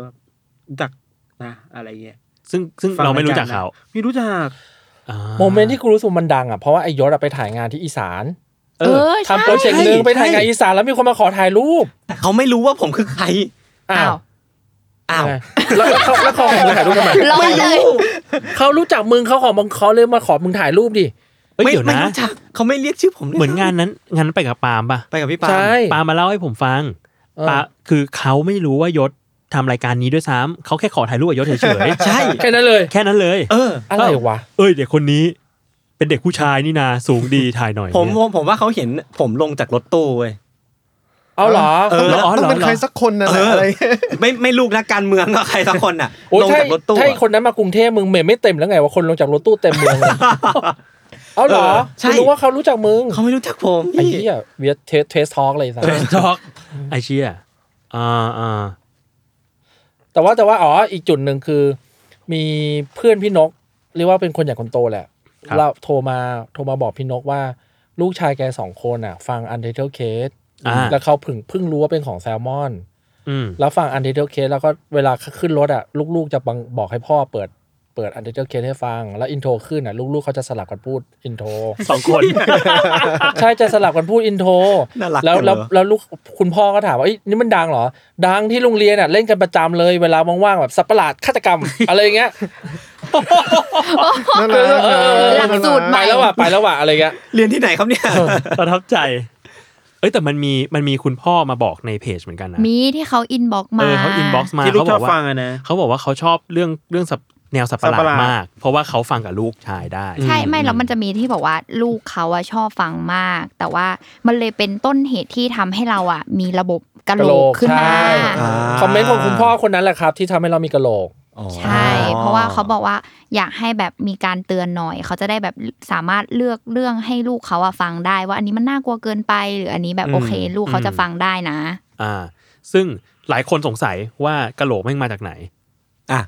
Speaker 5: รู้จักนะอะไรเงี้ย
Speaker 3: ซึ่งซึ่ง
Speaker 5: ฟัง
Speaker 3: เราไม่รู้จักเขา
Speaker 5: นะไม่รู้จัก
Speaker 3: อ่า
Speaker 4: โมเมนต์ที่กูรู้สึกมันดังอ่ะเพราะว่าไอยศอะไปถ่ายงานที่อีสาน
Speaker 7: เออใช่
Speaker 4: ทำโปรเจกต์หนึ่งไปถ่ายงานอีสานแล้วมีคนมาขอถ่ายรูป
Speaker 2: แต่เขาไม่รู้ว่าผมคือใคร
Speaker 7: อ้าว
Speaker 2: อ้าว
Speaker 4: แล้วแล้วเขาแล้วเขาขอมึงถ่ายรูปทำไม
Speaker 7: ร้อนเลย
Speaker 4: เขารู้จักมึงเขาขอมึงเขาเลยมาขอมึงถ่ายรูปดิ
Speaker 3: เอ้ย
Speaker 2: ไม่
Speaker 3: เดี๋ยว
Speaker 2: ไม่
Speaker 3: นะ
Speaker 2: รู้จักเขาไม่เรียกชื่อผมด้วย
Speaker 3: เหมือนงานนั้นงานนั้นไปกับปาล์มป่ะ
Speaker 2: ไปกับพี่ปาล์ม
Speaker 4: ใช่
Speaker 3: ปาล์มมาเล่าให้ผมฟัง
Speaker 4: เออ
Speaker 3: ปาคือเขาไม่รู้ว่ายศทำรายการนี้ด้วยซ้ำเขาแค่ขอถ่ายรูปกับยศเฉย
Speaker 2: ใช่
Speaker 4: แค่นั้นเลย
Speaker 3: ๆ แค่นั้นเลย
Speaker 2: เออ
Speaker 4: อะไรวะ
Speaker 3: เอ้ยเด็กคนนี้ เป็นเด็กผู้ชายนี่นาสูงดีถ่ายหน่อย
Speaker 2: ผม
Speaker 3: เนี่ย
Speaker 2: ผมผมว่าเขาเห็นผมลงจากรถตู้เว้ย
Speaker 4: เอาเหรอ
Speaker 2: เออ
Speaker 3: อ๋อเหรอ
Speaker 8: ต้องเป็นใครสักคนนะ
Speaker 2: เอออ
Speaker 8: อะไร
Speaker 2: ไม่ไม่ลูกนักการเมืองก็ใครสักคนอ่ะ
Speaker 4: โอ้ย
Speaker 2: ลง
Speaker 4: ถ้า
Speaker 2: จากรถตู้
Speaker 4: ถ้าไอ้
Speaker 2: อะ
Speaker 4: คนนั้นมากรุงเทพมึงเหม่ไม่เต็มแล้วไงว่าคนลงจากรถตู้เต็มเมืองเลย เอาเหรอ
Speaker 2: เออใช่
Speaker 4: คุณรู้ว่าเขารู้จักมึง
Speaker 2: เขาไม่รู้จักผม
Speaker 4: ไอ้
Speaker 2: พี่
Speaker 4: เหี้ยเวียเทสเทสทอล์กเลยสัส
Speaker 3: ช็อกไอเชี่ยอ่าอ่า
Speaker 4: แต่ว่าแต่ว่าอ๋ออีกจุดหนึ่งคือ มีเพื่อนพี่นก เรียกว่าเป็นคนใหญ่คนโตแหละเราโทรมาโทรมาบอกพี่นกว่า ลูกชายแกสองคนอ่ะ ฟัง Untitled Case
Speaker 3: อ่า
Speaker 4: แล้วเขาเพิ่งเพิ่งรู้ว่าเป็นของแซลมอน
Speaker 3: อืม
Speaker 4: แล้วฟัง Untitled Case แล้วก็เวลาขึ้นรถอ่ะลูกๆจะบังบอกให้พ่อเปิดเปิด Untitled Case ให้ฟัง แล้วอินโทรขึ้นอ่ะลูกๆเขาจะสลับกันพูดอินโทร
Speaker 3: สองคน
Speaker 4: ใช่จะสลับกันพูดอินโทร
Speaker 2: น่ารัก
Speaker 4: แล้ว
Speaker 2: จัง
Speaker 4: แล้ว
Speaker 2: เลย
Speaker 4: แล้วลูกคุณพ่อก็ถามว่าเอ้ยนี่มันดังเหรอ ดังที่โรงเรียนอ่ะเล่นกันประจำเลยเวลาว่างๆแบบสัตว์ประหลาดฆาตกรรม อะไรอย่างเงี้ย
Speaker 8: น่ารักนะ
Speaker 7: หลักสูตรให
Speaker 4: ไป
Speaker 7: ม่
Speaker 4: แล้วว่ะไปแล้วว่ะอะไรเงี้ย
Speaker 2: เรียนที่ไหนครับเนี่ย
Speaker 3: ประทับใจ เอ้ยแต่มันมีมันมีคุณพ่อมาบอกในเพจเหมือนกันนะ
Speaker 7: มีที่เขาอินบ็อก
Speaker 3: เอ
Speaker 7: มา
Speaker 3: อเขาอินบ็อกซ์มา
Speaker 5: ที่ลูก
Speaker 3: เขาบ
Speaker 5: ชอ
Speaker 3: อบ กว่า
Speaker 5: ฟังอะนะ
Speaker 3: เขาบอกว่าเขาชอบเรื่องเรื่องสับแนวสับประห
Speaker 5: สับประห
Speaker 3: ลา
Speaker 5: ลา
Speaker 3: ด
Speaker 5: ด
Speaker 3: มาก เพราะว่าเขาฟังกับลูกชายได้
Speaker 7: ใช่ไม่แล้วมันจะมีที่บอกว่าลูกเขาอะชอบฟังมาก แต่ว่ามันเลยเป็นต้นเหตุที่ทำให้เราอะมีระบบ กะโหลกขึ้นมา
Speaker 4: ใช่ คอมเมนต์ของคุณพ่อคนนั้นแหละครับ ที่ทำให้เรามีกระโหลก
Speaker 7: ใช่ เพราะว่าเขาบอกว่าอยากให้แบบมีการเตือนหน่อย เขาจะได้แบบสามารถเลือกเรื่องให้ลูกเขาอะฟังได้ ว่าอันนี้มันน่ากลัวเกินไป หรืออันนี้แบบโอเค
Speaker 3: อืม
Speaker 7: ลูกเขาจะ
Speaker 3: อืม
Speaker 7: ฟังได้นะ
Speaker 3: อ่า ซึ่งหลายคนสงสัยว่ากะโหลกแม่งมาจากไหน
Speaker 2: อ่ะ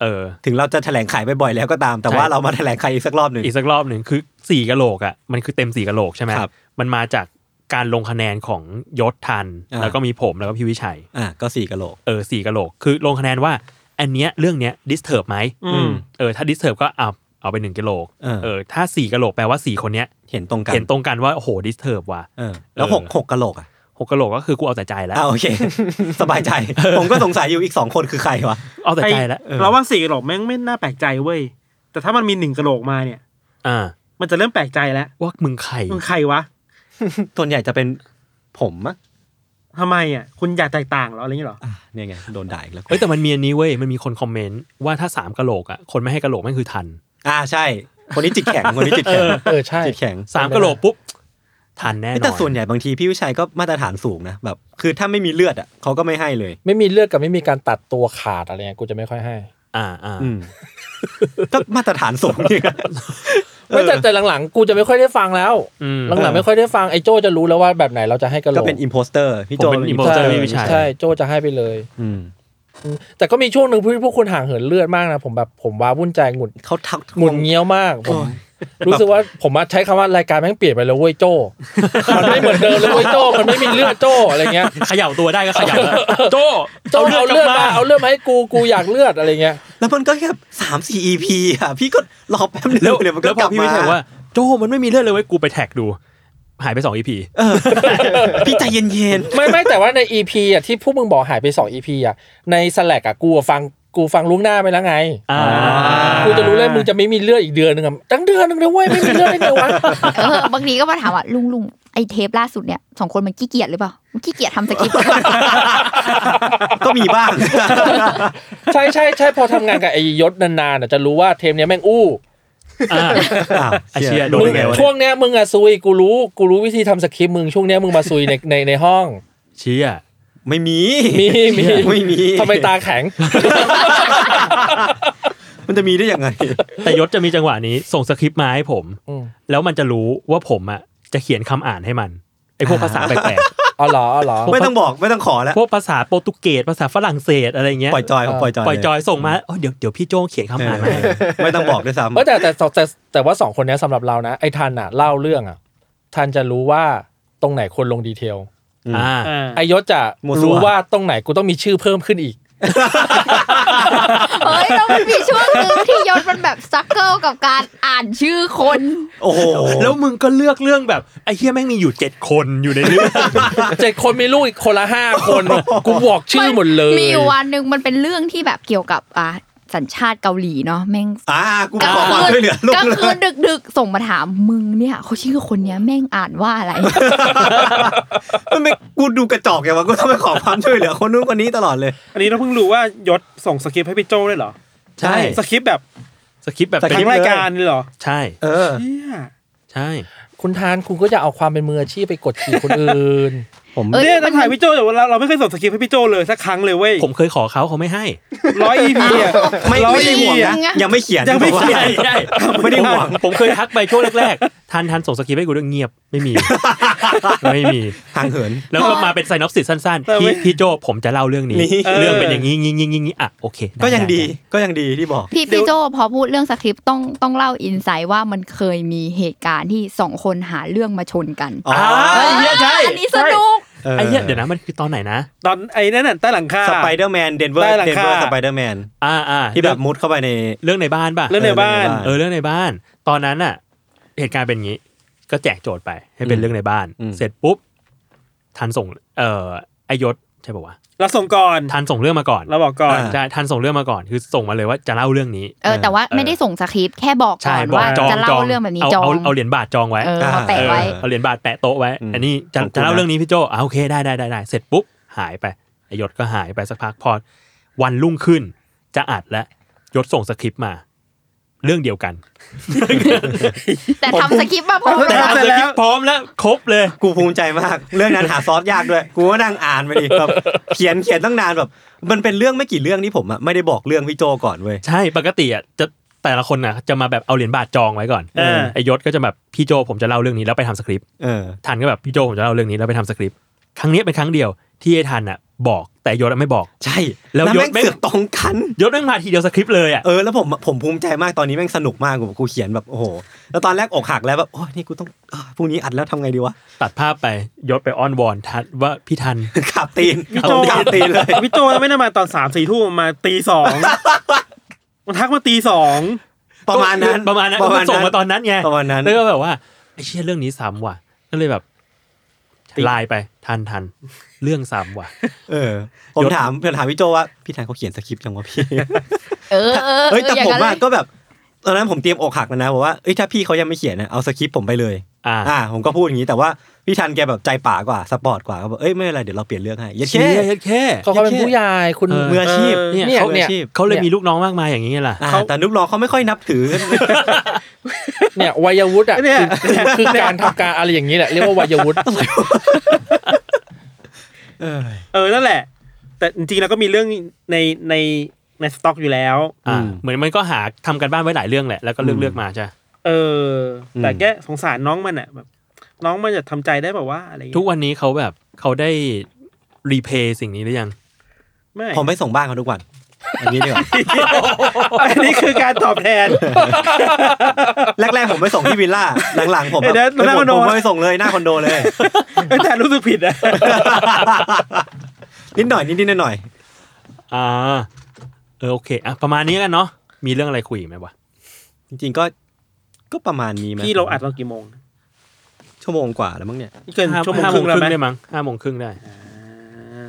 Speaker 3: เออ
Speaker 2: ถึงเราจะแถลงขายบ่อยๆแล้วก็ตาม แต่ว่า
Speaker 3: ใช่
Speaker 2: เรามาแถลงขายอีกสักรอบหนึ่ง
Speaker 3: อีกสักรอบหนึ่งคือสี่กะโหลกอ่ะมันคือเต็มสี่กะโหลกใช่ไหม
Speaker 2: ครับ
Speaker 3: มันมาจากการลงคะแนนของยศทัน
Speaker 2: อ่า
Speaker 3: แล้วก็มีผมแล้วก็พี่วิชัย
Speaker 2: อ่ะก็สี่กะโหลก
Speaker 3: เออสี่กะโหลก คือลงคะแนนว่า อันเนี้ยเรื่องเนี้ยดิสเทิร์บไหม
Speaker 2: อืม
Speaker 3: เออถ้าดิสเทิร์บก็เอาเอาไปหนึ่งกะโหลก
Speaker 2: เออ
Speaker 3: เออถ้าสี่กะโหลกแปลว่าสี่คนเนี้ย
Speaker 2: เห็นตรงกัน
Speaker 3: เห็นตรงกันว่าโอ้โหดิสเทิร์บว่ะ
Speaker 2: เออแล้ว
Speaker 3: เออ
Speaker 2: หกหกกะโหลกอ่ะ
Speaker 3: หกกะโหลกก็คือกูเอาแต่ใจแล้ว
Speaker 2: อ่าโอเค (laughs) สบายใจ ผมก็สงสัยอยู่อีกสองคนคือใครวะ
Speaker 3: เอาแต่ใจแล้ว
Speaker 5: ไอ้เราว่าสี่กระโหลกแม่งไม่น่าแปลกใจเว้ย แต่ถ้ามันมีหนึ่งกระโหลกมาเนี่ย
Speaker 3: อ่า
Speaker 5: มันจะเริ่มแปลกใจแล้ว
Speaker 3: ว่ามึงใคร
Speaker 5: มันใครวะ
Speaker 2: ส่วนใหญ่จะเป็นผมอะ
Speaker 5: ทำไมอ่ะคุณอยากแตกต่างเหรออะไรอย่างเงี้ยเหรอ
Speaker 2: อ่ะเนี่ยไงโดนด่าอีกแล้ว
Speaker 3: เอ้ยแต่มันมีอันนี้เว้ยมันมีคนคอมเมนต์ว่าถ้าสามกะโหลกอ่ะคนไม่ให้กะโหลกแม่งคือทัน
Speaker 2: อ่าใช่ คนนี้จิตแข็งคนนี้จิตแข็ง
Speaker 4: เออใช่
Speaker 2: จิตแข็ง
Speaker 3: สามกะโหลกปุ๊บทันแน่นอน
Speaker 2: แต่ส่วนใหญ่บางทีพี่วิชัยก็มาตรฐานสูงนะแบบ คือถ้าไม่มีเลือดอ่ะเขาก็ไม่ให้เลย
Speaker 4: ไม่มีเลือดกับไม่มีการตัดตัวขาดอะไรเงี้ยกูจะไม่ค่อยให้
Speaker 3: อ่าอ่า
Speaker 2: อืมก็มาตรฐานสูงนี่ครับ
Speaker 4: ไม่แต่แต่หลังๆ กูจะไม่ค่อยได้ฟังแล้ว
Speaker 3: อืม
Speaker 4: หลังๆไม่ค่อยได้ฟังไอ้โจจะรู้แล้วว่าแบบไหนเราจะให้กระโหล
Speaker 2: ก็
Speaker 4: ก
Speaker 2: เป็นอิมโพสเตอร์พี่โจ
Speaker 3: ผมเป็น
Speaker 4: ใช่
Speaker 3: imposter ไม่มีชัย
Speaker 4: ใช่โจจะให้ไปเลย
Speaker 2: อืม
Speaker 4: แต่ก็มีช่วงหนึ่งพี่พวกคุณห่างเหินเลือดมากนะผมแบบผมว้าวุ่นใจหงุด
Speaker 2: เขาทัก
Speaker 4: หงุดเงี้ยวมากผม
Speaker 2: โอ้ย
Speaker 4: รู้สึกว่าผมอะใช้คำว่ารายการแม่งเปลี่ยนไปแล้วเว้ยโจมันไม่เหมือนเดิมเลยเว้ยโจมันไม่มีเลือดโจอะไรเงี้ย
Speaker 3: เขย่าตัวได้ก็เขย่าแล้วโจ
Speaker 4: โจเอาเลือดมาเอาเลือดมาให้กูกูอยากเลือดอะไรเงี้ย
Speaker 2: แล้วมันก็แค่สามสี่ EP อ่ะ พี่ก็รอแป๊บนึง
Speaker 3: แล้ว
Speaker 2: (laughs) เดี๋ยวมัน
Speaker 3: แล้
Speaker 2: ก็
Speaker 3: วพ
Speaker 2: ก
Speaker 3: อ
Speaker 2: ลับ
Speaker 3: พี่
Speaker 2: มา
Speaker 3: วิชัยว่า โจมันไม่มีเลือดเลยเว้ยกูไปแท็กดู หายไปสองอีพี
Speaker 2: เออ พี่ใจเย็น
Speaker 4: ไม่ไม่แต่ว่าใน EP อ่ะที่พวกมึงบอกหายไป2 EP อ่ะในสแลกอ่ะกูอะฟังกูฟังล่วงหน้าไปแล้วไง กูจะรู้เลยมึงจะไม่มีเลือดอีกเดือนหนึงอะตั้งเดือนหนึงเลยเว้ยไม่มีเลือดได้ไงวะ (laughs)
Speaker 7: เออบางทีก็มาถามว่าลุงลุงไอเทปล่าสุดเนี่ยสองคนมันขี้เกียจหรือเปล่ามันขี้เกียจทำสคริปต์ (laughs)
Speaker 2: ๆ ก็มีบ้าง
Speaker 4: ใช่ใช่ใช่พอทำงานกับไอ้ยศนานๆน่ะจะรู้ว่าเทมเนี้ยแม่งอู้
Speaker 2: อ้าว
Speaker 3: ไอ้เชี่ยโด
Speaker 2: มึง
Speaker 3: นยังไงวะ
Speaker 4: ช่วงเนี้ยมึงอะซุยกูรู้กูรู้วิธีทำสคริปต์มึงช่วงเนี้ยมึงมาซุยในในในห้อง
Speaker 3: เชี่ย
Speaker 2: ไม่มี
Speaker 4: มีมี
Speaker 2: ไม่มี
Speaker 4: ทำไมตาแข็ง
Speaker 2: มันจะมีได้ยังไง
Speaker 3: แต่ยศจะมีจังหวะนี้ส่งสคริปต์มาให้ผม
Speaker 4: อืม
Speaker 3: แล้วมันจะรู้ว่าผมอ่ะจะเขียนคำอ่านให้มันไอพวกภาษาแปลก
Speaker 4: อ๋อเหรออ๋อเหรอ
Speaker 2: ไม่ต้องบอกไม่ต้องขอแล้ว
Speaker 3: ๆพวกภาษาโปรตุเกสภาษาฝรั่งเศสอะไรเงี้ย
Speaker 2: ปล่อยจอยเขาปล่อยจอย
Speaker 3: ปล่อยจอยส่งมาโอ้ยเดี๋ยวเดี๋ยวพี่โจเขียนคำ
Speaker 2: เอ
Speaker 3: อ่า
Speaker 2: อน
Speaker 3: มาให้
Speaker 2: ไม่ต้องบอกด้วยซ้ำ
Speaker 4: เออแต่แต่แต่แต่แต่ว่าสองคนเนี้ยสำหรับเรานะไอ้ทันอ่ะเล่าเรื่องอ่ะทันจะรู้ว่าตรงไหนควรลงดีเทล
Speaker 3: อ่า
Speaker 5: อ่า
Speaker 4: ไอยศจะรู้ว่าตรงไหนกูต้องมีชื่อเพิ่มขึ้นอีก
Speaker 7: เฮ้ยแล้วมันมีช่วงหนึ่งที่ยศมันแบบซักเกิลกับการอ่านชื่อคน
Speaker 2: โอ้โห
Speaker 3: แล้วมึงก็เลือกเรื่องแบบไอ้เฮียแม่งมีอยู่เจ็ดคนอยู่ในเรื่อง
Speaker 4: เจ็ดคนมีลูกอีกคนละห้าคน กูบอกชื่อหมดเลย
Speaker 7: มีอยู่วันหนึ่งมันเป็นเรื่องที่แบบเกี่ยวกับอ่ะสัญชาติเกาหลีเนาะแม่ง
Speaker 2: อ่ากูขอความช่วยเหลือลูก
Speaker 7: กลาง
Speaker 2: เล
Speaker 7: คื
Speaker 2: ย
Speaker 7: นดึกดึกๆ ส่งมาถามมึงเนี่ยเขาชื่อคนเนี้ยแม่งอ่านว่าอะไร
Speaker 2: มันไม่กูดูกระจอกอย่างวะกูต้องไปขอความช่วยเหลือคนนู้นคนนี้ตลอดเลย
Speaker 5: อันนี้เราเพิ่งรู้ว่ายศส่งสคริปต์ให้พี่โจด้วยเหรอ
Speaker 3: ใช่
Speaker 5: สคริปต์แบบ
Speaker 3: สคริปต์แบบ
Speaker 2: ส
Speaker 5: ส
Speaker 3: เป็น
Speaker 5: คริปต์รายการเลยเหรอ
Speaker 3: ใช่
Speaker 2: เออ
Speaker 5: เชี่ย
Speaker 3: ใช่
Speaker 4: คุณทานคุณก็จะเอาความเป็นมืออาชีพไปกดขี่คนอื่น
Speaker 2: ผม
Speaker 7: เอ้ย
Speaker 5: เนี่ย
Speaker 7: มั
Speaker 5: ต้อน งถ่ายพี่โจแต่ว่าเราเราไม่เคยส่งสคริปต์ให้พี่โจเลยสักครั้งเลยเว้ย
Speaker 3: ผมเคยขอเขาเขาไม่ให้
Speaker 5: ร้อยอีพีอ่ะ
Speaker 2: ไม่
Speaker 5: ร้อย
Speaker 2: ไม่ได้
Speaker 5: อี
Speaker 2: ห่วง
Speaker 5: พี
Speaker 2: นะ
Speaker 5: อ่ะ
Speaker 2: ยังไม่เขียน
Speaker 5: ยังไม่เขียน
Speaker 2: บอกว่า ไม่ได้หวัง
Speaker 3: ผมเคยทักไปช่วงแรกๆทันทันส่งสคริปต์ให้กูด้วยเงียบไม่มี (laughs) ไม่มี
Speaker 2: ห่างเหิน
Speaker 3: แล้วก็มาเป็นไซนอปสิสสั้น
Speaker 5: แต่
Speaker 3: ๆ
Speaker 5: ไม่
Speaker 3: พี่พี่โจผมจะเล่าเรื่องนี้
Speaker 2: นี่
Speaker 3: เรื่องเป็นอย่างนี้งี้งี้งี้งี้อ่ะโอเคไ
Speaker 2: ก็ยังดี
Speaker 3: ไ
Speaker 2: ก็ยังดีที่บอก
Speaker 7: พี่พี่โจพอพูดเรื่องสคริปต์ต้องต้องเล่าอินไซต์ว่ามันเคยมีเหตุการณ์ที่สองคนหาเรื่องมาชนกัน
Speaker 2: อ๋อ
Speaker 3: ไเหี้ยใช่
Speaker 7: อันนี้สนุก
Speaker 2: ออ
Speaker 3: ไอ้เหี้ยเดี๋ยวนะมันคือตอนไหนนะ
Speaker 5: ตอนไอ้นั่นน่ะใต้หลังคา
Speaker 2: สไปเดอร์แมนเดนเวอร์
Speaker 5: ใต้หลัง
Speaker 2: เดนเวอร์
Speaker 5: คา
Speaker 2: สไปเดอร์แมน
Speaker 3: อ่าอ่า
Speaker 2: ที่แบบมุดเข้าไปใน
Speaker 3: เรื่องในบ้านป่ะ
Speaker 5: เรื่องในบ้าน
Speaker 3: เออเรื่องในบ้าน ตอนนั้นอ่ะ เหตุการณ์เป็นอย่างงี้ ก็แจกโจทย์ไปให้เป็น
Speaker 2: อืม
Speaker 3: เรื่องในบ้าน
Speaker 2: อืม
Speaker 3: เสร็จปุ๊บทันส่ง เอ่อไอยศใช่ป่าวะ
Speaker 5: เราส่งก่อน
Speaker 3: ทันส่งเรื่องมาก่อน
Speaker 5: เราบอกก่อน
Speaker 2: อ่า
Speaker 3: ใช่ทันส่งเรื่องมาก่อนคือส่งมาเลยว่าจะเล่าเรื่องนี้
Speaker 7: เออแต่ว่าไม่ได้ส่งสคริปต์แค่บอก
Speaker 3: ใช่
Speaker 7: ก่อน
Speaker 3: บอก
Speaker 7: ว่า
Speaker 3: จอง
Speaker 7: จะ
Speaker 3: จ
Speaker 7: เล่า
Speaker 3: อง
Speaker 7: เรื่องแบบนี้
Speaker 3: เอา
Speaker 7: จอง
Speaker 3: เอาเอาเหรียญบาทจองไว้
Speaker 7: เออเอาแปะไว้
Speaker 3: เออเอาเหรียญบาทแปะโต๊ะไว้
Speaker 2: อืม
Speaker 3: อันนี้จะ
Speaker 2: ขอบคุณ
Speaker 3: จะเล่า
Speaker 2: นะ
Speaker 3: เรื่องนี้พี่โจอ่าโอเคได้ได้ได้ได้เสร็จปุ๊บหายไปไอ้ยศก็หายไปสักพักพอวันรุ่งขึ้น จะอัดแล้วยศส่งสคริปต์มา เรื่องเดียวกัน
Speaker 7: แต่ทำสคริปต์มาพร้อม
Speaker 3: แต่
Speaker 7: กั
Speaker 3: เอา
Speaker 7: น
Speaker 3: สคริปต์พร้อมแล้วครบเลย
Speaker 2: กูภูมิใจมาก เรื่องนั้นหาซอสยากด้วย กูก็นั่งอ่านไปดิแบบเขียนเขียนตั้งนานแบบ มันเป็นเรื่องไม่กี่เรื่องที่ผมอะไม่ได้บอกเรื่องพี่โจก่อนเว้ย
Speaker 3: ใช่ปกติอ่ะจะแต่ละคนอ่ะจะมาแบบเอาเหรียญบาทจองไว้ก่อน
Speaker 5: เออ
Speaker 3: ไอยศก็จะแบบพี่โจผมจะเล่าเรื่องนี้แล้วไปทำสคริปต์
Speaker 2: เออ
Speaker 3: ทันก็แบบพี่โจผมจะเล่าเรื่องนี้แล้วไปทำสคริปต์ครั้งเนี้ยเป็นครั้งเดียวที่ไอทันอ่ะบอกแต่ยศอะไม่บอก
Speaker 2: ใช่
Speaker 3: แล้
Speaker 2: แล้ววย
Speaker 3: ศ
Speaker 2: แม่ง
Speaker 3: แม่ง
Speaker 2: เสือกตรงกัน
Speaker 3: ยศแม่งมาทีเดียวสคริปต์เลยอ่ะ
Speaker 2: เออแล้วผมผมภูมิใจมากตอนนี้แม่งสนุกมากกูกูเขียนแบบโอ้โหแล้วตอนแรกอกหักแล้วแบบโอ้ยนี่กูต้องเออพรุ่งนี้อัดแล้วทำไงดีวะ (laughs)
Speaker 3: ตัดภาพไปยศไปอ้อนวอนทันว่าพี่ทัน
Speaker 2: ขับตีน
Speaker 5: พี่โจ
Speaker 2: ขับตีนเลย
Speaker 5: (laughs) พี่โจไม่ได้มาตอนสามสี่ทุ่มมาตีสองมันทักมาตีสอง
Speaker 2: ประมาณนั้น
Speaker 3: ประมาณนั้น
Speaker 2: ประมาณ
Speaker 3: ก็ส่งมาตอนนั้นไง
Speaker 2: ประมาณนั้น
Speaker 3: แล้วก็แบบว่าไอ้เชี่ยเรื่องนี้ซ้ำว่ะก็เลยแบบไลน์ไปทันทันเรื่องซ้ำว่ะ
Speaker 2: เออผม
Speaker 3: ยศ
Speaker 2: ถามผมถามพี่โจว่าพี่ทันเขาเขียนสคริปต์ยังวะพี่
Speaker 7: เออเออ
Speaker 2: เฮ้ยแต่
Speaker 7: อย่าง
Speaker 2: ผม
Speaker 7: นั้นเล
Speaker 2: อะ
Speaker 7: ย
Speaker 2: ก็แบบตอนนั้นผมเตรียมอกหักแล้วนะบอกว่าเอ้ยถ้าพี่เขายังไม่เขียนนะเอาสคริปต์ผมไปเลย
Speaker 3: อ่า
Speaker 2: อ่า ผมก็พูดอย่างนี้แต่ว่าพี่ทันแกแบบใจป่ากว่าสปอร์ตกว่าก็บอกเอ้ยไม่เป็นไรเดี๋ยวเราเปลี่ยนเรื่องให้เยัด
Speaker 3: เชี่
Speaker 2: เช่
Speaker 3: ยเย็ดแค่
Speaker 4: เขาเขาเป็นผู้ใหญ่คุณ
Speaker 3: เออ
Speaker 2: มืออาชีพ
Speaker 3: เนี่ย
Speaker 4: เนี่ย
Speaker 3: เขา
Speaker 2: มืออาชีพ
Speaker 3: เขาเลย
Speaker 4: เนี่ย
Speaker 3: มีลูกน้องมากมายอย่างนี้ไงล่ะ
Speaker 2: อ่าแต่นุกรองเขาไม่ค่อยนับถือ
Speaker 4: เนี่ยวัยวุฒิอ่ะ
Speaker 5: เนี่ย
Speaker 4: คือคือการทำการอะไรอย่างนี้แหละเรียกว่าวัยวุฒิ
Speaker 5: เออนั่นแหละ แต่จริงๆแล้วก็มีเรื่องในในในสต็อกอยู่แล้ว
Speaker 3: อ่า
Speaker 2: อืม
Speaker 3: เหมือนมันก็หาทำกันบ้านไว้หลายเรื่องแหละแล้วก็เลือกเลือกมาใช่
Speaker 5: เออ แต่
Speaker 2: อืม
Speaker 5: แกสงสารน้องมันอ่ะแบบ น้องมันจะทำใจได้แบบว่าอะไรอย่างเงี้ย
Speaker 3: ทุกวันนี้เขาแบบเขาได้รีเพย์สิ่งนี้หรือยัง
Speaker 5: ไม่
Speaker 2: ผมไปส่งบ้านเขาทุกวันอันนี้ดีกว่า
Speaker 5: อันนี้คือการตอบแท (laughs) น
Speaker 2: แรกๆผมไปส่งที่วิลล่า หลังๆผมแบบ
Speaker 5: เดี๋ยวหน้าคอนโด
Speaker 2: ผมไม่ส่งเลยหน้าคอนโดเลย (laughs)
Speaker 5: แต่รู้สึกผิดอะ
Speaker 2: นิดหน่อยนิดๆหน่อย
Speaker 3: อ่า เออโอเคอ่ะประมาณนี้กันเนาะมีเรื่องอะไรคุยอีกไหมวะ
Speaker 2: ๆจริงๆก็ก็ประมาณนี้ไหม
Speaker 5: พี่เราอัดตอนกี่โมง
Speaker 2: ชั่วโมงกว่าแล้วมั้งเนี่ย
Speaker 5: เกิน
Speaker 3: ห้า
Speaker 5: ชั่วโมง
Speaker 3: ห้า
Speaker 5: ครึ่งแล้วไหม
Speaker 3: ได้มั้งห้าโมงครึ่งได้
Speaker 5: อ่า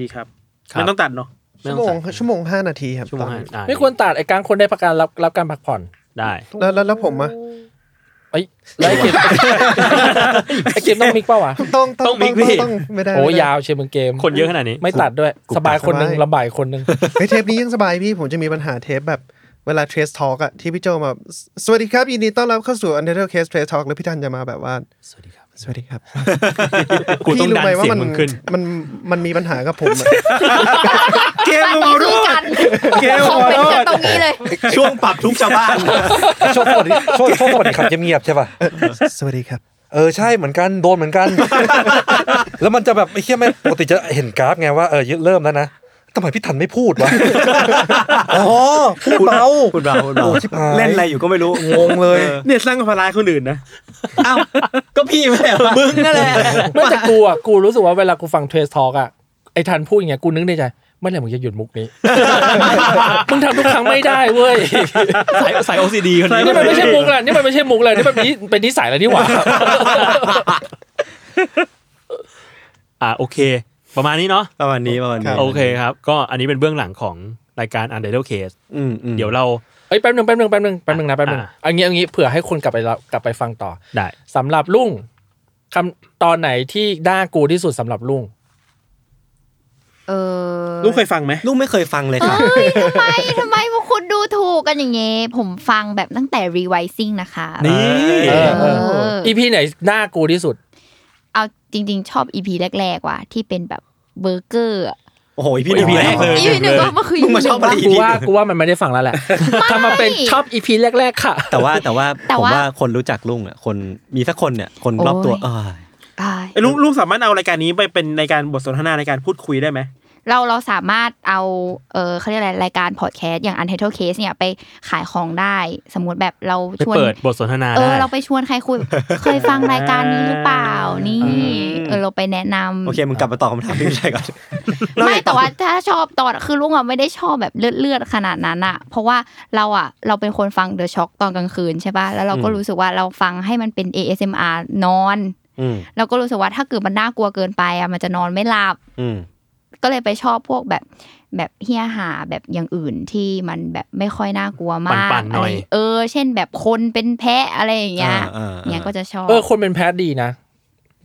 Speaker 5: ดีครับ
Speaker 3: ครับ
Speaker 5: ไม่ต้องตัดเนาะ
Speaker 3: ไม่
Speaker 8: ชั่วโม
Speaker 3: ต้อง งตัด
Speaker 8: ชั่วโมงห้านาทีครับ
Speaker 3: ชั่วโมง
Speaker 8: ตอน
Speaker 3: ห้า
Speaker 8: นี้
Speaker 3: อ่ะ
Speaker 4: ไม่ควรตัดไอ้กลางคนได้ประกันรับรับการพักผ่อน
Speaker 3: ได้
Speaker 8: แล้วแล้วแล้วผมอะ
Speaker 4: ไอ้ยแล้วไอ้เกมไอ้เกมต้องมิกเปล่าวะ
Speaker 8: ต้องต้องต้องต้องไม่ได้
Speaker 4: โอ้
Speaker 8: ไม่ได้
Speaker 4: ยาวเชียร์มึงเกม
Speaker 3: คนเยอะขนาดนี้
Speaker 4: ไม่ตัดด้วย
Speaker 8: กู
Speaker 4: สบายคนหนึ่ง
Speaker 8: สบาย
Speaker 4: ลำบากอีกคนหนึ่ง
Speaker 8: เฮ้ยเทปนี้ยังสบายพี่ ผมจะมีปัญหาเทปแบบเวลาเทรสทอล์กอะที่พี่โจมา สวัสดีครับ ยินดีต้อนรับเข้าสู่ Untitled Case Trace Talk แล้วพี่ทันจะมาแบบว่า
Speaker 3: สวัสดีครับ
Speaker 8: สวัสดี
Speaker 2: (laughs)
Speaker 8: ครับ
Speaker 3: กูต้อง
Speaker 8: พี่รู้
Speaker 3: ดัน
Speaker 8: ไหมว่า
Speaker 3: เสีย
Speaker 8: มั
Speaker 3: ง
Speaker 8: น
Speaker 3: มึงขึ้น
Speaker 8: มันมันมีปัญหากับผมอะ
Speaker 5: เกม
Speaker 7: ต่
Speaker 5: ข
Speaker 7: อ
Speaker 5: อโท
Speaker 7: สู้
Speaker 5: ษ
Speaker 7: กัน
Speaker 5: เกมข
Speaker 7: คอม
Speaker 5: อ
Speaker 7: เมน
Speaker 5: โท
Speaker 7: ต์กัน
Speaker 5: ษ
Speaker 7: ตรงนี้เลย
Speaker 2: ช่วงปรับทุกชาวบ้าน
Speaker 6: ช่วงปกติช่วงช่วงปกติขับเงียบๆใช่ป่ะ
Speaker 8: สวัสดีครับ
Speaker 6: เออใช่เหมือนกันโดนเหมือนกัน แล้วมันจะแบบไอ้เหี้ยไม่ปกติจะเห็นกราฟไงว่าเออเริ่มแล้วนะทำไมพี่ทันไม่พูดวะ อ๋อพูดเบา
Speaker 2: คุณเราคุณเรา
Speaker 6: โอ้ชิบหาย
Speaker 2: เล่นอะไรอยู่ก็ไม่รู้
Speaker 6: งงเลย
Speaker 2: ออ
Speaker 5: เนี่ยสร้างภาระให้คนอื่นนะ
Speaker 2: อ้าวก็พี่ไม่ใช่เหรอมึงนั่นแหละ
Speaker 4: ไม่แต่กูอ่ะกูรู้สึกว่าเวลากูฟังเทรสทอกอ่ะไอ้ทันพูดอย่างเงี้ยกูนึกในใจเมื่อไหร่มึงจะหยุดมุกนี้ มึงทำทุกครั้งไม่ได้เว้ย
Speaker 3: สายสาย OCD คนนี้
Speaker 4: นี่มันไม่ใช่มุกแหละนี่มันไม่ใช่มุกเลยนี่มันเป็นนิเป็นนิสัยแล้วนี่หว่า (laughs)
Speaker 3: อ่าโอเค ประมาณนี้เนาะ
Speaker 2: ประมาณนี้ประมาณนี้
Speaker 3: โอเคครับ ก็อันนี้เป็นเบื้องหลังของรายการ u n d e r t a l Case
Speaker 2: อืมอืม
Speaker 3: เดี๋ยวเรา
Speaker 4: เอ้ยแป๊บหนึงแป๊บหนึงแป๊บหนึงแป๊บหนึงนะแป๊บหนึง
Speaker 3: อ่ะ
Speaker 4: เอางี้เอางี้เผื่อให้คนกลับไปแล้วกลับไปฟังต่อ
Speaker 3: ได้
Speaker 4: สำหรับลุงคำตอนไหนที่ด่ากูที่สุดสำหรับลุง
Speaker 7: เออ
Speaker 5: ลูกเคยฟังไหม
Speaker 2: ลูกไม่เคยฟังเลยครับ
Speaker 7: เอ้ยทำไม ทำไมพวกคุณดูถูกกันอย่างเงี้ยผมฟังแบบตั้งแต่ revising นะคะ
Speaker 3: นี่
Speaker 7: เออ
Speaker 4: อีพีไหนด่ากูที่สุด
Speaker 7: เอาจริง ๆ ชอบ EP แรก ๆ ว่ะ ที่เป็นแบบเบอร์เกอร์อะ
Speaker 2: โอ้โหพี่หนึ่ง
Speaker 3: โอ้ย
Speaker 2: แรกเลย
Speaker 7: EP หนึ่งก็มันคือ
Speaker 2: มึงมาชอบอะไร
Speaker 7: EP
Speaker 2: อี
Speaker 4: กู
Speaker 2: พี
Speaker 4: ว่ากูว่ามันไม่ได้ฟัง
Speaker 7: (laughs)
Speaker 4: แล้วแหละทำมาเป็นชอบอีพีแรก ๆ ค่ะ
Speaker 2: แต่ว่าแต่ว่า
Speaker 7: แต่
Speaker 2: ผม
Speaker 7: ว่า
Speaker 2: ว่าคนรู้จักลุงอ่ะคนมีสักคนเนี่ยคนรอบตัว
Speaker 7: โอ้
Speaker 2: เออ
Speaker 7: ยตาย
Speaker 5: ไอ้ลูกลูกสามารถเอารายการนี้ไปเป็นรายการบทสนทนาในการพูดคุยได้ไหม
Speaker 7: เราเราสามารถเอาเออเขาเรียกอะไรรายการพอดแคสต์อย่าง Untitled Case เนี่ยไปขายของได้ สมมติแบบเรา
Speaker 3: ไป
Speaker 7: ชวน
Speaker 3: เปิดบทสนทนา
Speaker 7: เอ
Speaker 3: ได้
Speaker 7: อ เราไปชวนใครคุย เคยฟังรายการนี้หรือเปล่า นี่ เออเราไปแนะนำ
Speaker 2: โอเคมึงกลับมาตอบคำถามพี่วิชัยก่อน
Speaker 7: ไม่แต่ว่าถ้าชอบตอนคือลุงอ่ะไม่ได้ชอบแบบเลือดเลือดๆขนาดนั้นอ่ะ เพราะว่าเราอ่ะเราเป็นคนฟังเดอะช็อคตอนกลางคืนใช่ป่ะแล้วเราก็
Speaker 2: อืม
Speaker 7: รู้สึกว่าเราฟังให้มันเป็น ASMR นอน
Speaker 2: อืม
Speaker 7: เราก็รู้สึกว่าถ้าเกิดมันน่ากลัวเกินไปอ่ะมันจะนอนไม่หลับ
Speaker 2: อืม
Speaker 7: ก็เลยไปชอบพวกแบบแบบเฮียหาแบบอย่างอื่นที่มันแบบไม่ค่อยน่ากลัวมาก
Speaker 3: ปั่นๆห
Speaker 7: อะ
Speaker 3: น่
Speaker 7: ไร
Speaker 3: อย
Speaker 7: เออ เช่นแบบคนเป็นแพะอะไรอย่างเงี้ย
Speaker 2: อ่าอ่าอ่า
Speaker 7: เนี่ยก็จะชอบ
Speaker 4: เออคนเป็นแพทดีนะ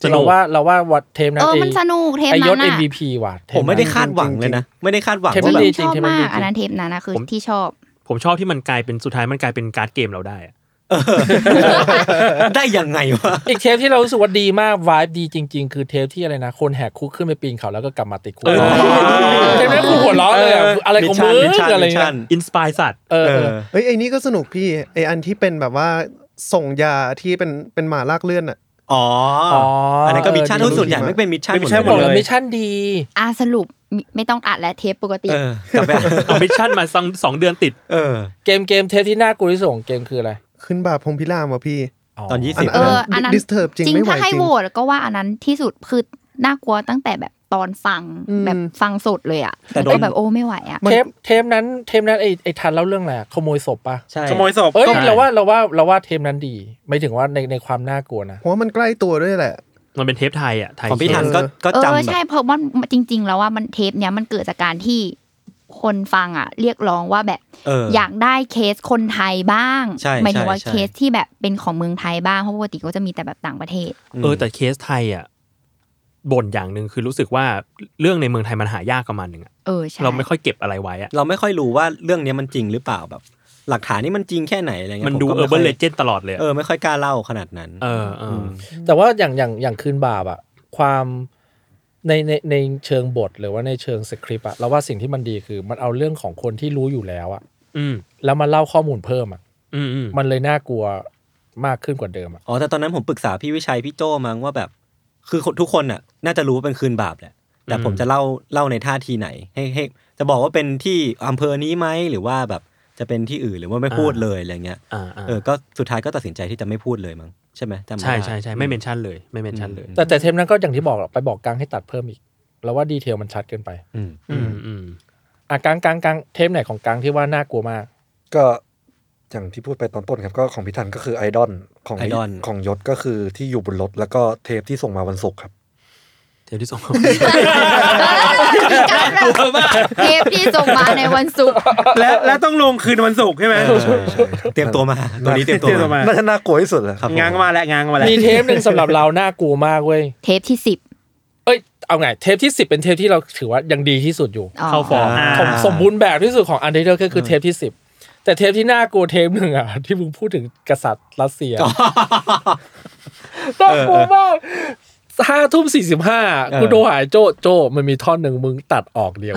Speaker 3: สนุก
Speaker 4: เราว่าเราว่าวัดเทมนะ
Speaker 7: เออมันสนุกเทป
Speaker 4: ไอย
Speaker 7: นั้
Speaker 4: ศ
Speaker 7: นอ่ะ
Speaker 4: MVP ว่ะเท
Speaker 2: ผมไม่ได้
Speaker 4: นั้น
Speaker 2: คาดหวังเลยนะ ไม่ได้คาดหวัง
Speaker 4: เทป
Speaker 2: ว่า
Speaker 4: นั้
Speaker 2: แบบ
Speaker 4: นดี
Speaker 7: ชอบ
Speaker 4: เทปนั้น
Speaker 7: มา
Speaker 4: ดีจริ
Speaker 7: ก
Speaker 4: ง
Speaker 7: อันนั้นเทปนั้นนะคือ
Speaker 3: ผม
Speaker 7: ที่ชอบ
Speaker 3: ผมชอบที่มันกลายเป็นสุดท้ายมันกลายเป็นการ์ดเกมเราได้อะ
Speaker 2: ได้ยังไงวะ
Speaker 4: อีกเทปที่เรารู้สึกว่าดีมากวายดีจริง ๆ คือเทปที่อะไรนะ คนแหกคุกขึ้นไปปีนเขาแล้วก็กลับมาติดคุกเทปนั้นกูหัวเราะเลยอะอะไรของมึง
Speaker 2: มิชชั่นมิชชั่น
Speaker 4: อะไร
Speaker 2: มิชชั่
Speaker 4: เงี้ย
Speaker 2: น
Speaker 3: อินสปายสัตว์
Speaker 4: เออ
Speaker 2: เอ
Speaker 4: เอ
Speaker 2: อ
Speaker 4: อ
Speaker 8: เฮ้ยไอ้นี่ก็สนุกพี่ไอ้อันที่เป็นแบบว่าส่งยาที่เป็นเป็นหมาลากเลื่อนอ่ะ
Speaker 2: อ๋ออ
Speaker 4: ออั
Speaker 2: อันนั้นก็มิชชั่น
Speaker 8: เออ
Speaker 2: ทุกส่วนใหญ่
Speaker 8: ดีมาก
Speaker 2: ไม่เป็นมิชชั่น
Speaker 5: ไม่ใช่
Speaker 2: หม
Speaker 4: บอ
Speaker 2: ด
Speaker 4: ก
Speaker 2: เล
Speaker 4: แล้ว
Speaker 2: ย
Speaker 4: มิชชั่นดี
Speaker 7: อ่ะสรุปมิไม่ต้องอัดและเทปปกติ
Speaker 2: เออ กลับไป
Speaker 3: เอามิชชั่นมาสองสองเดือนติด
Speaker 2: เออ
Speaker 4: เกมเกมเทปที่น่ากลัวที่สุดของเกมคืออะไร
Speaker 8: ขึ้นบาปพรหมพิรามว่ะพี่
Speaker 2: ตอนยี่สิบ
Speaker 7: เอออันนั้น
Speaker 8: ดิสเทิร์บจริงไม่ไหว
Speaker 7: ถ้าให้
Speaker 8: จริง
Speaker 7: โหวตก็ว่าอันนั้นที่สุดคือน่ากลัวตั้งแต่แบบตอนฟัง
Speaker 8: อืม
Speaker 7: แบบฟังสดเลยอ่ะ
Speaker 2: แต่โดน
Speaker 7: ก็แบบโอ้ไม่ไหวอ่ะ
Speaker 8: มัน
Speaker 4: เทปเทปนั้นเทปนั้นไอไอทันเล่าเรื่องอะไรอะขโมยศพปะ
Speaker 2: ใช่
Speaker 5: ขโมยศพ
Speaker 4: เอ้ย
Speaker 5: ก็
Speaker 4: เราว่าเราว่าเราว่าเทปนั้นดีไม่ถึงว่าในในความน่ากลัวนะ
Speaker 8: เพราะว่ามันใกล้ตัวด้วยแหละ
Speaker 3: มันเป็นเทปไทยอ่ะไทย
Speaker 2: ของพี่ทันก็ก็
Speaker 7: เออ
Speaker 2: จำแบ
Speaker 7: ใช่
Speaker 2: บ
Speaker 7: เพราะว่าจริง ๆ แล้วว่ามันเทปเนี้ยมันเกิดจากการที่คนฟังอ่ะ เรียกร้องว่าแบบ
Speaker 2: เออ
Speaker 7: อยากได้เคสคนไทยบ้าง
Speaker 2: ใช่
Speaker 7: หมายถึงว่า
Speaker 2: ใช่ใช่
Speaker 7: เคสที่แบบเป็นของเมืองไทยบ้างเพราะปกติก็จะมีแต่แบบต่างประเทศ
Speaker 3: เออแต่เคสไทยอ่ะบ่นอย่างหนึ่งคือรู้สึกว่าเรื่องในเมืองไทยมันหายากประมาณหนึ่งอะ
Speaker 7: เออใช่
Speaker 3: เราไม่ค่อยเก็บอะไรไว้อะ
Speaker 2: เราไม่ค่อยรู้ว่าเรื่องเนี้ยมันจริงหรือเปล่าแบบ หลักฐานนี่มันจริงแค่ไหนอะไรเงี้ย
Speaker 3: มันดู
Speaker 2: ผ
Speaker 3: เอ
Speaker 2: ก็
Speaker 3: อร์เบิร์นเล
Speaker 2: ไม่ค่ย
Speaker 3: เจนตลอดเลยอะ
Speaker 2: เออไม่ค่อยกล้าเล่าขนาดนั้น
Speaker 3: เออเออ
Speaker 2: ม
Speaker 4: แต่ว่าอย่างอย่างอย่างคืนบาปอะความในในในเชิงบทหรือว่าในเชิงสคริปต์อะเราว่าสิ่งที่มันดีคือมันเอาเรื่องของคนที่รู้อยู่แล้วอะ
Speaker 3: อืม
Speaker 4: แล้วมาเล่าข้อมูลเพิ่มอะ
Speaker 3: อืมอืม
Speaker 4: มันเลยน่ากลัวมากขึ้นกว่าเดิมอะ
Speaker 2: อ๋อแต่ตอนนั้นผมปรึกษาพี่วิชัยพี่โจมั้งว่าแบบ คือคนทุกคนน่ะ น่าจะรู้ว่าเป็นคืนบาปแหละแต่ผมจะเล่าเล่าในท่าทีไหน ให้ให้จะบอกว่าเป็นที่อำเภอนี้ไหมหรือว่าแบบจะเป็นที่อื่นหรือว่าไม่พูดเลยอะไรเงี้ย
Speaker 3: อ่าอ่า
Speaker 2: เออก็สุดท้ายก็ตัดสินใจที่จะไม่พูดเลยมั้งใช่ไหมจำไม่
Speaker 3: ใช่
Speaker 2: ได้
Speaker 3: ใช่ใช่ไม่เมนชั่นเลยไม่เมนชั่นเลย
Speaker 4: แต่แต่เทมนั้นก็อย่างที่บอกอะไปบอกกังให้ตัดเพิ่มอีกเราว่าดีเทลมันชัดเกินไป
Speaker 2: อืม
Speaker 3: อืมอืม
Speaker 4: อ่ะกังกังกังเทมไหนของกังที่ว่าน่ากลัวมาก
Speaker 6: ก็อย่างที่พูดไปตอนต้นครับก็ของพี่ทันก็คือไอดอลของ
Speaker 2: ไอดอน
Speaker 6: ของยศก็คือที่อยู่บนรถแล้วก็เทปที่ส่งมาวันศุกร์ครับ
Speaker 3: เทปที่สอง
Speaker 7: เทปที่ส่งมาในวันศุกร์
Speaker 5: และและต้องลงคืนวันศุกร์ใช่ไหม
Speaker 2: เตรียมตัวมาตัวนี้เตรียมตัว
Speaker 5: ที่ส่ง
Speaker 2: มา
Speaker 5: มา
Speaker 6: น่าจะน่ากลัวที่สุดแหละ
Speaker 2: ครับผม
Speaker 5: ง้างมาแล้วง้างมาแล้ว
Speaker 4: มีเทปหนึ่งสำหรับเราน่ากลัวมากเว้ย
Speaker 7: เทปที่สิบ
Speaker 4: เอ้ยเอาไงเทปที่สิบเป็นเทปที่เราถือว่ายังดีที่สุดอยู่
Speaker 7: อ๋อ
Speaker 3: เข้าฟอร์ม
Speaker 5: อ่า
Speaker 4: ผมสมบูรณ์แบบที่สุดของอันเดอร์ก็คือเทปที่สิบแต่เทปที่น่ากลัวเทปหนึ่งอ่ะ (laughs) ที่มึงพูดถึงกษัตริย์รัสเซียน่ากลัวมากห้าทุ่มสี่สิบห้ากูโทรหาโจโจมันมีท่อนหนึ่งมึงตัดออกเดียว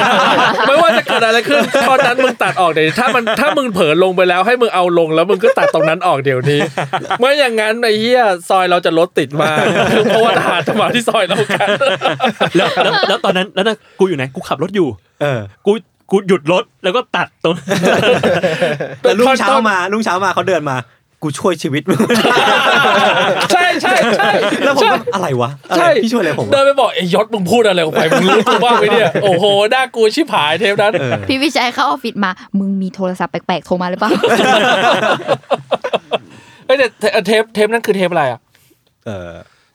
Speaker 4: (laughs) ไม่ว่าจะเกิดอะไรขึ้นท่อนนั้นมึงตัดออกเดี๋ยวถ้ามันถ้ามึงเผลอลงไปแล้วให้มึงเอาลงแล้วมึงก็ตัดตรงนั้นออกเดี๋ยวนี้ไม่อย่างนั้นไอ้เหี้ยซอยเราจะรถติดมาก (laughs) เพราะว่าทหารจะมาที่ซอยเรากัน
Speaker 3: แล้วแล้วแล้วตอนนั้นแล้วนะกูอยู่ไหนกูขับรถอยู่
Speaker 2: เออ
Speaker 3: กูกูหยุดรถแล้วก็ตัดตรง
Speaker 2: (laughs) (laughs) แต่ลุงเช้ามาลุงเช้ามาเขาเดินมา กูช่วยชีวิตมึง (laughs)
Speaker 4: ใช่ใช่ใช่
Speaker 2: แล้วผมก็อะไรวะอะไร
Speaker 4: ใช่
Speaker 2: พี่ช่วยอะไรผม
Speaker 4: เดิ
Speaker 2: วะ
Speaker 4: นไปบอกไอ้ยศมึงพูดอะไรออกไปมึงรู้ตัวบ้างไหมเนี่ย
Speaker 2: (laughs)
Speaker 4: โอ้โหน่ากลัวชิบหายเทปนั้น
Speaker 2: เออ
Speaker 7: พี่วิชัยเข้าออฟฟิศมา มึงมีโทรศัพท์แปลกๆโทรมาหรือเปล่า
Speaker 4: เอ้ยแต่เทเทปเทปนั้นคือเทปอะไรอะ
Speaker 2: เออ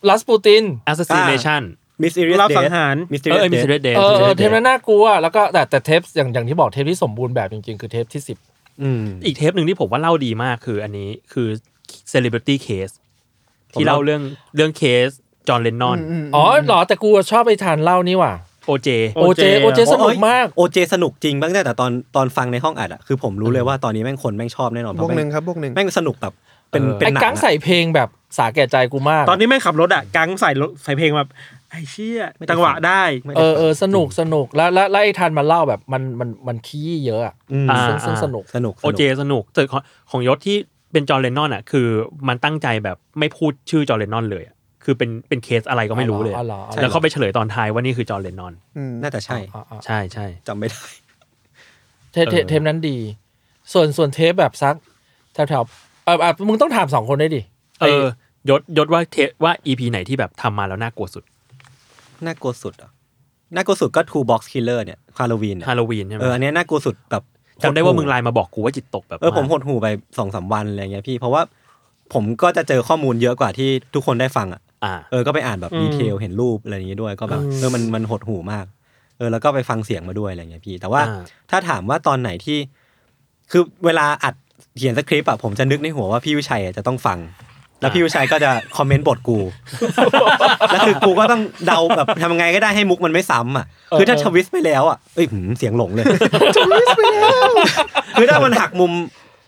Speaker 4: ลัสปูติน
Speaker 3: assassination
Speaker 2: มิสเตอรี
Speaker 5: รอบสังหาร
Speaker 2: มิสเตอ
Speaker 3: เอ
Speaker 2: รี
Speaker 3: อมิสเตอร์เดย์
Speaker 4: เออเออเทปนั้นน่ากลัวแล้วก็แต่แต่เทปอย่างอย่างที่บอกเทปที่สมบูรณ์แบบจริงๆ คือเทปที่สิบ
Speaker 3: อีกเทปหนึ่งที่ผมว่าเล่าดีมากคืออันนี้คือ celebrity case ที่เล่าเรื่องเรื่องเคสจอห์นเลนนอน
Speaker 4: อ๋อเหรอแต่กูชอบไปทานเหล้านี่ว่ะ
Speaker 3: โอเจ
Speaker 4: โอเจโอเจสนุกมาก
Speaker 2: โอเจสนุกจริงบ้างแต่ตอนตอนฟังในห้องอัดอะคือผมรู้เลยว่าตอนนี้แม่งคนแม่งชอบแน่นอนเพ
Speaker 8: บว
Speaker 2: ราะ
Speaker 8: ก
Speaker 2: แม่
Speaker 8: หนึ่งครับบวกหนึ่ง
Speaker 2: แม่งสนุกแบบเป็น
Speaker 3: เออ
Speaker 2: เป็น
Speaker 4: ไอ้
Speaker 2: หนั
Speaker 4: กัง
Speaker 2: งอะ
Speaker 4: ใส่เพลงแบบสาแก่ใจกูมาก
Speaker 5: ตอนนี้แม่งขับรถอ่ะกังใส่รถใส่เพลงแบบไอ้เชี่ย
Speaker 2: ไม่ได้
Speaker 5: จังหวะได้
Speaker 2: ไม่
Speaker 4: เอ
Speaker 2: ได้
Speaker 4: อเออสนุกสนุกแล้วแล้วแล้วไอ้ทานมาเล่าแบบมันมันมันขี้เยอะอะ
Speaker 2: อืม
Speaker 3: อ่า
Speaker 4: ซึ่งซึ่งสนุก
Speaker 2: สนุก
Speaker 3: โอเจสนุกแต่ของของยศที่เป็นจอห์นเลนนอนอ่ะคือมันตั้งใจแบบไม่พูดชื่อจอห์นเลนนอนเลยอะคือเป็นเป็นเคสอะไรก็ไม่รู้เลย
Speaker 4: อ๋อเหรออ๋อเหรอ
Speaker 3: แล้วเขาไปเฉลยตอนท้ายว่านี่คือจอห์นเลนนอน
Speaker 8: อืม
Speaker 2: น่าจะใช่
Speaker 4: อ่ะอ่ะ
Speaker 3: ใช่ใช่
Speaker 2: จำไม่ได้
Speaker 4: เทปเทป
Speaker 2: เออ
Speaker 4: เทปนั้นดี ส่วนส่วนเทปแบบซักแถวแถวๆเอออ่ะมึงต้องถามสองคนได้ดิ
Speaker 3: เออยศยศว่าเทว่าอีพีไหนที่แบบทำมาแล้วน่ากลัวสุด
Speaker 2: น่ากลัวสุดเหรอ่ะน่ากลัวสุดก็ Two Box Killer เนี่ยฮาโลวีน
Speaker 3: ฮาโลวีนใช่ไหม
Speaker 2: เอออันเนี้ยน่ากลัวสุดแบบ
Speaker 3: จำได้ว่ามึงไลน์มาบอกกูว่าจิตตกแบบ
Speaker 2: เออผมห
Speaker 3: าก
Speaker 2: ดหูไปสองสามวันอะไรเงี้ยพี่ เพราะว่าผมก็จะเจอข้อมูลเยอะกว่าที่ทุกคนได้ฟังอ่ะ
Speaker 3: อ่า
Speaker 2: เออ ก็ไปอ่านแบบดีเทล เห็นรูปอะไรอย่างงี้ด้วย ก็แบบ เออ มัน มันหดหูมาก เออ แล้วก็ไปฟังเสียงมาด้วยอะไรอย่างเงี้ยพี่ แต่ว่า
Speaker 3: อ่า
Speaker 2: ถ้าถามว่าตอนไหนที่ คือเวลาอัดเขียนสคริปต์อะผมจะนึกในหัวว่าพี่วิชัยอะจะต้องฟัง แล้วพี่วิชัยก็จะคอมเมนต์บท (laughs) กู แล้วคือกูก็ต้องเดาแบบทำยังไงก็ได้ให้มุกมันไม่ซ้ำอ่ะ คือถ้าชวิสไปแล้วอ่ะเอ้ยหืมเสียงหล (laughs) งเลย ชวิสไปแล้ว (laughs) คือถ้ามันหักมุม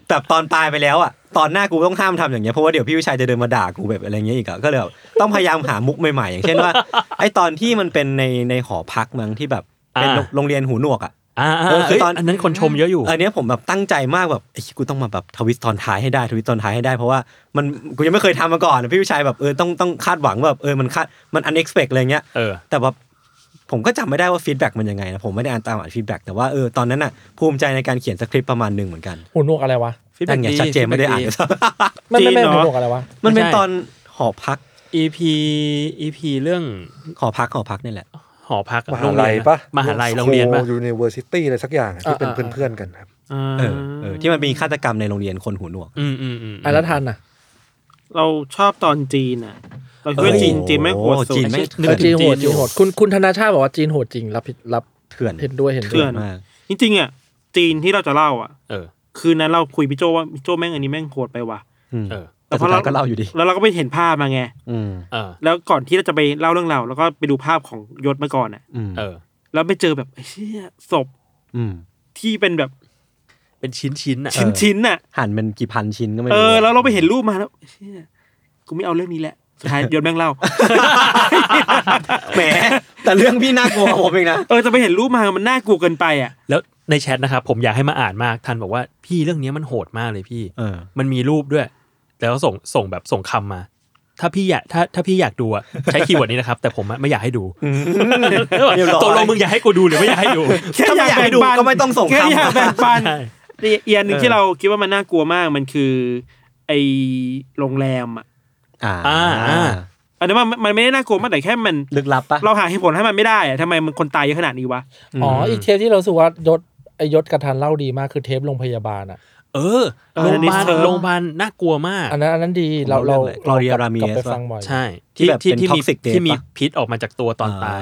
Speaker 2: แบบตอนปลายไปแล้วอ่ะ ตอนหน้ากูต้องห้ามทำอย่างเงี้ย เพราะว่าเดี๋ยวพี่วิชัยจะเดินมาด่ากูแบบอะไรเงี้ยอีกอ่ะ ก็เลยแบบต้องพยายามหามุกใหม่ๆ อย่างเช่นว่า ไอตอนที่มันเป็นในในหอพักมั้งที่แบบเป็นโรง
Speaker 3: อ่า
Speaker 2: โรงเรียนหูหนวกอ่ะ
Speaker 3: อ่าๆ
Speaker 2: เออคือตอน
Speaker 3: เยอันนั้นคนชมเยอะอยู่
Speaker 2: อันเนี้ยผมแบบตั้งใจมากแบบไอ้กูต้องมาแบบทวิสต์ตอนท้ายให้ได้ทวิสต์ตอนท้ายให้ได้เพราะว่ามันกูยังไม่เคยทำมาก่อนพี่วิชัยแบบเออต้องต้องคาดหวังแบบเออมันคาดมันอันเอ็กซ์เพอะไรเงี้ย
Speaker 3: เออ
Speaker 2: แต่แบบผมก็จำไม่ได้ว่าฟีดแบ็กมันยังไงนะผมไม่ได้อ่านตามอ่านฟีดแบ็กแต่ว่าเออตอนนั้นน่ะภูมิใจในการเขียนสคริปต์ประมาณหนึ่งเหมือนกัน
Speaker 4: หูหนวกอะไรวะ
Speaker 2: นั่นไง (laughs) ชัดเจนไม่ได้อ่าน
Speaker 4: ไม่ไม่ไม่
Speaker 5: จริงเหรอ
Speaker 4: หูหนวกอะไรวะ
Speaker 2: มันเป็น
Speaker 3: ไม่ใช่
Speaker 2: ตอนหอพัก
Speaker 3: EP EP เรื่อง
Speaker 2: หอพักหอพักนี่แหละ
Speaker 3: หอพักอะ
Speaker 6: มหาลัยปะ
Speaker 3: มหาลัยโรงเรียนปะ
Speaker 6: ยูนิเวอร์ซิตี้อะไรสักอย่างอะที่เป็น
Speaker 4: อ่าอ่า
Speaker 6: เพื่อนๆกันครับ
Speaker 2: เออเออที่มันมีฆาตกรรมในโรงเรียนคนหูหนวก
Speaker 3: อืมอืมอืม
Speaker 4: อ่ะแล้วทันอ่ะ
Speaker 5: เราชอบตอนจีนอ่ะ เราคิดว่า
Speaker 2: เออ
Speaker 5: จีนจีนไม่งโหดสุด
Speaker 2: จีนแม่ง
Speaker 3: นึ
Speaker 4: เอก อ
Speaker 3: ถึ
Speaker 4: จีน
Speaker 3: ง
Speaker 4: โห
Speaker 3: จีน
Speaker 4: ด
Speaker 3: อ
Speaker 4: จีน
Speaker 3: ยู่
Speaker 4: โหดคุณคุณธนาชาติบอกว่าจีนโหดจริงรับผิดรับ
Speaker 2: เถื่อน
Speaker 4: เห็นด้วยเห็นด้
Speaker 5: เถื่
Speaker 4: ว
Speaker 5: อย น
Speaker 2: มาก
Speaker 5: จริงๆอ่ะจีนที่เราจะเล่าอ่ะ
Speaker 3: เออ
Speaker 5: คืนนั้นเราคุยพี่โจว่าพี่โจแม่งอันนี้แม่งโหดไปว่ะ
Speaker 2: อืม
Speaker 3: เออ
Speaker 2: แต่สุดท้ายก็เล่าอยู่ดี
Speaker 5: แล้วเราก็ไปเห็นภาพมาไง
Speaker 2: อืม
Speaker 3: เออ
Speaker 5: แล้วก่อนที่เราจะไปเล่าเรื่องเราวแล้วก็ไปดูภาพของยศมาก่อนอ่ะ
Speaker 2: อืม
Speaker 3: เออ
Speaker 5: แล้วไปเจอแบบเชี่ยศพ
Speaker 2: อืม
Speaker 5: ที่เป็นแบบ
Speaker 3: เป็นชิ้นชิ้นอ่ะ
Speaker 5: ชิ้นชิ้นๆน่ะ
Speaker 2: หั่นเป็นกี่พันชิ้นก็ไม่
Speaker 5: เอ
Speaker 2: รู้
Speaker 5: อ แล้วเราไปเห็นรูปมาแล้วเชี่ยกูไม่เอาเรื่องนี้แหละสุดท้ายยศแม่งเล่า
Speaker 2: (laughs) แหมแต่เรื่องพี่น่ากลัวกว่าผมเองนะ
Speaker 5: เออจะไปเห็นรูปมามันน่ากลัวเกินไปอ่ะ
Speaker 3: แล้วในแชทนะครับผมอยากให้มาอ่านมากทันบอกว่าพี่เรื่องเนี้ยมันโหดมากเลยพี่
Speaker 2: เออ
Speaker 3: มันมีรูปด้วย แล้วส่งส่งแบบส่งคำมา ถ้าพี่อยากถ้าถ้าพี่อยากดูอะใช้คีย์เวิร์ดนี้นะครับ แต่ผมอะไม่อยากให้ดู
Speaker 2: เรียบร้อย
Speaker 3: ตกลงมึงอยากให้กูดูหรือไม่อยากให้ดู
Speaker 5: แค่
Speaker 2: ถ้า
Speaker 5: อ
Speaker 2: ไม่
Speaker 5: ยาก
Speaker 2: อยาก
Speaker 5: แบ่
Speaker 2: ให้
Speaker 5: ง
Speaker 2: ดู
Speaker 5: ปัน
Speaker 2: ก็ไม่ต้องส่ง
Speaker 5: แค่อยาก
Speaker 2: คำ
Speaker 5: แบ่งปัน
Speaker 3: ใช่
Speaker 5: เอียนหนึ่ง
Speaker 2: เออ
Speaker 5: ที่เราคิดว่ามันน่ากลัวมากมันคือ ไอโรงแรมอ่ะ
Speaker 2: อ่า
Speaker 3: อ่า
Speaker 5: อันนั้นมันมันไม่ได้น่ากลัวมากแต่แค่มัน
Speaker 2: ลึกลับปะ
Speaker 5: เราหาเหตุผลให้มันไม่ได้อะทำไมมันคนตายเยอะขนาดนี้วะ
Speaker 4: อ๋ออีกเทปที่เรารู้สึกว่ายศไอยศกับทันเล่าดีมากคือเทปโรงพยาบาลอ่ะ
Speaker 3: เออโรงพยาบาลโรงพยาบาลน่ากลัวมาก
Speaker 4: อันนั้นอันนั้นดีเราเรา
Speaker 2: กอเรียรามี
Speaker 4: กลับ
Speaker 2: ส
Speaker 4: ไปฟังบ่อย
Speaker 3: ใช่
Speaker 2: ที่แบบเป็น toxic date
Speaker 3: ที่มี
Speaker 2: ปะ
Speaker 3: พิษออกมาจากตัวตอนตาย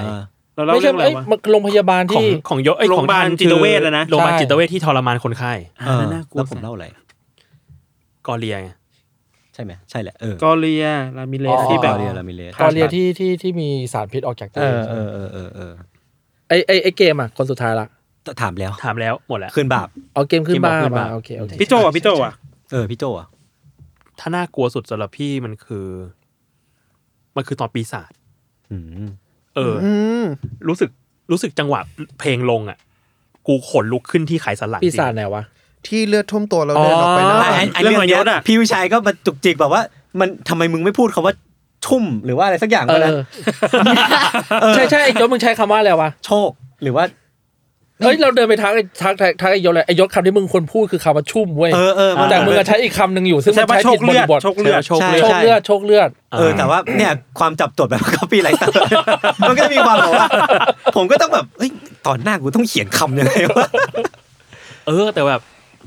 Speaker 5: เราเล่า
Speaker 4: ไม่
Speaker 5: เรื่
Speaker 4: ใช่
Speaker 5: องอะ
Speaker 4: เอ้ยว
Speaker 5: ไระ
Speaker 4: มันโรงพยาบาล
Speaker 3: ของ
Speaker 4: ที่
Speaker 3: ของยศเอ้ย
Speaker 5: โร
Speaker 3: ของง
Speaker 5: พยาบาลจิตเวชอะนะ
Speaker 3: โรงพยาบาล
Speaker 4: ใช่
Speaker 3: จิตเวชที่ทรมานคนไข้
Speaker 2: เออ
Speaker 5: อันนั้นน่ากลัว
Speaker 2: แล้วผมเล่าอะไร
Speaker 3: กอเรียไง
Speaker 2: ใช่ไหมใช่แหละเออก
Speaker 5: อเรียลามิเล
Speaker 4: อ๋
Speaker 5: ส
Speaker 4: อ
Speaker 5: ที่แบ
Speaker 2: ก
Speaker 5: บ
Speaker 2: อเรียรามีเลส
Speaker 4: ตอนเรียนที่ที่ที่มีสารพิษออกจากตั
Speaker 2: เอ
Speaker 4: วเอ
Speaker 2: อง เออ
Speaker 4: ใช่ไหม
Speaker 2: เออเออเออ
Speaker 4: ไอไอไอเกมอ่ะคนสุดท้ายละ
Speaker 2: ถามแล้ว
Speaker 3: ถามแล้วหมดแล้ว
Speaker 2: ขึ้นบาป
Speaker 4: เอาเกมขึ้น
Speaker 3: เกม
Speaker 4: บ้า
Speaker 3: ขึ้นบ้า
Speaker 4: มาโอเคโอเค
Speaker 5: พี่โจอ่ะพี่โจอ่ะ
Speaker 2: เออพี่โจอ่ะ
Speaker 3: ถ้าน่ากลัวสุดสำหรับพี่มันคือ มันคือตอนปีศาจ
Speaker 2: อืม
Speaker 3: เอออ
Speaker 8: อืม
Speaker 3: รู้สึกรู้สึกจังหวะเพลงลงอ่ะ กูขนลุกขึ้นที่ไขสันหลัง
Speaker 4: ปีศาจ
Speaker 3: จริง
Speaker 4: ไหนวะ
Speaker 8: ที่เลือดท่วมตัวเราเดินออกไปหน้า
Speaker 3: อ๋
Speaker 8: บ้าน
Speaker 2: ไอ้เรื่องเนี้ยพี่วิชัยก็มาจุกจิกแบบว่า มันทำไมมึงไม่พูดคำว่าชุ่มหรือว่าอะไรสักอย่าง
Speaker 4: เอ
Speaker 2: วะนะ
Speaker 4: อ ใช่ใช่ไอยศมึงใช้คำว่าอะไรวะ
Speaker 2: โชคหรือว่า
Speaker 4: เฮ้ยเราเดินไปทักไอ้ทักทักทักไอยศเลยไอยศคำที่มึงควรพูดคือคำว่าชุ่มเว้ย
Speaker 2: เออเออมัน
Speaker 4: แต่มึงอะใช้อีกคำหนึ่งอยู่ซึ่งมั
Speaker 5: ใช่
Speaker 4: น
Speaker 5: ว่า
Speaker 4: ใช้
Speaker 5: โช
Speaker 4: ผิ
Speaker 5: ค
Speaker 4: ดบ
Speaker 5: เลือ
Speaker 4: ริ
Speaker 5: ด
Speaker 4: บท
Speaker 5: โชคเลือด
Speaker 3: โชค
Speaker 2: ใช่
Speaker 3: เลือด
Speaker 4: โชคเลือดโชคเลือด
Speaker 2: เออแต่ว่าเนี่ยความจับจดแบบ (laughs) ก็ปีไรเตอร์ มันก็จะมีความแบบว่า (laughs) ผมก็ต้องแบบเอ้ยตอนหน้ากูต้องเขียนคำยังไงวะ
Speaker 3: เออ แต่แบบ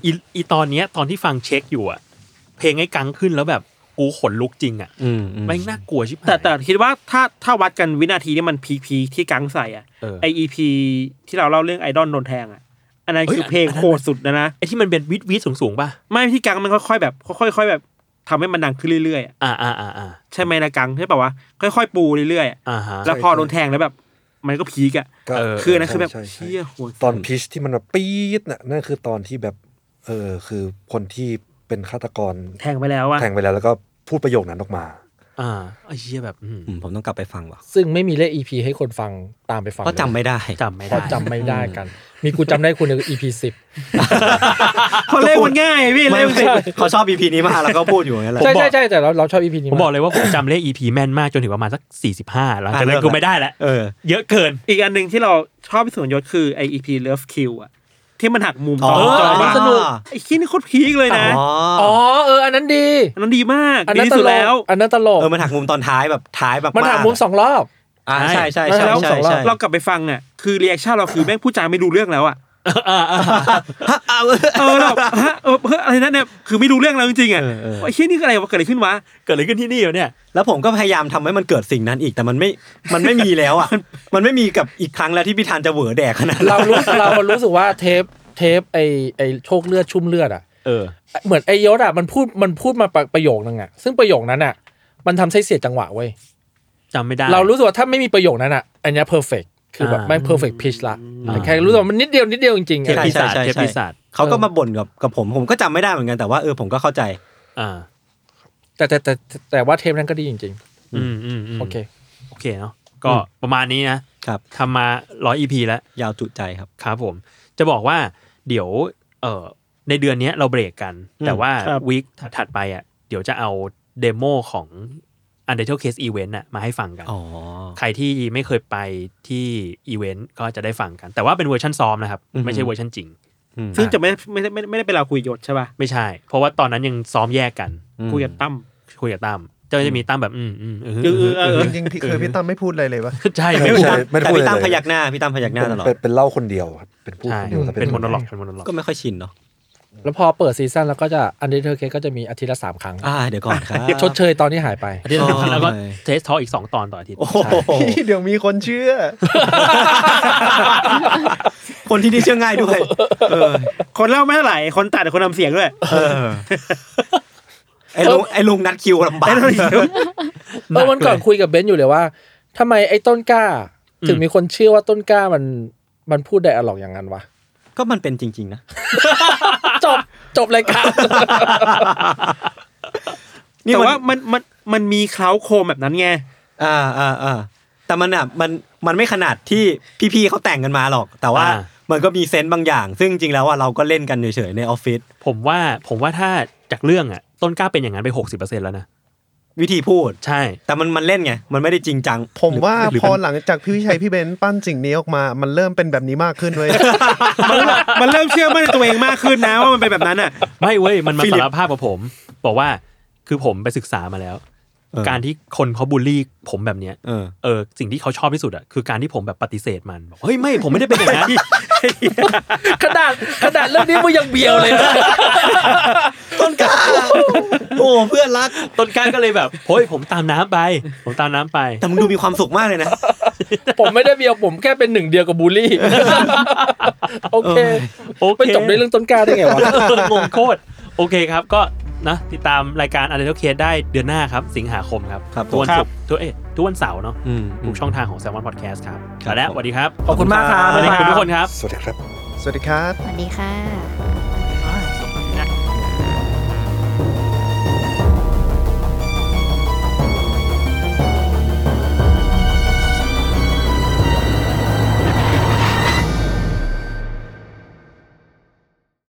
Speaker 3: อีอีตอนเนี้ยตอนที่ฟังเช็คอยู่อ่ะ เพลงไอ้กังขึ้นแล้วแบบกูขนลุกจริงอ่ะแม่งน่ากลัวชิบหาย
Speaker 5: แต่แต่คิดว่าถ้าถ้าวัดกันวินาทีที่มันพีพีที่กังใส่อ่ะ
Speaker 3: เออ
Speaker 5: ไออีพีที่เราเล่าเรื่องไอดอลโดนแทงอ่ะอันนั้นคือเพลงโคตรสุดนะนะ
Speaker 3: ไอ้ที่มันเป็นวิดวิดสูงสูงๆป่ะ
Speaker 5: ไม่ที่กังมันค่อยๆแบบค่อยๆแบบทำให้มันดังขึ้นเรื่อยๆอะ
Speaker 3: อ่าอ่าอ่าอ่า
Speaker 5: ใช่ไหมละกังใช่ป่าวะค่อยๆปูเรื่อยๆอะ
Speaker 3: อ่าฮะ
Speaker 5: แล้วพอโดนแทงแล้วแบบ มันก็พีกอ่ะ
Speaker 6: ก็
Speaker 3: เออ
Speaker 5: คืออันนั้นคือแบบ
Speaker 6: ใช่ใช่
Speaker 5: เชี่ยโหด
Speaker 6: ตอนพิชที่มันแบบปี๊ดน่ะนั่นคือตอนที่แบบ เออ คือคนที่เป็นฆาตกร
Speaker 5: แทงไปแล้วอ่ะ
Speaker 6: แทงไปแล้วแล้วก็พูดประโยคนั้นออกมา
Speaker 3: อ่าไอ้เหี้ยแบบอืม
Speaker 2: อืมผมต้องกลับไปฟังว่ะ
Speaker 4: ซึ่งไม่มีเลข EP ให้คนฟังตามไปฟัง
Speaker 2: เพราะจำไม่ได้
Speaker 6: (laughs)
Speaker 3: จำไม่
Speaker 4: เพ
Speaker 3: ได้
Speaker 4: ราะจำไม่ได้กัน มีกูจำได้คุณใน EP สิบ
Speaker 5: เพราะเลขมันง่ายพี่เล
Speaker 2: ไม่
Speaker 5: ข
Speaker 2: ไม่เขาชอบ EP นี้มากแล้วก็พูดอยู่อย่างนั้นแหละ
Speaker 4: ใช่ใช่ใช่แต่เราเราชอบ EP นี้
Speaker 3: ผม
Speaker 4: มา
Speaker 3: บอก
Speaker 4: ก
Speaker 3: เลยว่าผมจำเลข EP แม่นมากจนถึงประมาณสัก 45 หลังจาก
Speaker 2: อ่ะ
Speaker 3: นั้
Speaker 2: เลิ
Speaker 3: น
Speaker 2: ก
Speaker 3: กูไม่ได้แล้ว
Speaker 2: เออ
Speaker 3: เยอะเกิน
Speaker 5: อีกอันหนึ่งที่เราชอบที่สุดของยศคือไออีพีเลิฟคิวอ่ะที่มันหักมุมตอน
Speaker 2: อ๋อ
Speaker 5: จอมา
Speaker 2: สนุก
Speaker 5: ไอ้ขี้นี่โคตรพีกเลย
Speaker 2: อ๋
Speaker 5: นะ
Speaker 4: อ๋อเอออันนั้นดี
Speaker 5: อันนั้นดีมาก
Speaker 4: อัน
Speaker 5: ดี
Speaker 4: นั้น
Speaker 5: ที่
Speaker 4: ต
Speaker 5: สุด
Speaker 4: ล
Speaker 5: แล้
Speaker 4: ก
Speaker 5: ว
Speaker 4: อันนั้นตลก
Speaker 2: เออมันหักมุมตอนท้ายแบบท้ายแบบ
Speaker 4: มันถามมุมสองรอบ
Speaker 2: อ่าใช่ใช่
Speaker 4: มันหั
Speaker 2: ใช่
Speaker 4: กมุม
Speaker 2: ใช่
Speaker 4: สองรอบ
Speaker 2: ใช่
Speaker 5: เรากลับไปฟังอ่ะคือรีแอคชั่นเราคือแม่งพูดจาไม่รู้เรื่องแล้วอ่ะ
Speaker 2: เอา
Speaker 5: เออแบบ (laughs) ฮะเออเฮ้ยอะไรนั่นเนี่ยคือไม่รู้เรื่องแล้วจริงๆอ่ะไอ้เชี่ยนี่คืออะไรวะเกิดอะไรขึ้นวะ
Speaker 3: เกิดอะไรขึ้นที่นี่วะเนี่ย
Speaker 2: แล้วผมก็พยายามทำให้มันเกิดสิ่งนั้นอีกแต่มันไม่มันไม่มีแล้วอ่ะมันไม่มีกับอีกครั้งแล้วที่
Speaker 4: (laughs)
Speaker 2: พี่ธันจะเหวอแดกขนาดนั้น
Speaker 4: เรารู้ เรารู้สึกว่าเทปเทปไอไอโชคเลือดชุ่มเลือดอ่ะ
Speaker 3: เออ
Speaker 4: เหมือนไอยศอะมันพูดมันพูดมาประประโยคนึงอะซึ่งประโยคนั้นอะมันทำให้เสียจังหวะเว้ย
Speaker 3: จำไม่ได้
Speaker 4: เรารู้สึกว่าถ้าไม่มีประโยคนั้นอ่ะ อันเนี้เพอร์เฟกคือแบบ
Speaker 3: อ่า
Speaker 4: ไม่เพอร์เฟกพิชละ
Speaker 3: อ่า
Speaker 4: แต่แค่รู้สึกว่ามันนิดเดียวนิดเดียวจริงๆ
Speaker 3: เทพ
Speaker 4: อะ
Speaker 3: ปีศาจ
Speaker 2: ใช่ใช่
Speaker 3: เทพ
Speaker 2: ใช่
Speaker 3: ปีศาจ
Speaker 2: เขาก็มาบ่นกับกับผมผมก็จำไม่ได้เหมือนกันแต่ว่าเออผมก็เข้าใจ
Speaker 3: อ่า
Speaker 4: แต่แต่แต่แต่แต่ว่าเทปนั้นก็ดีจริง
Speaker 3: อืมอืมม
Speaker 4: ๆ โอเค
Speaker 3: โอเคเนาะก็ประมาณนี้นะครับ ทำมาร้อยอีพีแล้ว
Speaker 2: ยาวจุใจครับ
Speaker 3: ครับผม จะบอกว่าเดี๋ยว เออในเดือนเนี้ยเราเบรกกัน
Speaker 2: อืม
Speaker 3: แต่ว่า
Speaker 5: ครับ
Speaker 3: วีคถัดไปอ่ะ เดี๋ยวจะเอาเดโมของ u n d e r t a l e Case Event อ่ะมาให้ฟังกัน
Speaker 2: อ๋อ
Speaker 3: ใครที่ไม่เคยไปที่อีเวนต์ก็จะได้ฟังกัน แต่ว่าเป็นเวอร์ชันซ้อมนะครับ ไม่ใช่เวอร์ชันจริง
Speaker 2: อืม
Speaker 5: ซึ่งจะไม่ไม่ได้ไม่ได้ไม่ได้เป็นเราคุยยศใช่ป่ะ
Speaker 3: ไม่ใช่ เพราะว่าตอนนั้นยังซ้อมแยกกัน
Speaker 5: คุยกับตั้ม
Speaker 3: คุยกับตั้มจะจะมีตั้มแบบ อืมอืมเออ
Speaker 5: เออเออเออ
Speaker 8: จริงๆพี่เคยพี่ตั้มไม่พูดอะไรเลยวะ
Speaker 3: ใช่
Speaker 6: ไม่
Speaker 3: ไม่
Speaker 6: พูด
Speaker 3: ใช่
Speaker 6: ไม่ได้
Speaker 2: แต่
Speaker 6: พูด
Speaker 2: พี่ตั้ม
Speaker 6: อะไร
Speaker 2: พ
Speaker 6: เลย
Speaker 2: ยักหน้าพี่ตั้มพยักหน้าตลอด
Speaker 6: เป็นเป็นเล่าคนเดียวครับเป็นพูด
Speaker 3: ใช่
Speaker 6: คนเดียวแต่
Speaker 3: เป็นโมโน
Speaker 6: อ
Speaker 3: ล็อกเป็นโมโนล็อก
Speaker 2: ก็ไม่ค่อยชินเนาะ
Speaker 4: แล้วพอเปิดซีซั่นแล้วก็จะอันเดอร์เคก็จะมีอาทิตย์ละสามครั้ง
Speaker 2: อ่าเดี๋ยวก่อนครับ
Speaker 4: ชดเชยตอนที่หายไป
Speaker 3: อาทิตย์ละสามครั้งแล้วก็
Speaker 2: โอ้ย
Speaker 3: เทสทออีกสองตอนต่ออาทิตย์
Speaker 2: โอ้โห
Speaker 8: เดี๋ยวมีคนเชื่อ
Speaker 2: (laughs) คนที่นี่เชื่อง่ายด้วย เออ
Speaker 5: คนเล่าไม่เท่าไหร่คนตัดคนทำเสียงด้วย
Speaker 2: เออไอ้ลุงไอ้ลุงนัดคิวลำบาก
Speaker 5: ไอ้นั่นเดี๋ยว
Speaker 4: เออวันก่อนคุยกับเบนซ์อยู่เลยว่าทำไมไอ้ต้นกล้า ถึงมีคนเชื่อว่าต้นกล้ามันมันพูดไดอะล็อกอย่างนั้นวะ
Speaker 2: ก็มันเป็นจริง ๆ นะ
Speaker 4: จบจบรายการ
Speaker 2: นี่
Speaker 5: แต่
Speaker 2: มัน
Speaker 5: ว่ามันมันมันมีเคล้าโคมแบบนั้นไง
Speaker 2: อ่าอ่าอ่าแต่มันอ่ะมันมันไม่ขนาดที่พี่ๆเขาแต่งกันมาหรอก แต่ว่า
Speaker 3: อ่า
Speaker 2: มันก็มีเซนต์บางอย่าง ซึ่งจริงๆแล้วอ่ะเราก็เล่นกันเฉยๆในออฟฟิศ
Speaker 3: ผมว่าผมว่าถ้าจากเรื่องอ่ะ ต้นกล้าเป็นอย่างนั้นไปหกสิบเปอร์เซ็นแล้วนะ
Speaker 2: วิธีพูด
Speaker 3: ใช่
Speaker 2: แต่มันมันเล่นไง มันไม่ได้จริงจัง
Speaker 8: ผมว่า
Speaker 2: หรือ
Speaker 8: พอหลังจากพี่วิชัยพี่เบนซ์ปั้นสิ่งนี้ออกมา มันเริ่มเป็นแบบนี้มากขึ้นเลย
Speaker 2: (laughs)
Speaker 5: มันเริ่มเชื่อมั่นในตัวเองมากขึ้นนะว่ามันเป็นแบบนั้นอ่ะ
Speaker 3: ไม่เว้ย มันมาสารภาพกับผม บอกว่าคือผมไปศึกษามาแล้ว
Speaker 2: เออ
Speaker 3: การที่คนเขาบูลลี่ผมแบบเนี้ย
Speaker 2: เออ
Speaker 3: เออสิ่งที่เขาชอบที่สุดอ่ะคือการที่ผมแบบปฏิเสธมันบอกเฮ้ยไม่ผมไม่ได้เป็นอย่างนั้น (laughs)
Speaker 4: ขนาดขนาดเรื่องนี้มึงยังเบียวเลยนะ
Speaker 2: ต้นกล้าโอ้เพื่อนรัก
Speaker 3: ต้นกล้าก็เลยแบบเฮ้ยผมตามน้ำไป ผมตามน้ำไป
Speaker 2: แต่มึงดูมีความสุขมากเลยนะ
Speaker 4: (laughs) ผมไม่ได้เบียวผมแค่เป็นหนึ่งเดียวกับบูลลี่ โอเค
Speaker 3: โอเค
Speaker 4: ไปจบในเรื่องต้นกล้าได้ไงวะ
Speaker 3: งงโคตร โอเคครับก็นะติดตามรายการ u n d e r t a l e Case ได้เดือนหน้าครับ สิงหาคมครับ
Speaker 2: ครับ
Speaker 3: ทุกวันศุกร์ทุกเอ๊ะทุกวันเสาร์เนาะ
Speaker 2: อืม
Speaker 3: ทุกช่องทางของ Salmon Podcast ครับ
Speaker 2: ครับ
Speaker 3: แล้ว
Speaker 2: ผม
Speaker 3: สวัสดีครับ
Speaker 4: ขอบคุณมากครับ
Speaker 3: สวัสดีคุณทุกคนครับ
Speaker 6: สวัสดีครับ
Speaker 8: สวัสดีครับ
Speaker 7: สวัสดีค่ะ